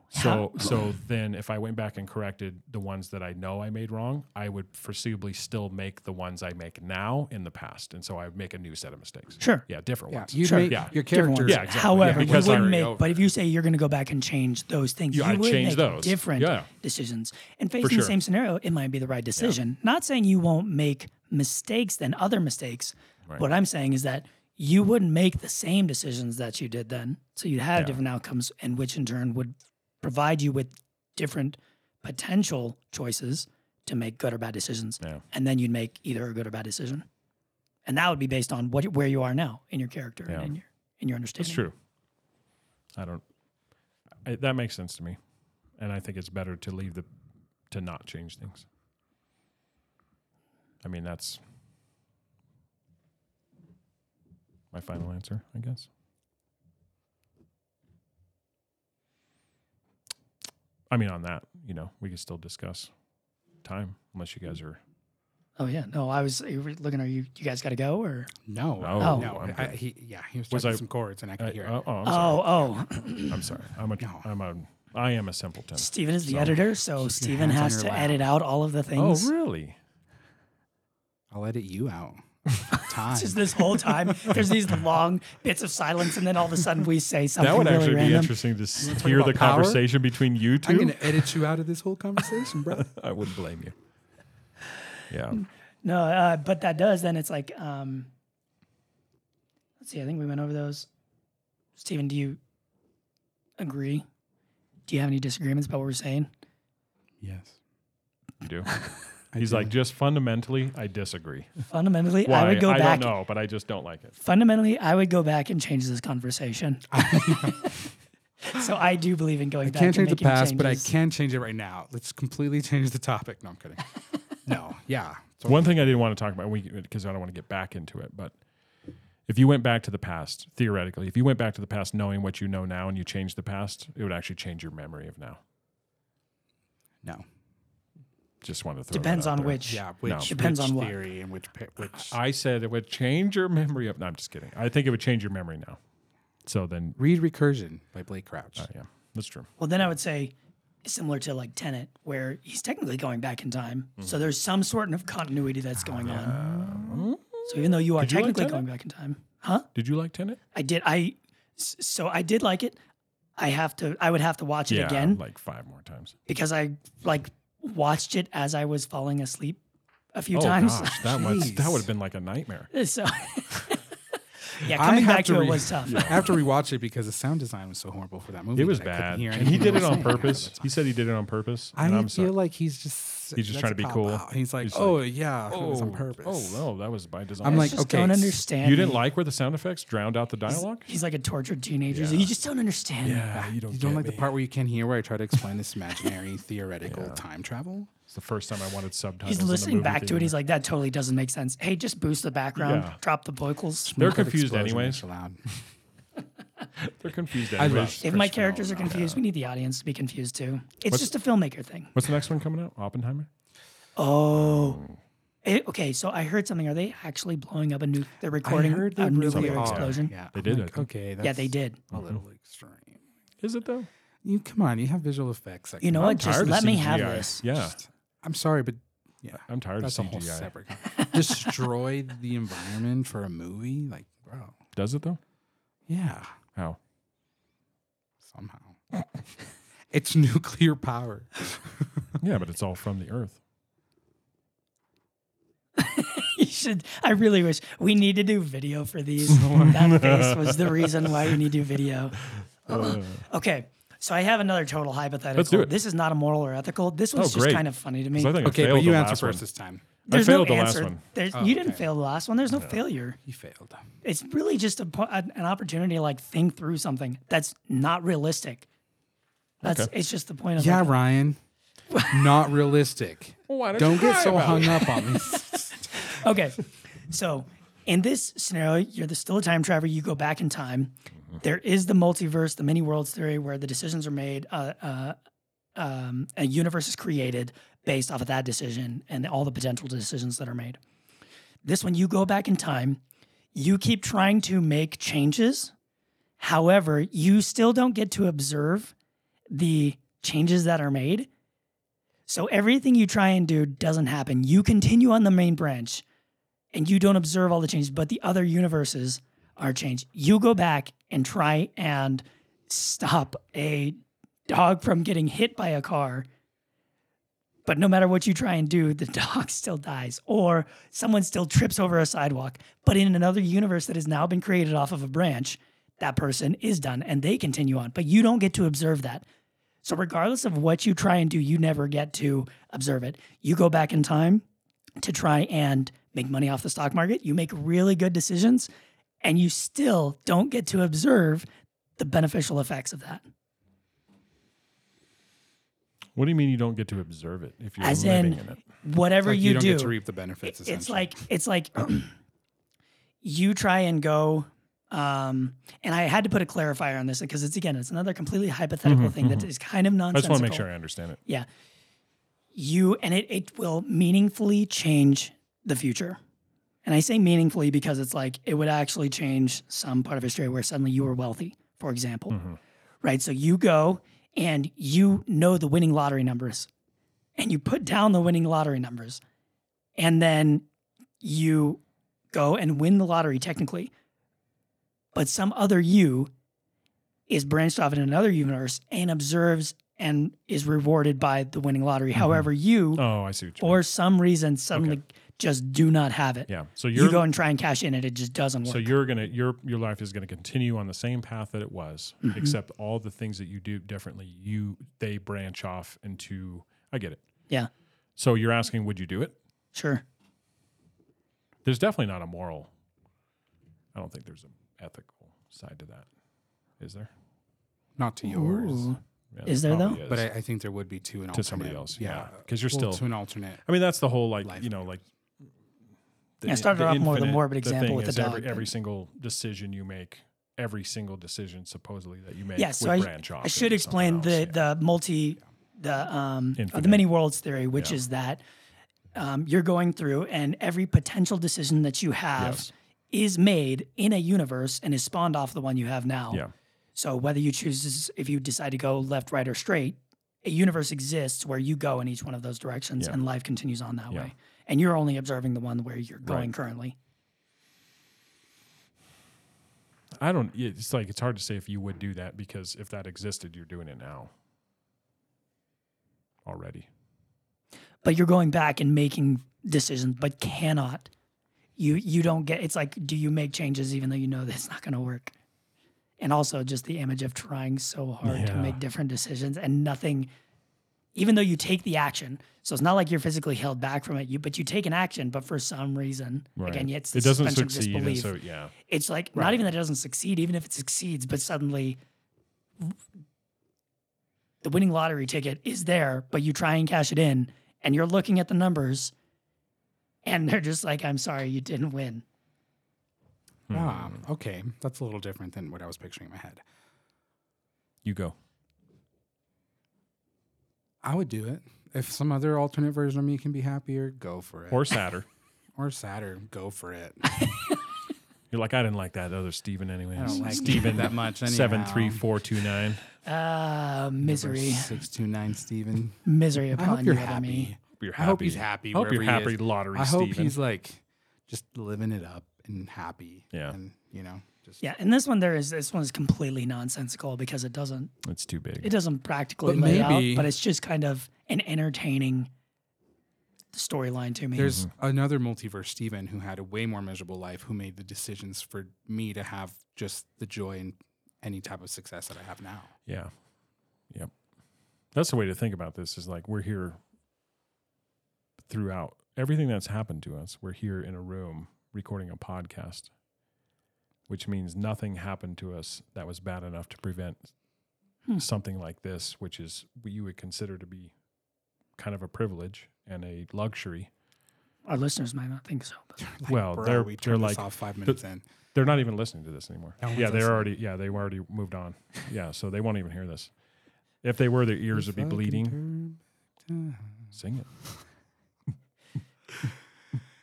[SPEAKER 1] So
[SPEAKER 2] How-
[SPEAKER 1] so then if I went back and corrected the ones that I know I made wrong, I would foreseeably still make the ones I make now in the past. And so I would make a new set of mistakes.
[SPEAKER 2] Sure.
[SPEAKER 1] Yeah, different ones.
[SPEAKER 3] you
[SPEAKER 2] Sure.
[SPEAKER 3] make
[SPEAKER 1] Yeah.
[SPEAKER 3] your
[SPEAKER 2] Different
[SPEAKER 3] character.
[SPEAKER 2] ones.
[SPEAKER 1] Yeah, exactly.
[SPEAKER 2] However,
[SPEAKER 1] Yeah,
[SPEAKER 2] we
[SPEAKER 1] because I
[SPEAKER 2] wouldn't
[SPEAKER 1] already
[SPEAKER 2] make.
[SPEAKER 1] over
[SPEAKER 2] But if you say you're going to go back and change those things,
[SPEAKER 1] Yeah,
[SPEAKER 2] you
[SPEAKER 1] I'd
[SPEAKER 2] would
[SPEAKER 1] change
[SPEAKER 2] make
[SPEAKER 1] those.
[SPEAKER 2] different
[SPEAKER 1] Yeah.
[SPEAKER 2] decisions. And facing the
[SPEAKER 1] sure.
[SPEAKER 2] same scenario, it might be the right decision. Not saying you won't make mistakes than other mistakes. What I'm saying is that you wouldn't make the same decisions that you did then, so you'd have different outcomes, and which in turn would provide you with different potential choices to make good or bad decisions.
[SPEAKER 1] Yeah.
[SPEAKER 2] And then you'd make either a good or bad decision. And that would be based on what where you are now in your character
[SPEAKER 1] Yeah.
[SPEAKER 2] and in your in your
[SPEAKER 1] That's true.
[SPEAKER 2] understanding.
[SPEAKER 1] I don't. I, that makes sense to me, and I think it's better to leave the to not change things. I mean, that's my final answer, I guess. I mean, on that, you know, we could still discuss time, unless you guys are.
[SPEAKER 2] Oh yeah. No, I was you were looking. Are you you guys got to go or?
[SPEAKER 3] No,
[SPEAKER 1] No,
[SPEAKER 3] no.
[SPEAKER 1] I'm
[SPEAKER 3] I,
[SPEAKER 1] good.
[SPEAKER 3] he, yeah, he was,
[SPEAKER 1] Was
[SPEAKER 3] touching
[SPEAKER 1] I-
[SPEAKER 3] some chords, and I could
[SPEAKER 1] I,
[SPEAKER 3] hear it.
[SPEAKER 1] oh, oh, I'm sorry.
[SPEAKER 2] Oh oh.
[SPEAKER 1] I'm sorry. I'm a.
[SPEAKER 3] No.
[SPEAKER 1] am a. I am a simpleton.
[SPEAKER 2] Steven is the editor, so Steven
[SPEAKER 3] hands on
[SPEAKER 2] has
[SPEAKER 3] your
[SPEAKER 2] to
[SPEAKER 3] lap.
[SPEAKER 2] edit out all of the
[SPEAKER 1] Oh,
[SPEAKER 2] things.
[SPEAKER 1] really?
[SPEAKER 3] I'll edit you out. Time.
[SPEAKER 2] Just this whole time, there's these long bits of silence, and then all of a sudden we say something
[SPEAKER 1] That would
[SPEAKER 2] really
[SPEAKER 1] actually be
[SPEAKER 2] random.
[SPEAKER 1] interesting to s- hear the
[SPEAKER 3] about power?
[SPEAKER 1] conversation between you
[SPEAKER 3] I'm
[SPEAKER 1] 2
[SPEAKER 3] gonna edit you out of this whole conversation, bro.
[SPEAKER 1] I wouldn't blame you. Yeah.
[SPEAKER 2] No, uh, but that does. Then it's like, um, let's see. I think we went over those. Steven, do you agree? Do you have any disagreements about what we're saying?
[SPEAKER 3] yes.
[SPEAKER 1] You do.
[SPEAKER 3] I
[SPEAKER 1] He's
[SPEAKER 3] do.
[SPEAKER 1] like, just fundamentally, I disagree.
[SPEAKER 2] Fundamentally,
[SPEAKER 1] Why?
[SPEAKER 2] I would go back.
[SPEAKER 1] don't know, but I just don't like it.
[SPEAKER 2] Fundamentally, I would go back and change this conversation. so I do believe in going
[SPEAKER 3] I
[SPEAKER 2] back.
[SPEAKER 3] can't
[SPEAKER 2] and
[SPEAKER 3] change the
[SPEAKER 2] making
[SPEAKER 3] past, but I
[SPEAKER 2] changes.
[SPEAKER 3] can change it right now. Let's completely change the topic. No, I'm kidding. no, yeah. So
[SPEAKER 1] One thing I didn't want to talk about, because I don't want to get back into it, but if you went back to the past, theoretically, if you went back to the past knowing what you know now and you changed the past, it would actually change your memory of now.
[SPEAKER 3] no,
[SPEAKER 1] Just wanted to throw that
[SPEAKER 2] Depends
[SPEAKER 1] out
[SPEAKER 2] on
[SPEAKER 1] there.
[SPEAKER 2] which.
[SPEAKER 3] yeah. Which
[SPEAKER 2] Depends
[SPEAKER 3] which
[SPEAKER 2] on what.
[SPEAKER 3] theory and which pa- which
[SPEAKER 1] I said it would change your memory of. No, I'm just kidding. I think it would change your memory now. So then,
[SPEAKER 3] read recursion by Blake Crouch.
[SPEAKER 1] yeah, that's true.
[SPEAKER 2] Well, then I would say similar to like Tenet, where he's technically going back in time.
[SPEAKER 3] Mm-hmm.
[SPEAKER 2] So there's some sort of continuity that's going
[SPEAKER 3] Ah.
[SPEAKER 2] on. So even though you are
[SPEAKER 1] Did you like
[SPEAKER 2] technically
[SPEAKER 1] Tenet?
[SPEAKER 2] going back in time, huh?
[SPEAKER 1] Did you like Tenet?
[SPEAKER 2] I did. I s- so I did like it. I have to. I would have to watch it again
[SPEAKER 1] like five more times.
[SPEAKER 2] because I like watched it as I was falling asleep a few
[SPEAKER 1] oh
[SPEAKER 2] times.
[SPEAKER 1] gosh, that was
[SPEAKER 3] Jeez.
[SPEAKER 1] that would have been like a nightmare.
[SPEAKER 2] so yeah,
[SPEAKER 3] I
[SPEAKER 2] coming
[SPEAKER 3] have
[SPEAKER 2] back to,
[SPEAKER 3] re-
[SPEAKER 2] it was tough.
[SPEAKER 3] I have to rewatch it because the sound design was so horrible for that movie.
[SPEAKER 1] It was
[SPEAKER 3] that I couldn't
[SPEAKER 1] bad,
[SPEAKER 3] hear
[SPEAKER 1] and he
[SPEAKER 3] anything
[SPEAKER 1] did
[SPEAKER 3] they
[SPEAKER 1] it
[SPEAKER 3] were
[SPEAKER 1] on
[SPEAKER 3] saying half
[SPEAKER 1] purpose.
[SPEAKER 3] the
[SPEAKER 1] He said he did it on purpose.
[SPEAKER 3] time.
[SPEAKER 1] and
[SPEAKER 3] I
[SPEAKER 1] I'm
[SPEAKER 3] feel
[SPEAKER 1] sorry.
[SPEAKER 3] like he's just
[SPEAKER 1] He's just trying
[SPEAKER 3] that's a
[SPEAKER 1] to be
[SPEAKER 3] cop
[SPEAKER 1] cool.
[SPEAKER 3] out. He's like,
[SPEAKER 1] He's
[SPEAKER 3] oh
[SPEAKER 1] like,
[SPEAKER 3] yeah, it was on purpose.
[SPEAKER 1] Oh no, that was by design.
[SPEAKER 3] I'm
[SPEAKER 2] I
[SPEAKER 3] like,
[SPEAKER 2] just
[SPEAKER 3] okay,
[SPEAKER 2] don't
[SPEAKER 3] s-
[SPEAKER 2] understand.
[SPEAKER 1] you didn't like where the sound effects drowned out the dialogue.
[SPEAKER 2] He's like a tortured teenager. so you just don't understand.
[SPEAKER 1] yeah, you don't.
[SPEAKER 3] You don't
[SPEAKER 1] get
[SPEAKER 3] like the
[SPEAKER 1] me.
[SPEAKER 3] part where you can't hear where I try to explain this imaginary theoretical time travel?
[SPEAKER 1] It's the first time I wanted subtitles.
[SPEAKER 2] He's listening back to it. He's like, that totally doesn't make sense. Hey, just boost the background,
[SPEAKER 1] Yeah.
[SPEAKER 2] drop the vocals.
[SPEAKER 1] They're
[SPEAKER 3] That
[SPEAKER 1] confused
[SPEAKER 3] explosion
[SPEAKER 1] anyways.
[SPEAKER 3] is Allowed.
[SPEAKER 1] they're confused.
[SPEAKER 3] I love
[SPEAKER 1] Anyways.
[SPEAKER 2] If my
[SPEAKER 3] Christopher
[SPEAKER 2] characters are
[SPEAKER 3] Nolan,
[SPEAKER 2] confused, we need the audience to be confused too. It's
[SPEAKER 1] What's-
[SPEAKER 2] just a filmmaker thing.
[SPEAKER 1] What's the next one coming out? Oppenheimer.
[SPEAKER 2] Oh. It- okay, so I heard something. Are they actually blowing up a nuke? They're recording
[SPEAKER 3] heard
[SPEAKER 2] a
[SPEAKER 3] they really
[SPEAKER 2] nuclear
[SPEAKER 1] are.
[SPEAKER 2] explosion.
[SPEAKER 3] Yeah,
[SPEAKER 1] They
[SPEAKER 3] I'm
[SPEAKER 1] did, I think.
[SPEAKER 3] Like,
[SPEAKER 1] Mm-hmm.
[SPEAKER 3] okay, that's
[SPEAKER 2] Yeah, they did.
[SPEAKER 3] A little extreme.
[SPEAKER 1] Is it though?
[SPEAKER 3] You come on, you have visual effects. that
[SPEAKER 2] You know
[SPEAKER 3] come out.
[SPEAKER 2] what? Just
[SPEAKER 1] tired of
[SPEAKER 2] let me have
[SPEAKER 1] CGI.
[SPEAKER 2] this.
[SPEAKER 1] Yeah,
[SPEAKER 3] I'm sorry, but yeah,
[SPEAKER 1] I'm tired
[SPEAKER 3] that's a
[SPEAKER 1] of
[SPEAKER 3] whole
[SPEAKER 1] CGI.
[SPEAKER 3] separate. con- Destroy the environment for a movie, like bro.
[SPEAKER 1] Does it though?
[SPEAKER 3] Yeah,
[SPEAKER 1] How?
[SPEAKER 3] somehow. it's nuclear power.
[SPEAKER 1] Yeah, but it's all from the Earth.
[SPEAKER 2] You should. I really wish we need to do video for these. that face was the reason why we need to do video. okay, so I have another total hypothetical.
[SPEAKER 1] Uh. Let's do it. Oh,
[SPEAKER 2] This is not a moral or ethical. This one's just
[SPEAKER 1] great.
[SPEAKER 2] kind of funny to me.
[SPEAKER 1] 'Cause I think I
[SPEAKER 3] Okay,
[SPEAKER 1] failed
[SPEAKER 3] but you
[SPEAKER 1] the
[SPEAKER 3] answer
[SPEAKER 1] last one.
[SPEAKER 3] first this time.
[SPEAKER 2] There's
[SPEAKER 1] I failed
[SPEAKER 2] no
[SPEAKER 1] the last
[SPEAKER 2] answer.
[SPEAKER 1] one.
[SPEAKER 2] There's,
[SPEAKER 3] Oh,
[SPEAKER 2] you didn't
[SPEAKER 3] okay.
[SPEAKER 2] fail the last one. There's no failure.
[SPEAKER 3] You failed.
[SPEAKER 2] It's really just a, po- an an opportunity to like think through something that's not realistic. That's it's just the point of
[SPEAKER 3] Yeah,
[SPEAKER 2] like,
[SPEAKER 3] Ryan. not realistic.
[SPEAKER 1] Why don't
[SPEAKER 3] Don't
[SPEAKER 1] you
[SPEAKER 3] get
[SPEAKER 1] cry
[SPEAKER 3] so
[SPEAKER 1] about
[SPEAKER 3] hung
[SPEAKER 1] it?
[SPEAKER 3] up on this.
[SPEAKER 2] Okay. So in this scenario, you're the, still a time traveler. You go back in time. There is the multiverse, the many worlds theory, where the decisions are made. Uh, uh, um, a universe is created based off of that decision and all the potential decisions that are made. This one, you go back in time. You keep trying to make changes. However, you still don't get to observe the changes that are made. So everything you try and do doesn't happen. You continue on the main branch and you don't observe all the changes, but the other universes are changed. You go back and try and stop a dog from getting hit by a car. But no matter what you try and do, the dog still dies, or someone still trips over a sidewalk. But in another universe that has now been created off of a branch, that person is done and they continue on. But you don't get to observe that. So, regardless of what you try and do, you never get to observe it. You go back in time, to try and make money off the stock market. You make really good decisions and you still don't get to observe the beneficial effects of that.
[SPEAKER 1] What do you mean you don't get to observe it if you're
[SPEAKER 2] As
[SPEAKER 1] living
[SPEAKER 2] in,
[SPEAKER 1] in it?
[SPEAKER 2] whatever
[SPEAKER 3] Like,
[SPEAKER 2] you,
[SPEAKER 3] don't
[SPEAKER 2] do,
[SPEAKER 3] get to reap the benefits.
[SPEAKER 2] it's
[SPEAKER 3] essentially.
[SPEAKER 2] like it's like you try and go um and i had to put a clarifier on this because it's again it's another completely hypothetical thing that is kind of
[SPEAKER 1] Mm-hmm, I just
[SPEAKER 2] nonsensical
[SPEAKER 1] want to make sure I understand it.
[SPEAKER 2] yeah you and it, it will meaningfully change the future and i say meaningfully because it's like it would actually change some part of history where suddenly you were wealthy for example right so you go and you know the winning lottery numbers and you put down the winning lottery numbers and then you go and win the lottery technically but some other you is branched off in another universe and observes and is rewarded by the winning lottery however you
[SPEAKER 1] Oh, I see what you mean.
[SPEAKER 2] for some reason suddenly just do not have it
[SPEAKER 1] Yeah. So
[SPEAKER 2] you
[SPEAKER 1] you're
[SPEAKER 2] go and try and cash in and it just doesn't work
[SPEAKER 1] so you're gonna your your life is gonna continue on the same path that it was,
[SPEAKER 2] Mm-hmm.
[SPEAKER 1] except all the things that you do differently, you they branch off into I get it.
[SPEAKER 2] yeah
[SPEAKER 1] So you're asking, would you do it?
[SPEAKER 2] sure
[SPEAKER 1] There's definitely not a moral. I don't think there's an ethical side to that. Is there?
[SPEAKER 3] not to yours,
[SPEAKER 2] Ooh.
[SPEAKER 1] Yeah,
[SPEAKER 2] Is there,
[SPEAKER 1] probably
[SPEAKER 3] but
[SPEAKER 1] is.
[SPEAKER 3] I, I think there would be to an
[SPEAKER 1] to somebody else, yeah, because you're still.
[SPEAKER 3] well, to an alternate.
[SPEAKER 1] I mean, that's the whole like you know like. the-
[SPEAKER 2] Yeah, I started
[SPEAKER 1] the
[SPEAKER 2] off more with a
[SPEAKER 1] infinite-
[SPEAKER 2] morbid
[SPEAKER 1] the thing
[SPEAKER 2] example with
[SPEAKER 1] is
[SPEAKER 2] the dog,
[SPEAKER 1] Every,
[SPEAKER 2] but-
[SPEAKER 1] every single decision you make, every single decision supposedly that you make,
[SPEAKER 2] yeah so
[SPEAKER 1] would
[SPEAKER 2] I,
[SPEAKER 1] branch off.
[SPEAKER 2] I should
[SPEAKER 1] into something
[SPEAKER 2] explain the
[SPEAKER 1] else, yeah.
[SPEAKER 2] the multi the um or
[SPEAKER 1] Infinite.
[SPEAKER 2] the many worlds theory which
[SPEAKER 1] Yeah.
[SPEAKER 2] is that um, you're going through and every potential decision that you have
[SPEAKER 1] Yes.
[SPEAKER 2] is made in a universe and is spawned off the one you have now
[SPEAKER 1] yeah.
[SPEAKER 2] So whether you choose, if you decide to go left, right, or straight, a universe exists where you go in each one of those directions,
[SPEAKER 1] Yeah.
[SPEAKER 2] and life continues on that
[SPEAKER 1] Yeah.
[SPEAKER 2] way. And you're only observing the one where you're going currently.
[SPEAKER 1] I don't. It's like it's hard to say if you would do that because if that existed, you're doing it now. Already.
[SPEAKER 2] But you're going back and making decisions, but cannot. You you don't get. It's like, do you make changes even though you know that it's not going to work? And also, just the image of trying so hard to
[SPEAKER 1] Yeah.
[SPEAKER 2] make different decisions and nothing. Even though you take the action, so it's not like you're physically held back from it. You but you take an action, but for some reason, again, yeah, it's the
[SPEAKER 1] it doesn't
[SPEAKER 2] suspension of
[SPEAKER 1] succeed, and
[SPEAKER 2] disbelief.
[SPEAKER 1] so yeah,
[SPEAKER 2] it's like not even that it doesn't succeed, even if it succeeds, but suddenly the winning lottery ticket is there, but you try and cash it in and you're looking at the numbers and they're just like, I'm sorry, you didn't win.
[SPEAKER 1] Hmm.
[SPEAKER 3] Ah, okay, that's a little different than what I was picturing in my head.
[SPEAKER 1] you go.
[SPEAKER 3] I would do it if some other alternate version of me can be happier. Go for it,
[SPEAKER 1] Or sadder.
[SPEAKER 3] or sadder. Go for it.
[SPEAKER 1] you're like I didn't like that other Steven
[SPEAKER 3] I
[SPEAKER 1] anyways.
[SPEAKER 3] don't like
[SPEAKER 1] Steven
[SPEAKER 3] that much. Anyhow.
[SPEAKER 1] seven three four two nine.
[SPEAKER 2] Ah, misery,
[SPEAKER 3] Six two nine, Steven.
[SPEAKER 2] misery
[SPEAKER 3] I
[SPEAKER 2] upon
[SPEAKER 3] hope
[SPEAKER 2] you,
[SPEAKER 3] you're
[SPEAKER 2] other me.
[SPEAKER 3] happy.
[SPEAKER 1] You're happy.
[SPEAKER 3] I hope he's happy.
[SPEAKER 1] Hope you're
[SPEAKER 3] wherever he
[SPEAKER 1] happy,
[SPEAKER 3] is.
[SPEAKER 1] lottery
[SPEAKER 3] I hope
[SPEAKER 1] Steven.
[SPEAKER 3] he's like just living it up and happy.
[SPEAKER 1] Yeah.
[SPEAKER 3] and you know, just
[SPEAKER 2] Yeah, and this one there is this one is completely nonsensical because it doesn't
[SPEAKER 1] it's too big.
[SPEAKER 2] it doesn't practically
[SPEAKER 3] But
[SPEAKER 2] lay
[SPEAKER 3] maybe-
[SPEAKER 2] out, but it's just kind of an entertaining storyline to me.
[SPEAKER 3] There's
[SPEAKER 1] Mm-hmm.
[SPEAKER 3] another multiverse Steven who had a way more miserable life who made the decisions for me to have just the joy and any type of success that I have now.
[SPEAKER 1] Yeah. Yep. That's the way to think about this is like we're here throughout everything that's happened to us. We're here in a room recording a podcast, which means nothing happened to us that was bad enough to prevent something like this, which is what you would consider to be kind of a privilege and a luxury.
[SPEAKER 2] Our listeners might not think so. But
[SPEAKER 3] Like,
[SPEAKER 1] Well,
[SPEAKER 3] bro,
[SPEAKER 1] they're-
[SPEAKER 3] we
[SPEAKER 1] they're
[SPEAKER 3] turned this
[SPEAKER 1] like-
[SPEAKER 3] off five minutes in.
[SPEAKER 1] They're not even listening to this anymore.
[SPEAKER 3] No one's
[SPEAKER 1] yeah, they're
[SPEAKER 3] listening.
[SPEAKER 1] already yeah, they already moved on. Yeah, so they won't even hear this. If they were, their ears would be
[SPEAKER 3] If I can
[SPEAKER 1] bleeding.
[SPEAKER 3] turn back time.
[SPEAKER 1] Sing it.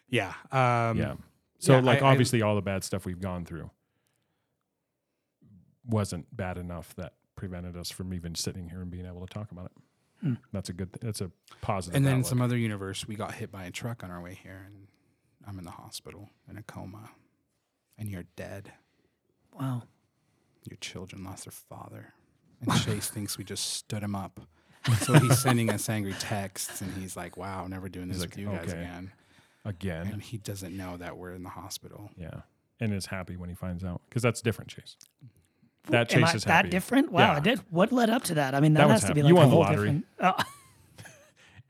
[SPEAKER 3] Yeah. Um,
[SPEAKER 1] yeah. So
[SPEAKER 3] yeah,
[SPEAKER 1] like
[SPEAKER 3] I- I-
[SPEAKER 1] obviously all the bad stuff we've gone through wasn't bad enough that prevented us from even sitting here and being able to talk about it.
[SPEAKER 2] Hmm.
[SPEAKER 1] That's a good. That's a positive.
[SPEAKER 3] And then
[SPEAKER 1] outlook.
[SPEAKER 3] some other universe, we got hit by a truck on our way here, and I'm in the hospital in a coma, and you're dead.
[SPEAKER 2] wow.
[SPEAKER 3] Your children lost their father, and Chase thinks we just stood him up. So he's sending us angry texts, and he's like, "Wow, never doing this
[SPEAKER 1] He's
[SPEAKER 3] with
[SPEAKER 1] like,
[SPEAKER 3] you guys
[SPEAKER 1] "Okay."
[SPEAKER 3] again." And
[SPEAKER 1] again.
[SPEAKER 3] he doesn't know that we're in the hospital.
[SPEAKER 1] Yeah, and is happy when he finds out because that's different, Chase. That Chase
[SPEAKER 2] Am I
[SPEAKER 1] is
[SPEAKER 2] that
[SPEAKER 1] happy.
[SPEAKER 2] different? Wow,
[SPEAKER 1] Yeah.
[SPEAKER 2] I did. What led up to that? I mean, that,
[SPEAKER 1] That was
[SPEAKER 2] has to be
[SPEAKER 1] happy.
[SPEAKER 2] like
[SPEAKER 1] You
[SPEAKER 2] a
[SPEAKER 1] won the
[SPEAKER 2] whole
[SPEAKER 1] lottery.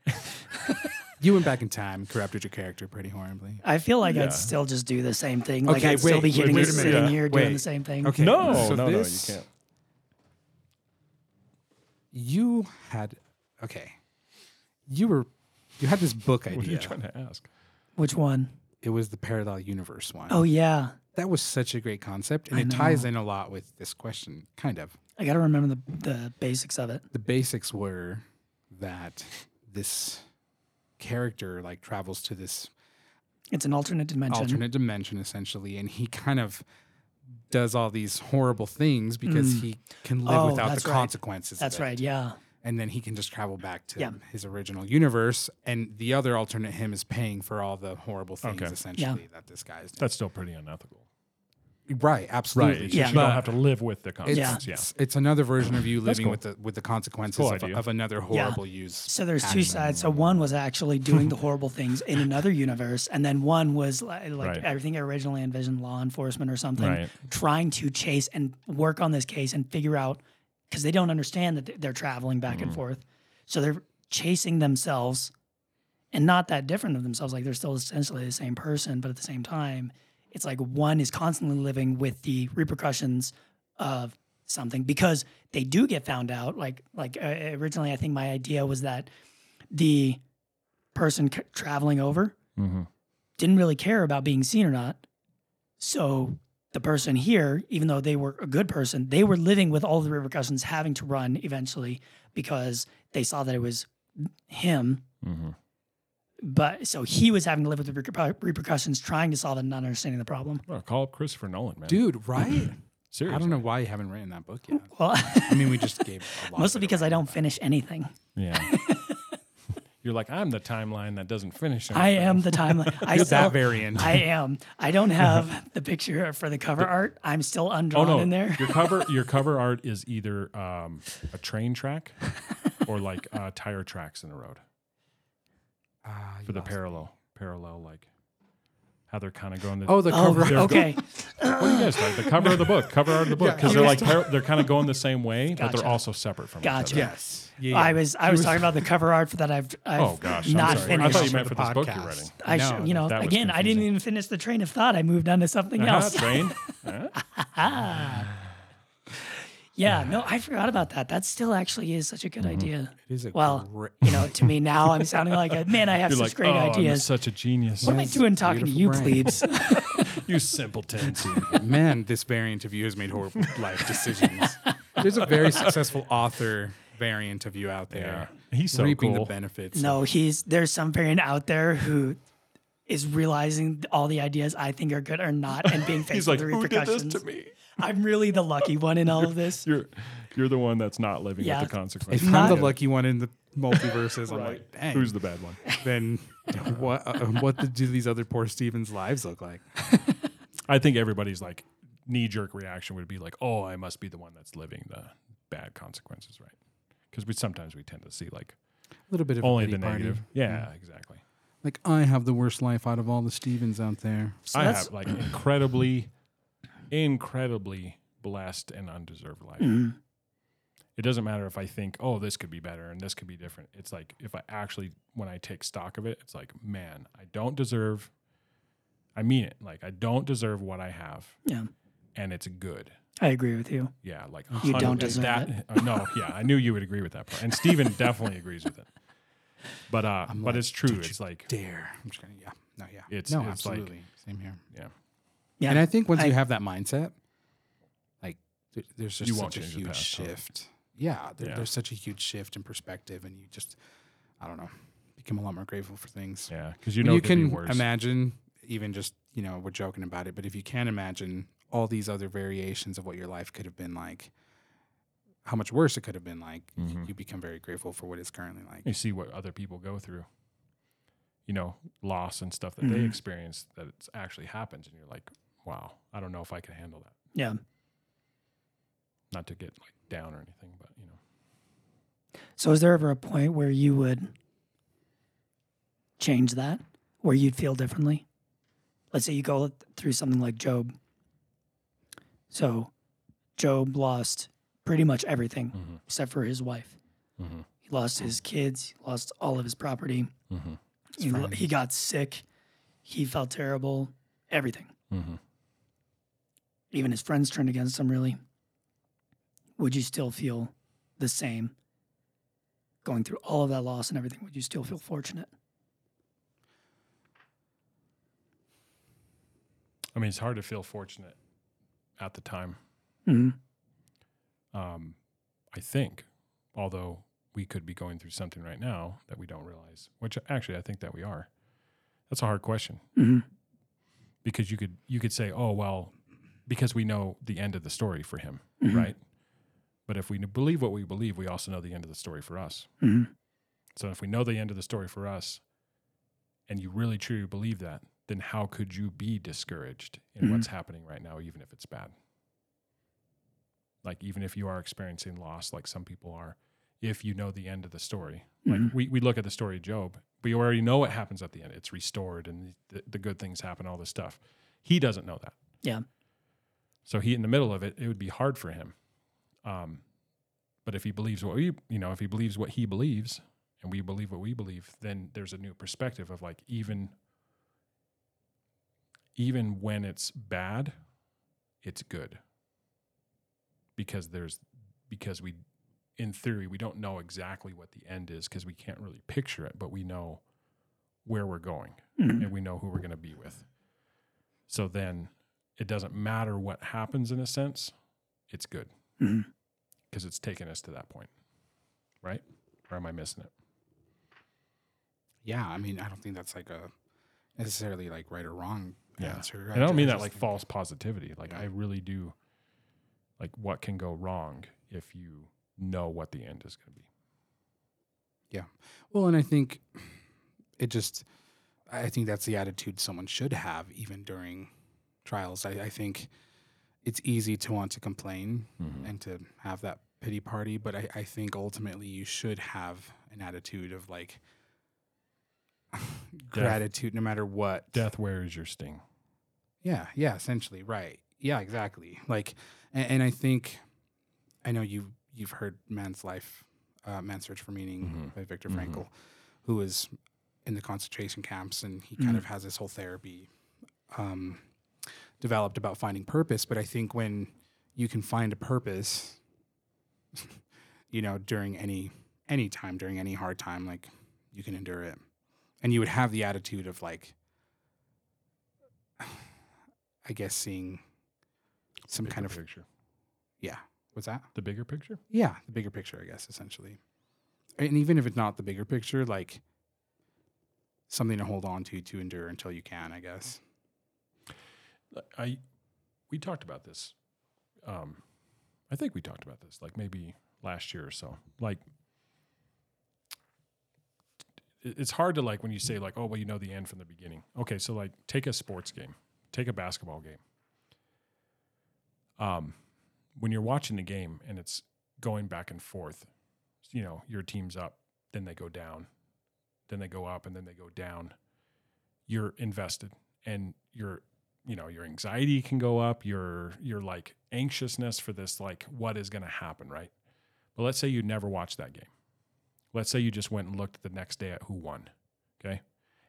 [SPEAKER 2] different. Oh,
[SPEAKER 3] You went back in time, corrupted your character pretty horribly.
[SPEAKER 2] I feel like
[SPEAKER 1] Yeah.
[SPEAKER 2] I'd still just do the same thing. Like
[SPEAKER 3] Okay,
[SPEAKER 2] I'd still
[SPEAKER 3] wait,
[SPEAKER 2] be
[SPEAKER 3] wait,
[SPEAKER 2] hitting
[SPEAKER 1] wait a minute.
[SPEAKER 2] sitting
[SPEAKER 1] Yeah.
[SPEAKER 2] here doing the
[SPEAKER 3] Wait.
[SPEAKER 2] same thing.
[SPEAKER 3] Okay.
[SPEAKER 1] No,
[SPEAKER 3] So
[SPEAKER 1] no,
[SPEAKER 3] this-
[SPEAKER 1] no. You can't.
[SPEAKER 3] You had okay. You were you had this book
[SPEAKER 1] What are you
[SPEAKER 3] idea.
[SPEAKER 1] trying to ask?
[SPEAKER 2] Which one?
[SPEAKER 3] It was the parallel universe one.
[SPEAKER 2] Oh yeah,
[SPEAKER 3] That was such a great concept, and it ties in a lot with this question, kind of.
[SPEAKER 2] I got to remember the the basics of it.
[SPEAKER 3] The basics were that this character like travels to this
[SPEAKER 2] It's an alternate dimension.
[SPEAKER 3] alternate dimension essentially, and he kind of does all these horrible things because he can live
[SPEAKER 2] Oh,
[SPEAKER 3] without the
[SPEAKER 2] that's right.
[SPEAKER 3] consequences. of
[SPEAKER 2] That's
[SPEAKER 3] it.
[SPEAKER 2] right. Yeah.
[SPEAKER 3] and then he can just travel back to
[SPEAKER 2] Yeah.
[SPEAKER 3] his original universe. And the other alternate him is paying for all the horrible things,
[SPEAKER 1] Okay.
[SPEAKER 3] essentially, that this guy's doing.
[SPEAKER 1] That's still pretty unethical,
[SPEAKER 3] right,
[SPEAKER 1] right?
[SPEAKER 3] absolutely.
[SPEAKER 1] It's
[SPEAKER 2] Yeah.
[SPEAKER 1] just You don't have to live with the
[SPEAKER 3] It's,
[SPEAKER 1] consequences. Yeah,
[SPEAKER 3] it's, it's another version of you living
[SPEAKER 1] cool.
[SPEAKER 3] with the with the consequences
[SPEAKER 1] Cool
[SPEAKER 3] of,
[SPEAKER 1] idea.
[SPEAKER 3] of another horrible use.
[SPEAKER 2] So there's two
[SPEAKER 3] action.
[SPEAKER 2] sides. So one was actually doing the horrible things in another universe, and then one was like, like
[SPEAKER 1] Right.
[SPEAKER 2] everything I originally envisioned, law enforcement or something,
[SPEAKER 1] Right.
[SPEAKER 2] trying to chase and work on this case and figure out because they don't understand that they're traveling back and forth, so they're chasing themselves, and not that different of themselves. Like they're still essentially the same person, but at the same time, it's like one is constantly living with the repercussions of something because they do get found out. Like like uh, originally, I think my idea was that the person c- traveling over
[SPEAKER 1] Mhm.
[SPEAKER 2] didn't really care about being seen or not. So the person here, even though they were a good person, they were living with all the repercussions, having to run eventually because they saw that it was him.
[SPEAKER 1] Mhm.
[SPEAKER 2] But so he was having to live with the reper- repercussions, trying to solve it and not understanding the problem.
[SPEAKER 1] Well, call up Christopher Nolan, man.
[SPEAKER 3] Dude, right?
[SPEAKER 1] seriously.
[SPEAKER 3] I don't know why you haven't written that book yet.
[SPEAKER 2] Well,
[SPEAKER 3] I mean, we just gave a lot
[SPEAKER 2] mostly
[SPEAKER 3] of it
[SPEAKER 2] because I
[SPEAKER 3] away.
[SPEAKER 2] don't finish anything.
[SPEAKER 1] Yeah. You're like I'm the timeline that doesn't finish.
[SPEAKER 2] I
[SPEAKER 1] anything."
[SPEAKER 2] am the timeline. I
[SPEAKER 3] You're
[SPEAKER 2] still,
[SPEAKER 3] that variant.
[SPEAKER 2] I am. I don't have the picture for the cover art. I'm still
[SPEAKER 1] Oh
[SPEAKER 2] undrawn
[SPEAKER 1] no!
[SPEAKER 2] in there.
[SPEAKER 1] Your cover, your cover art is either um, a train track or like uh, tire tracks in the road
[SPEAKER 3] Ah, you
[SPEAKER 1] for the
[SPEAKER 3] lost-
[SPEAKER 1] parallel, parallel like how they're kind of going. To,
[SPEAKER 3] Oh, the
[SPEAKER 2] Oh,
[SPEAKER 3] cover.
[SPEAKER 2] right,
[SPEAKER 1] They're-
[SPEAKER 2] okay.
[SPEAKER 1] what do you guys like? The cover of the book, cover art of the book, because they're
[SPEAKER 2] okay.
[SPEAKER 1] like par- they're kind of going the same way, but
[SPEAKER 2] Gotcha.
[SPEAKER 1] they're also separate from
[SPEAKER 2] Gotcha.
[SPEAKER 1] each other.
[SPEAKER 3] Yes. Yeah,
[SPEAKER 2] I
[SPEAKER 3] yeah.
[SPEAKER 2] was I was, talking about the cover art for that I've, I've
[SPEAKER 1] Oh gosh, I'm
[SPEAKER 2] not
[SPEAKER 1] sorry.
[SPEAKER 2] finished.
[SPEAKER 1] I
[SPEAKER 2] I,
[SPEAKER 1] thought you meant for this book you're
[SPEAKER 3] podcast.
[SPEAKER 1] writing.
[SPEAKER 2] should-
[SPEAKER 3] No,
[SPEAKER 2] you know,
[SPEAKER 1] that was
[SPEAKER 2] again, I didn't
[SPEAKER 1] confusing.
[SPEAKER 2] even finish the train of thought. I moved on to something
[SPEAKER 1] Uh-huh,
[SPEAKER 2] else.
[SPEAKER 1] train. Huh?
[SPEAKER 2] Yeah, no, I forgot about that. That still actually is such a good
[SPEAKER 1] Mm-hmm.
[SPEAKER 2] idea.
[SPEAKER 3] It is a
[SPEAKER 2] well,
[SPEAKER 3] great-
[SPEAKER 2] you know, to me now I'm sounding like a man. I have
[SPEAKER 1] You're
[SPEAKER 2] such
[SPEAKER 1] like,
[SPEAKER 2] great
[SPEAKER 1] oh, I'm
[SPEAKER 2] ideas.
[SPEAKER 1] such a genius.
[SPEAKER 2] what am I doing talking to you,
[SPEAKER 3] Beautiful brain.
[SPEAKER 2] plebes?
[SPEAKER 1] you simpletons.
[SPEAKER 3] Man, this variant of you has made horrible life decisions. There's a very successful author variant of you out
[SPEAKER 1] yeah,
[SPEAKER 3] there.
[SPEAKER 1] he's so
[SPEAKER 3] reaping
[SPEAKER 1] cool.
[SPEAKER 3] the benefits. of-
[SPEAKER 2] no, he's there's some parent out there who is realizing all the ideas I think are good are not and being faced
[SPEAKER 1] He's like,
[SPEAKER 2] with the
[SPEAKER 1] who did
[SPEAKER 2] repercussions.
[SPEAKER 1] this to me?
[SPEAKER 2] I'm really the lucky one in all of this.
[SPEAKER 1] You're, you're the one that's not living
[SPEAKER 2] Yeah.
[SPEAKER 1] with the consequences.
[SPEAKER 3] If I'm the
[SPEAKER 1] Yeah.
[SPEAKER 3] lucky one in the multiverses, I'm like, dang.
[SPEAKER 1] Who's the bad one?
[SPEAKER 3] then what? Uh, what the, do these other poor Stevens' lives look like?
[SPEAKER 1] I think everybody's like knee jerk reaction would be like, "Oh, I must be the one that's living the bad consequences," right? Because we sometimes we tend to see like
[SPEAKER 3] A little bit of
[SPEAKER 1] only
[SPEAKER 3] a pity
[SPEAKER 1] the
[SPEAKER 3] party. Mm-hmm.
[SPEAKER 1] negative. Yeah, exactly.
[SPEAKER 3] Like I have the worst life out of all the Stevens out there.
[SPEAKER 2] So
[SPEAKER 1] I
[SPEAKER 2] that's-
[SPEAKER 1] have like incredibly, incredibly blessed and undeserved life.
[SPEAKER 2] Mm-hmm.
[SPEAKER 1] It doesn't matter if I think, "Oh, this could be better and this could be different." It's like if I actually when I take stock of it, it's like, "Man, I don't deserve." I mean it. Like I don't deserve what I have,
[SPEAKER 2] yeah,
[SPEAKER 1] and it's good.
[SPEAKER 2] I agree with you.
[SPEAKER 1] Yeah, like
[SPEAKER 2] You
[SPEAKER 1] 100
[SPEAKER 2] don't deserve
[SPEAKER 1] uh, that, it. no, yeah, I knew you would agree with that part, and Steven definitely agrees with it. But uh,
[SPEAKER 3] I'm
[SPEAKER 1] but
[SPEAKER 3] like,
[SPEAKER 1] it's true.
[SPEAKER 3] "Did
[SPEAKER 1] It's like
[SPEAKER 3] Dare. I'm just gonna yeah. No, yeah.
[SPEAKER 1] It's-
[SPEAKER 3] no,
[SPEAKER 1] it's like-
[SPEAKER 3] absolutely. Same here.
[SPEAKER 1] yeah,
[SPEAKER 2] Yeah.
[SPEAKER 3] And I think once
[SPEAKER 2] I-
[SPEAKER 3] you have that mindset, like th- there's just
[SPEAKER 1] You won't
[SPEAKER 3] such a
[SPEAKER 1] change the
[SPEAKER 3] huge
[SPEAKER 1] past, huh?
[SPEAKER 3] shift. Yeah, there,
[SPEAKER 1] Yeah.
[SPEAKER 3] there's such a huge shift in perspective, and you just, I don't know, become a lot more grateful for things.
[SPEAKER 1] yeah, because you
[SPEAKER 3] When
[SPEAKER 1] know
[SPEAKER 3] you
[SPEAKER 1] it could be
[SPEAKER 3] can
[SPEAKER 1] worse.
[SPEAKER 3] imagine, even just you know, we're joking about it, but if you can imagine all these other variations of what your life could have been like, how much worse it could have been like, y-
[SPEAKER 1] Mhm.
[SPEAKER 3] you become very grateful for what it's currently like.
[SPEAKER 1] you see what other people go through. You know, loss and stuff that they
[SPEAKER 2] Mhm.
[SPEAKER 1] experience that it's actually happens, and you're like, wow, I don't know if I can handle that.
[SPEAKER 2] yeah.
[SPEAKER 1] Not to get like down or anything, but you know,
[SPEAKER 2] So is there ever a point where you would change that, where you'd feel differently? Let's say you go through something like Job. So Job lost pretty much everything
[SPEAKER 1] Mhm.
[SPEAKER 2] except for his wife.
[SPEAKER 1] Mhm.
[SPEAKER 2] He lost his kids, he lost all of his property. He, lo- he got sick. He felt terrible. Everything.
[SPEAKER 1] Mhm.
[SPEAKER 2] Even his friends turned against him, really. Would you still feel the same? Going through all of that loss and everything, would you still feel fortunate?
[SPEAKER 1] I mean, it's hard to feel fortunate at the time.
[SPEAKER 2] hmm
[SPEAKER 1] Um, I think, although we could be going through something right now that we don't realize, which actually I think that we are. That's a hard question
[SPEAKER 2] hmm
[SPEAKER 1] because you could you could say, oh well, because we know the end of the story for him,
[SPEAKER 2] Mhm.
[SPEAKER 1] right? But if we believe what we believe, we also know the end of the story for us.
[SPEAKER 2] hmm
[SPEAKER 1] So if we know the end of the story for us, and you really truly believe that, then how could you be discouraged in
[SPEAKER 2] Mhm.
[SPEAKER 1] what's happening right now, even if it's bad? Like even if you are experiencing loss, like some people are, if you know the end of the story, like
[SPEAKER 2] Mhm.
[SPEAKER 1] we, we look at the story of Job, we already know what happens at the end. It's restored and the, the good things happen, all this stuff. He doesn't know that.
[SPEAKER 2] Yeah.
[SPEAKER 1] So he in the middle of it, it would be hard for him. Um, but if he believes what we, you know, if he believes what he believes, and we believe what we believe, then there's a new perspective of like even even when it's bad, it's good. Because there's because we in theory we don't know exactly what the end is because we can't really picture it, but we know where we're going
[SPEAKER 2] Mhm.
[SPEAKER 1] and we know who we're going to be with. So then it doesn't matter what happens in a sense, it's good
[SPEAKER 2] Mhm.
[SPEAKER 1] because it's taken us to that point. Right? Or am I missing it?
[SPEAKER 3] Yeah, I mean, I don't think that's like a necessarily like right or wrong
[SPEAKER 1] Yeah.
[SPEAKER 3] answer.
[SPEAKER 1] and I don't mean that
[SPEAKER 3] just
[SPEAKER 1] like
[SPEAKER 3] think-
[SPEAKER 1] false positivity. Like
[SPEAKER 3] Yeah.
[SPEAKER 1] I really do. Like what can go wrong if you know what the end is going to be?
[SPEAKER 3] Well, and I think it just, I think that's the attitude someone should have even during trials. I, I think it's easy to want to complain and to have that pity party, but I, I think ultimately you should have an attitude of like gratitude no matter what.
[SPEAKER 1] Death, where is your sting?
[SPEAKER 3] Yeah, yeah, essentially, right. Yeah, exactly. Like, and, and I think, I know you you've heard "Man's Life," uh, "Man's Search for Meaning"
[SPEAKER 1] Mhm.
[SPEAKER 3] by Viktor
[SPEAKER 1] Mhm.
[SPEAKER 3] Frankl, who was in the concentration camps, and he kind
[SPEAKER 2] Mhm.
[SPEAKER 3] of has this whole therapy um, developed about finding purpose. But I think when you can find a purpose, you know, during any any time, during any hard time, like you can endure it, and you would have the attitude of like, I guess seeing some
[SPEAKER 1] Bigger
[SPEAKER 3] kind of
[SPEAKER 1] picture.
[SPEAKER 3] yeah. What's that?
[SPEAKER 1] The bigger picture.
[SPEAKER 3] Yeah, the bigger picture, I guess, essentially. And even if it's not the bigger picture, like something to hold on to to endure until you can, I guess.
[SPEAKER 1] I we talked about this. Um, I think we talked about this like maybe last year or so. Like it- it's hard to like when you say like, oh well, you know the end from the beginning. Okay, so like take a sports game, take a basketball game. Um, when you're watching the game and it's going back and forth, you know your team's up, then they go down, then they go up, and then they go down. You're invested and you're you know your anxiety can go up your your like anxiousness for this like what is going to happen right but let's say you never watched that game let's say you just went and looked the next day at who won okay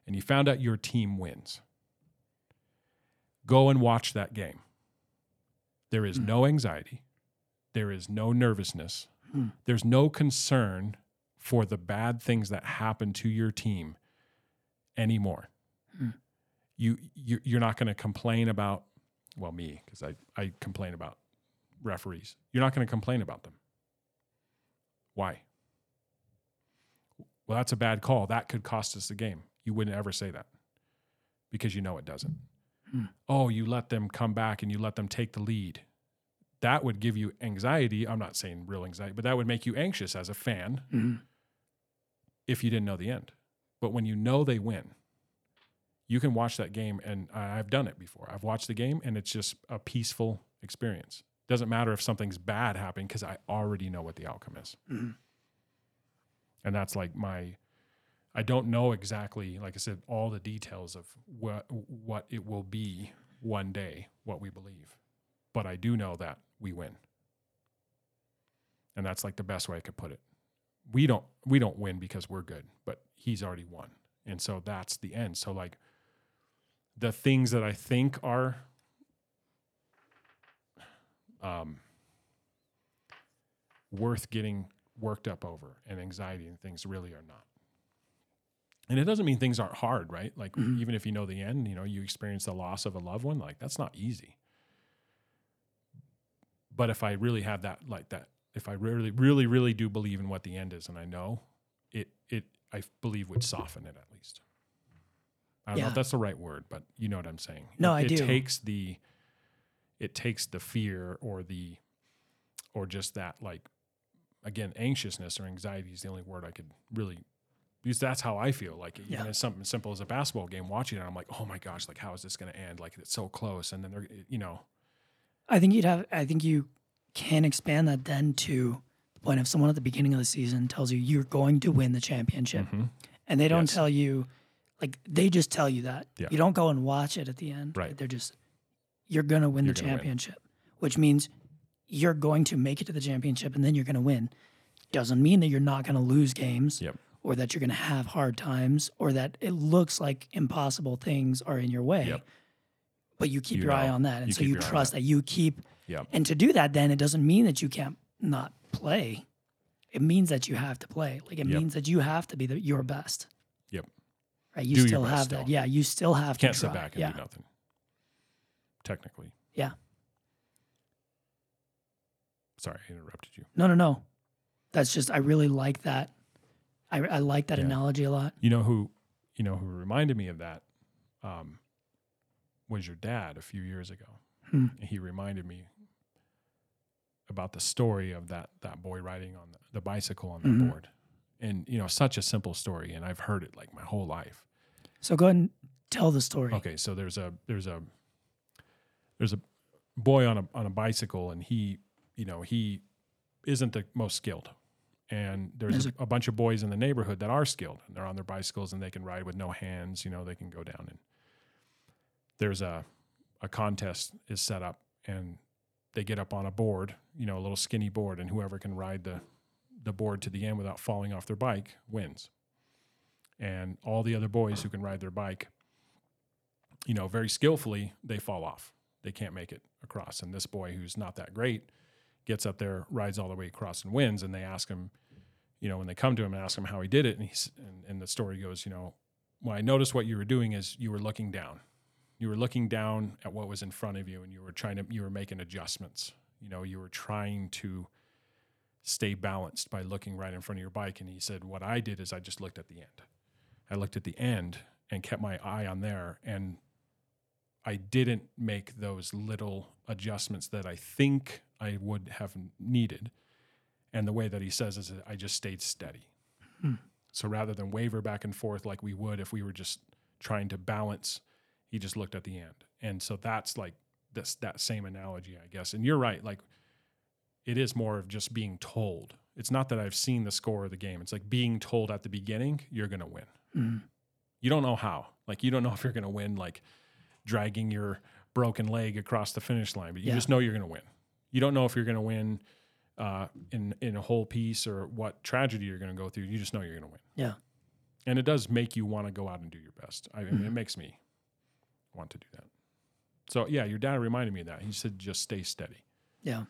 [SPEAKER 1] and you found out your team wins go and watch that game there is no anxiety there is no nervousness
[SPEAKER 2] Hmm.
[SPEAKER 1] there's no concern for the bad things that happen to your team anymore.
[SPEAKER 2] Hmm.
[SPEAKER 1] You, you you're not going to complain about well me because I I complain about referees. You're not going to complain about them. Why? Well, that's a bad call. That could cost us the game. You wouldn't ever say that because you know it doesn't.
[SPEAKER 2] Hmm.
[SPEAKER 1] Oh, you let them come back and you let them take the lead. That would give you anxiety. I'm not saying real anxiety, but that would make you anxious as a fan
[SPEAKER 2] Mhm.
[SPEAKER 1] if you didn't know the end. But when you know they win, you can watch that game, and I- I've done it before. I've watched the game, and it's just a peaceful experience. Doesn't matter if something's bad happening because I already know what the outcome is.
[SPEAKER 2] Mhm.
[SPEAKER 1] And that's like my, I don't know exactly, like I said, all the details of what what it will be one day, what we believe, but I do know that we win. And that's like the best way I could put it we don't we don't win because we're good, but he's already won. And so that's the end. So like the things that I think are um worth getting worked up over and anxiety and things really are not. And it doesn't mean things aren't hard, right? Like
[SPEAKER 2] Mhm.
[SPEAKER 1] even if you know the end, you know, you experience the loss of a loved one, like that's not easy. But if I really have that like that if I really, really, really do believe in what the end is, and I know it, it, I f- believe would soften it at least. I don't know
[SPEAKER 2] Yeah.
[SPEAKER 1] if that's the right word, but you know what I'm saying.
[SPEAKER 2] No,
[SPEAKER 1] it,
[SPEAKER 2] I
[SPEAKER 1] it
[SPEAKER 2] do.
[SPEAKER 1] takes the, it takes the fear or the, or just that like, again, anxiousness or anxiety is the only word I could really. Because that's how I feel. Like even
[SPEAKER 2] Yeah.
[SPEAKER 1] as something simple as a basketball game, watching it, I'm like, oh my gosh, like how is this going to end? Like it's so close, and then they're, you know,
[SPEAKER 2] I think you'd have. I think you can expand that then to the point if someone at the beginning of the season tells you you're going to win the championship, and they don't
[SPEAKER 1] Yes.
[SPEAKER 2] tell you, like they just tell you that.
[SPEAKER 1] Yeah.
[SPEAKER 2] You don't go and watch it at the end.
[SPEAKER 1] Right.
[SPEAKER 2] They're just you're gonna win
[SPEAKER 1] You're
[SPEAKER 2] the
[SPEAKER 1] gonna win.
[SPEAKER 2] championship, which means you're going to make it to the championship, and then you're gonna win. Doesn't mean that you're not gonna lose games.
[SPEAKER 1] Yep.
[SPEAKER 2] Or that you're going to have hard times, or that it looks like impossible things are in your way.
[SPEAKER 1] Yep.
[SPEAKER 2] But you keep
[SPEAKER 1] You
[SPEAKER 2] your eye
[SPEAKER 1] know.
[SPEAKER 2] on that. And
[SPEAKER 1] You
[SPEAKER 2] so
[SPEAKER 1] keep
[SPEAKER 2] you
[SPEAKER 1] your eye on
[SPEAKER 2] trust that you keep
[SPEAKER 1] yeah,
[SPEAKER 2] and to do that, then it doesn't mean that you can't not play. It means that you have to play. Like it
[SPEAKER 1] Yep.
[SPEAKER 2] means that you have to be the, your best.
[SPEAKER 1] Yep.
[SPEAKER 2] Right. You
[SPEAKER 1] Do your
[SPEAKER 2] still
[SPEAKER 1] best
[SPEAKER 2] have that.
[SPEAKER 1] still.
[SPEAKER 2] Yeah. You still have
[SPEAKER 1] can't
[SPEAKER 2] to
[SPEAKER 1] sit
[SPEAKER 2] try.
[SPEAKER 1] back and
[SPEAKER 2] yeah.
[SPEAKER 1] do nothing. Technically.
[SPEAKER 2] Yeah.
[SPEAKER 1] Sorry, I interrupted you.
[SPEAKER 2] No, no, no. That's just I really like that. I, I like that
[SPEAKER 1] Yeah.
[SPEAKER 2] analogy a lot.
[SPEAKER 1] You know who you know who reminded me of that um, was your dad a few years ago.
[SPEAKER 2] Hmm.
[SPEAKER 1] And He reminded me about the story of that that boy riding on the, the bicycle on that
[SPEAKER 2] Mhm.
[SPEAKER 1] board. And you know, such a simple story and I've heard it like my whole life.
[SPEAKER 2] So go ahead and tell the story.
[SPEAKER 1] Okay, so there's a there's a there's a boy on a on a bicycle, and he you know he isn't the most skilled, and there's
[SPEAKER 2] There's
[SPEAKER 1] a, a bunch of boys in the neighborhood that are skilled, and they're on their bicycles and they can ride with no hands. You know, they can go down and there's a a contest is set up, and they get up on a board, you know, a little skinny board, and whoever can ride the the board to the end without falling off their bike wins. And all the other boys who can ride their bike you know, very skillfully, they fall off. They can't make it across. And this boy who's not that great gets up there, rides all the way across and wins. And they ask him, you know, when they come to him and ask him how he did it, and he's and, and the story goes, you know, well, I noticed what you were doing is you were looking down. You were looking down at what was in front of you and you were trying to you were making adjustments. You know, you were trying to stay balanced by looking right in front of your bike. And he said, What I did is I just looked at the end. I looked at the end and kept my eye on there and I didn't make those little adjustments that I think I would have needed. And the way that he says is, I just stayed steady.
[SPEAKER 2] Hmm.
[SPEAKER 1] So rather than waver back and forth like we would if we were just trying to balance, he just looked at the end. And so that's like this that same analogy, I guess. And you're right, like it is more of just being told. It's not that I've seen the score of the game. It's like being told at the beginning, you're gonna win
[SPEAKER 2] Mhm.
[SPEAKER 1] you don't know how. Like you don't know if you're going to win like dragging your broken leg across the finish line, but you
[SPEAKER 2] Yeah.
[SPEAKER 1] just know you're going to win. You don't know if you're going to win uh, in in a whole piece or what tragedy you're going to go through. You just know you're going to win.
[SPEAKER 2] Yeah.
[SPEAKER 1] And it does make you want to go out and do your best. I mean,
[SPEAKER 2] Mhm.
[SPEAKER 1] it makes me want to do that. So yeah, your dad reminded me of that. He said, just stay steady
[SPEAKER 2] Yeah.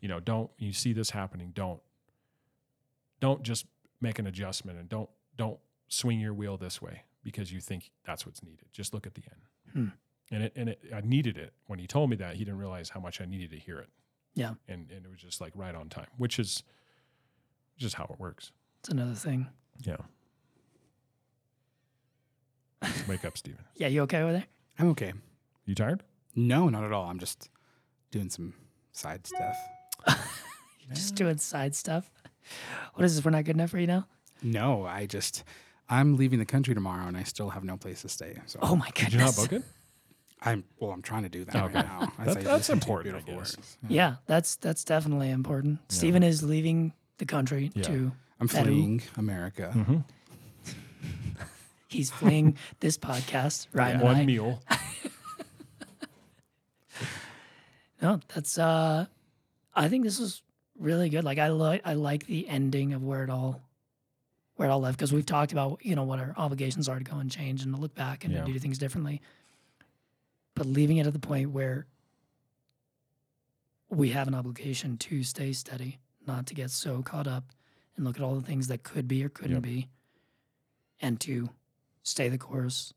[SPEAKER 1] you know don't you see this happening don't don't just make an adjustment and don't don't swing your wheel this way because you think that's what's needed. Just look at the end.
[SPEAKER 2] Hmm.
[SPEAKER 1] And it and it, I needed it when he told me that. He didn't realize how much I needed to hear it.
[SPEAKER 2] Yeah.
[SPEAKER 1] And and it was just like right on time, which is just how it works.
[SPEAKER 2] It's another thing.
[SPEAKER 1] Yeah. Wake up, Steven.
[SPEAKER 2] Yeah, you okay over there?
[SPEAKER 3] I'm okay.
[SPEAKER 1] You tired?
[SPEAKER 3] No, not at all. I'm just doing some side stuff.
[SPEAKER 2] Just doing side stuff. What is this? We're not good enough for you now?
[SPEAKER 3] No, I just I'm leaving the country tomorrow and I still have no place to stay. So
[SPEAKER 2] Oh my
[SPEAKER 1] Did you not
[SPEAKER 2] goodness.
[SPEAKER 1] book it?
[SPEAKER 3] I'm well, I'm trying to do that right
[SPEAKER 1] Okay.
[SPEAKER 3] now.
[SPEAKER 1] That-
[SPEAKER 3] say
[SPEAKER 1] that's
[SPEAKER 3] listen to
[SPEAKER 1] important, I
[SPEAKER 3] beautiful
[SPEAKER 1] guess.
[SPEAKER 3] words.
[SPEAKER 2] Yeah, that's that's definitely important. Stephen is leaving the country
[SPEAKER 1] Yeah.
[SPEAKER 2] to
[SPEAKER 3] I'm
[SPEAKER 2] Peru.
[SPEAKER 3] fleeing America.
[SPEAKER 1] Mm-hmm.
[SPEAKER 2] he's fleeing this podcast, Ryan. and I.
[SPEAKER 1] One meal.
[SPEAKER 2] No, that's uh I think this was really good. Like I like I like the ending of where it all where it all left because we've talked about, you know, what our obligations are to go and change and to look back and
[SPEAKER 1] Yeah.
[SPEAKER 2] to do things differently. But leaving it at the point where we have an obligation to stay steady, not to get so caught up and look at all the things that could be or couldn't
[SPEAKER 1] Yep.
[SPEAKER 2] be and to stay the course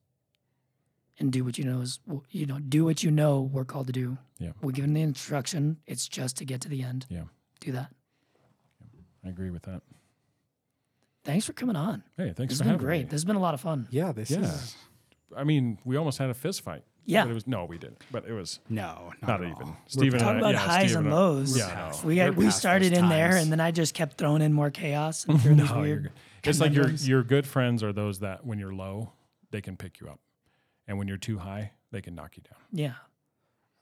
[SPEAKER 2] and do what you know is you know do what you know we're called to do
[SPEAKER 1] Yeah.
[SPEAKER 2] we're given the instruction it's just to get to the end
[SPEAKER 1] Yeah.
[SPEAKER 2] do that
[SPEAKER 1] I agree with that.
[SPEAKER 2] thanks for coming on
[SPEAKER 1] Hey, thanks
[SPEAKER 2] this
[SPEAKER 1] for
[SPEAKER 2] has been
[SPEAKER 1] having
[SPEAKER 2] great
[SPEAKER 1] me.
[SPEAKER 2] this has been a lot of fun
[SPEAKER 3] Yeah, this
[SPEAKER 1] Yeah.
[SPEAKER 3] is
[SPEAKER 1] I mean, we almost had a fist fight.
[SPEAKER 2] yeah
[SPEAKER 1] But it was no, we didn't. But it was
[SPEAKER 3] no, not,
[SPEAKER 1] not
[SPEAKER 3] at
[SPEAKER 1] even.
[SPEAKER 3] all.
[SPEAKER 1] Steven
[SPEAKER 2] talk
[SPEAKER 1] and I-
[SPEAKER 2] about
[SPEAKER 1] yeah,
[SPEAKER 2] highs
[SPEAKER 1] Steven
[SPEAKER 2] and
[SPEAKER 1] I-
[SPEAKER 2] lows
[SPEAKER 1] Yeah, no.
[SPEAKER 2] uh, we got
[SPEAKER 3] We're
[SPEAKER 2] we
[SPEAKER 3] past
[SPEAKER 2] started
[SPEAKER 3] those
[SPEAKER 2] in there
[SPEAKER 3] times.
[SPEAKER 2] and then i just kept throwing in more chaos and through these
[SPEAKER 1] No, you're
[SPEAKER 2] weird
[SPEAKER 1] good. It's like your
[SPEAKER 2] conundrums.
[SPEAKER 1] your good friends are those that when you're low, they can pick you up, and when you're too high, they can knock you down.
[SPEAKER 2] yeah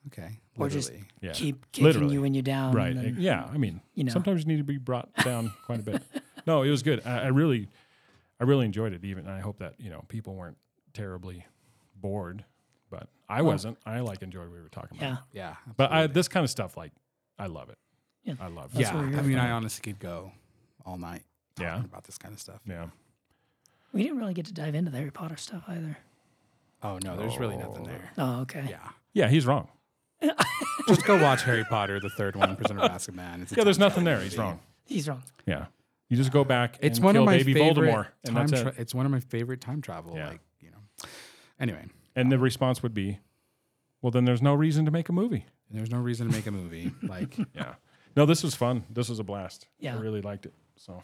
[SPEAKER 3] Okay,
[SPEAKER 2] Or just-
[SPEAKER 3] literally.
[SPEAKER 1] Yeah,
[SPEAKER 2] keep kicking
[SPEAKER 1] Literally.
[SPEAKER 2] you when you're down
[SPEAKER 1] right.
[SPEAKER 2] and then-
[SPEAKER 1] yeah, I mean,
[SPEAKER 2] you know.
[SPEAKER 1] sometimes you need to be brought down quite a bit. No, it was good. I, I really, I really enjoyed it. Even and I hope that you know people weren't terribly bored, but I wasn't. I like enjoyed what we were talking about.
[SPEAKER 2] Oh. yeah
[SPEAKER 3] yeah,
[SPEAKER 1] But I, this kind of stuff, like, I love it.
[SPEAKER 2] Yeah.
[SPEAKER 1] I love.
[SPEAKER 2] That's
[SPEAKER 1] it.
[SPEAKER 3] yeah.
[SPEAKER 2] what we were
[SPEAKER 3] I mean, I honestly could go all night
[SPEAKER 1] Yeah.
[SPEAKER 3] talking about this kind of stuff.
[SPEAKER 1] yeah.
[SPEAKER 2] we didn't really get to dive into the harry potter stuff either
[SPEAKER 3] Oh no, there's really nothing there.
[SPEAKER 2] oh okay
[SPEAKER 3] Yeah,
[SPEAKER 1] Yeah, he's wrong.
[SPEAKER 3] just go watch Harry Potter, the third one, Prisoner of Azkaban. It's a
[SPEAKER 1] Yeah, there's
[SPEAKER 3] time
[SPEAKER 1] nothing
[SPEAKER 3] travel
[SPEAKER 1] there. He's
[SPEAKER 3] movie.
[SPEAKER 1] wrong.
[SPEAKER 2] he's wrong
[SPEAKER 1] Yeah. You just go back
[SPEAKER 3] It's
[SPEAKER 1] and
[SPEAKER 3] one
[SPEAKER 1] kill
[SPEAKER 3] of my
[SPEAKER 1] baby
[SPEAKER 3] favorite
[SPEAKER 1] Voldemort, and
[SPEAKER 3] time.
[SPEAKER 1] that's it.
[SPEAKER 3] tra- it's one of my favorite time travel.
[SPEAKER 1] Yeah.
[SPEAKER 3] Like you know. Anyway,
[SPEAKER 1] And the response would be, well, then there's no reason to make a movie.
[SPEAKER 3] there's no reason to make a movie. Like
[SPEAKER 1] Yeah. No, this was fun. This was a blast.
[SPEAKER 2] Yeah.
[SPEAKER 1] I really liked it. So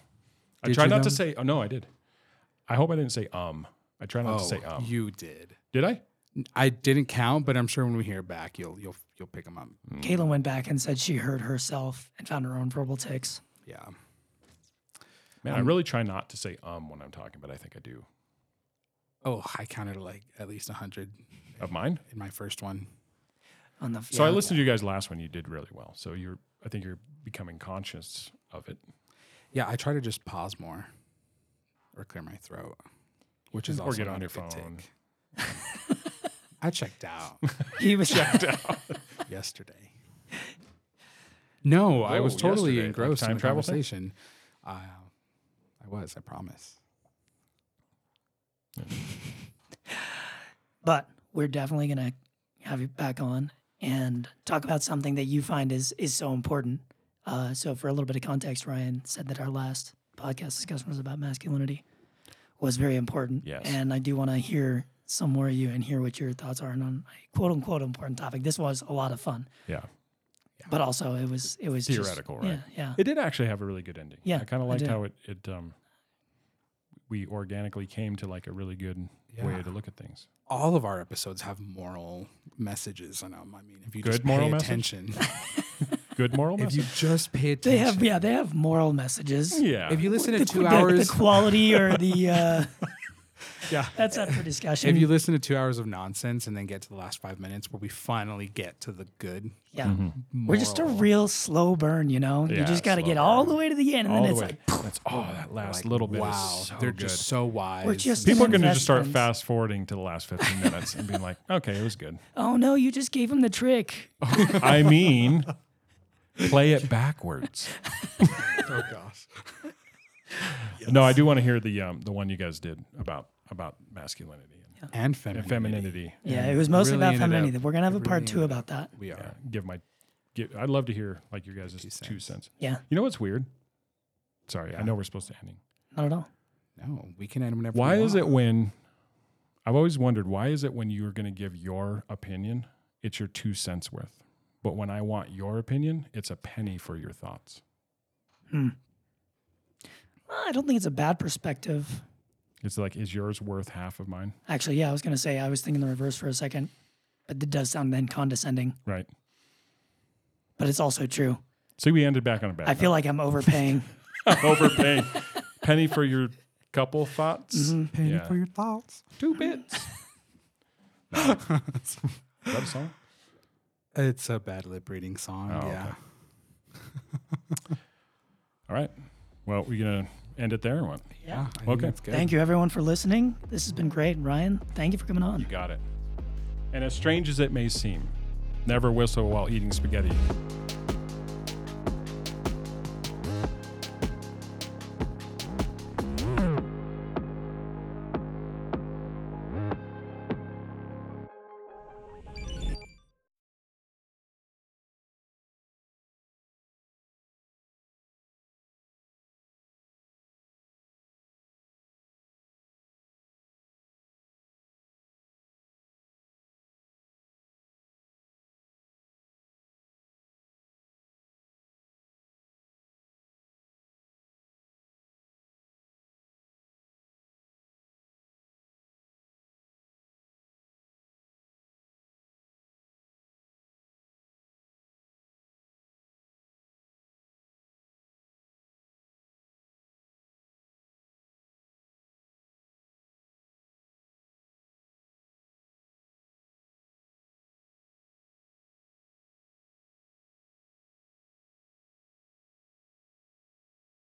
[SPEAKER 1] I
[SPEAKER 3] Did
[SPEAKER 1] tried
[SPEAKER 3] you,
[SPEAKER 1] not to
[SPEAKER 3] though?
[SPEAKER 1] say, oh, no, I did. I hope I didn't say, um. I tried not
[SPEAKER 3] oh,
[SPEAKER 1] to say, um.
[SPEAKER 3] you did.
[SPEAKER 1] did I?
[SPEAKER 3] I didn't count, but I'm sure when we hear back, you'll you'll you'll pick them up.
[SPEAKER 2] Caitlin went back and said she heard herself and found her own verbal tics.
[SPEAKER 3] Yeah.
[SPEAKER 1] Man, I
[SPEAKER 3] Um,
[SPEAKER 1] really try not to say, um, when I'm talking, but I think I do.
[SPEAKER 3] Oh, I counted like at least hundred
[SPEAKER 1] Of mine?
[SPEAKER 3] in my first one.
[SPEAKER 2] On the
[SPEAKER 1] So I
[SPEAKER 2] yeah.
[SPEAKER 1] listened to you guys last one. You did really well. So you're, I think you're becoming conscious of it.
[SPEAKER 3] Yeah, I try to just pause more or clear my throat, which is
[SPEAKER 1] Or
[SPEAKER 3] also
[SPEAKER 1] get
[SPEAKER 3] not
[SPEAKER 1] on
[SPEAKER 3] a
[SPEAKER 1] your
[SPEAKER 3] good
[SPEAKER 1] phone.
[SPEAKER 3] tick. I checked out
[SPEAKER 2] He was
[SPEAKER 3] yesterday. No, I
[SPEAKER 1] Oh,
[SPEAKER 3] was totally
[SPEAKER 1] yesterday, like
[SPEAKER 3] engrossed
[SPEAKER 1] time
[SPEAKER 3] in the
[SPEAKER 1] travel thing?
[SPEAKER 3] conversation. Uh, I was, I promise.
[SPEAKER 2] but we're definitely gonna have you back on and talk about something that you find is is so important. Uh, so for a little bit of context, Ryan said that our last podcast discussion was about masculinity, was very important.
[SPEAKER 1] Yes.
[SPEAKER 2] and I do want to hear some more of you and hear what your thoughts are on a quote unquote important topic. This was a lot of fun,
[SPEAKER 1] Yeah.
[SPEAKER 2] but also it was it was just-
[SPEAKER 1] Theoretical, right?
[SPEAKER 2] Yeah, yeah,
[SPEAKER 1] It did actually have a really good ending.
[SPEAKER 2] Yeah,
[SPEAKER 1] I kind of
[SPEAKER 2] I
[SPEAKER 1] liked
[SPEAKER 2] did.
[SPEAKER 1] how it, it um, we organically came to like a really good way
[SPEAKER 3] Yeah.
[SPEAKER 1] to look at things.
[SPEAKER 3] All of our episodes have moral messages in them. I mean, if you
[SPEAKER 1] Good
[SPEAKER 3] just
[SPEAKER 1] moral
[SPEAKER 3] pay
[SPEAKER 1] message?
[SPEAKER 3] attention,
[SPEAKER 1] Good moral
[SPEAKER 3] if
[SPEAKER 1] message.
[SPEAKER 3] you just pay attention,
[SPEAKER 2] they have yeah they have moral messages.
[SPEAKER 1] yeah.
[SPEAKER 3] If you listen to
[SPEAKER 2] the,
[SPEAKER 3] two
[SPEAKER 2] the-
[SPEAKER 3] hours,
[SPEAKER 2] the quality or the uh,
[SPEAKER 1] Yeah.
[SPEAKER 2] that's up for discussion.
[SPEAKER 3] if you listen to two hours of nonsense and then get to the last five minutes where we finally get to the good,
[SPEAKER 2] yeah, we're just a real slow burn, you know. you
[SPEAKER 1] Yeah,
[SPEAKER 2] just got to
[SPEAKER 1] slow
[SPEAKER 2] get all the way to the end, and
[SPEAKER 1] all the
[SPEAKER 2] then it's
[SPEAKER 1] way.
[SPEAKER 2] like
[SPEAKER 1] That's oh, that last little bit.
[SPEAKER 3] wow,
[SPEAKER 1] is so
[SPEAKER 3] they're
[SPEAKER 1] good.
[SPEAKER 3] just so wise.
[SPEAKER 2] just-
[SPEAKER 1] People are going to just start
[SPEAKER 2] investments.
[SPEAKER 1] fast forwarding to the last 15 minutes and being like, okay, it was good.
[SPEAKER 2] oh no, you just gave him the trick.
[SPEAKER 1] Oh, I mean, play it backwards.
[SPEAKER 3] oh gosh,
[SPEAKER 1] No, I do want to hear the um, the one you guys did about about masculinity and
[SPEAKER 3] and femininity.
[SPEAKER 1] femininity.
[SPEAKER 2] Yeah, it was mostly
[SPEAKER 3] really
[SPEAKER 2] about
[SPEAKER 3] ended up-
[SPEAKER 2] femininity. We're gonna have a
[SPEAKER 3] it
[SPEAKER 2] part
[SPEAKER 3] really
[SPEAKER 2] two
[SPEAKER 3] ended
[SPEAKER 2] about that.
[SPEAKER 3] We are.
[SPEAKER 1] Yeah, give my, give, I'd love to hear like your guys' two cents.
[SPEAKER 3] cents.
[SPEAKER 2] Yeah,
[SPEAKER 1] You know what's weird? Sorry, I know we're supposed to ending.
[SPEAKER 2] Not at all.
[SPEAKER 3] No, we can end whenever. we
[SPEAKER 1] Why is
[SPEAKER 3] want.
[SPEAKER 1] it when I've always wondered why is it when you're going to give your opinion, it's your two cents worth, but when I want your opinion, it's a penny for your thoughts.
[SPEAKER 2] Well, I don't think it's a bad perspective.
[SPEAKER 1] It's like is yours worth half of mine?
[SPEAKER 2] Actually, yeah, I was gonna say I was thinking the reverse for a second, but it does sound then condescending.
[SPEAKER 1] Right.
[SPEAKER 2] But it's also true.
[SPEAKER 1] So we ended back on a bad.
[SPEAKER 2] I feel like I'm overpaying.
[SPEAKER 1] note. overpaying. penny for your couple thoughts.
[SPEAKER 2] Mm-hmm.
[SPEAKER 3] Penny
[SPEAKER 1] Yeah.
[SPEAKER 3] for your thoughts.
[SPEAKER 1] Two bits. Is that a song?
[SPEAKER 3] It's a bad lip reading song.
[SPEAKER 1] Oh,
[SPEAKER 3] yeah.
[SPEAKER 1] okay. All right. Well, we're gonna end it there. or What?
[SPEAKER 3] Yeah. I think
[SPEAKER 1] Okay.
[SPEAKER 3] that's good.
[SPEAKER 2] Thank you everyone for listening. This has been great. Ryan, thank you for coming on.
[SPEAKER 1] You got it. And as strange as it may seem, never whistle while eating spaghetti.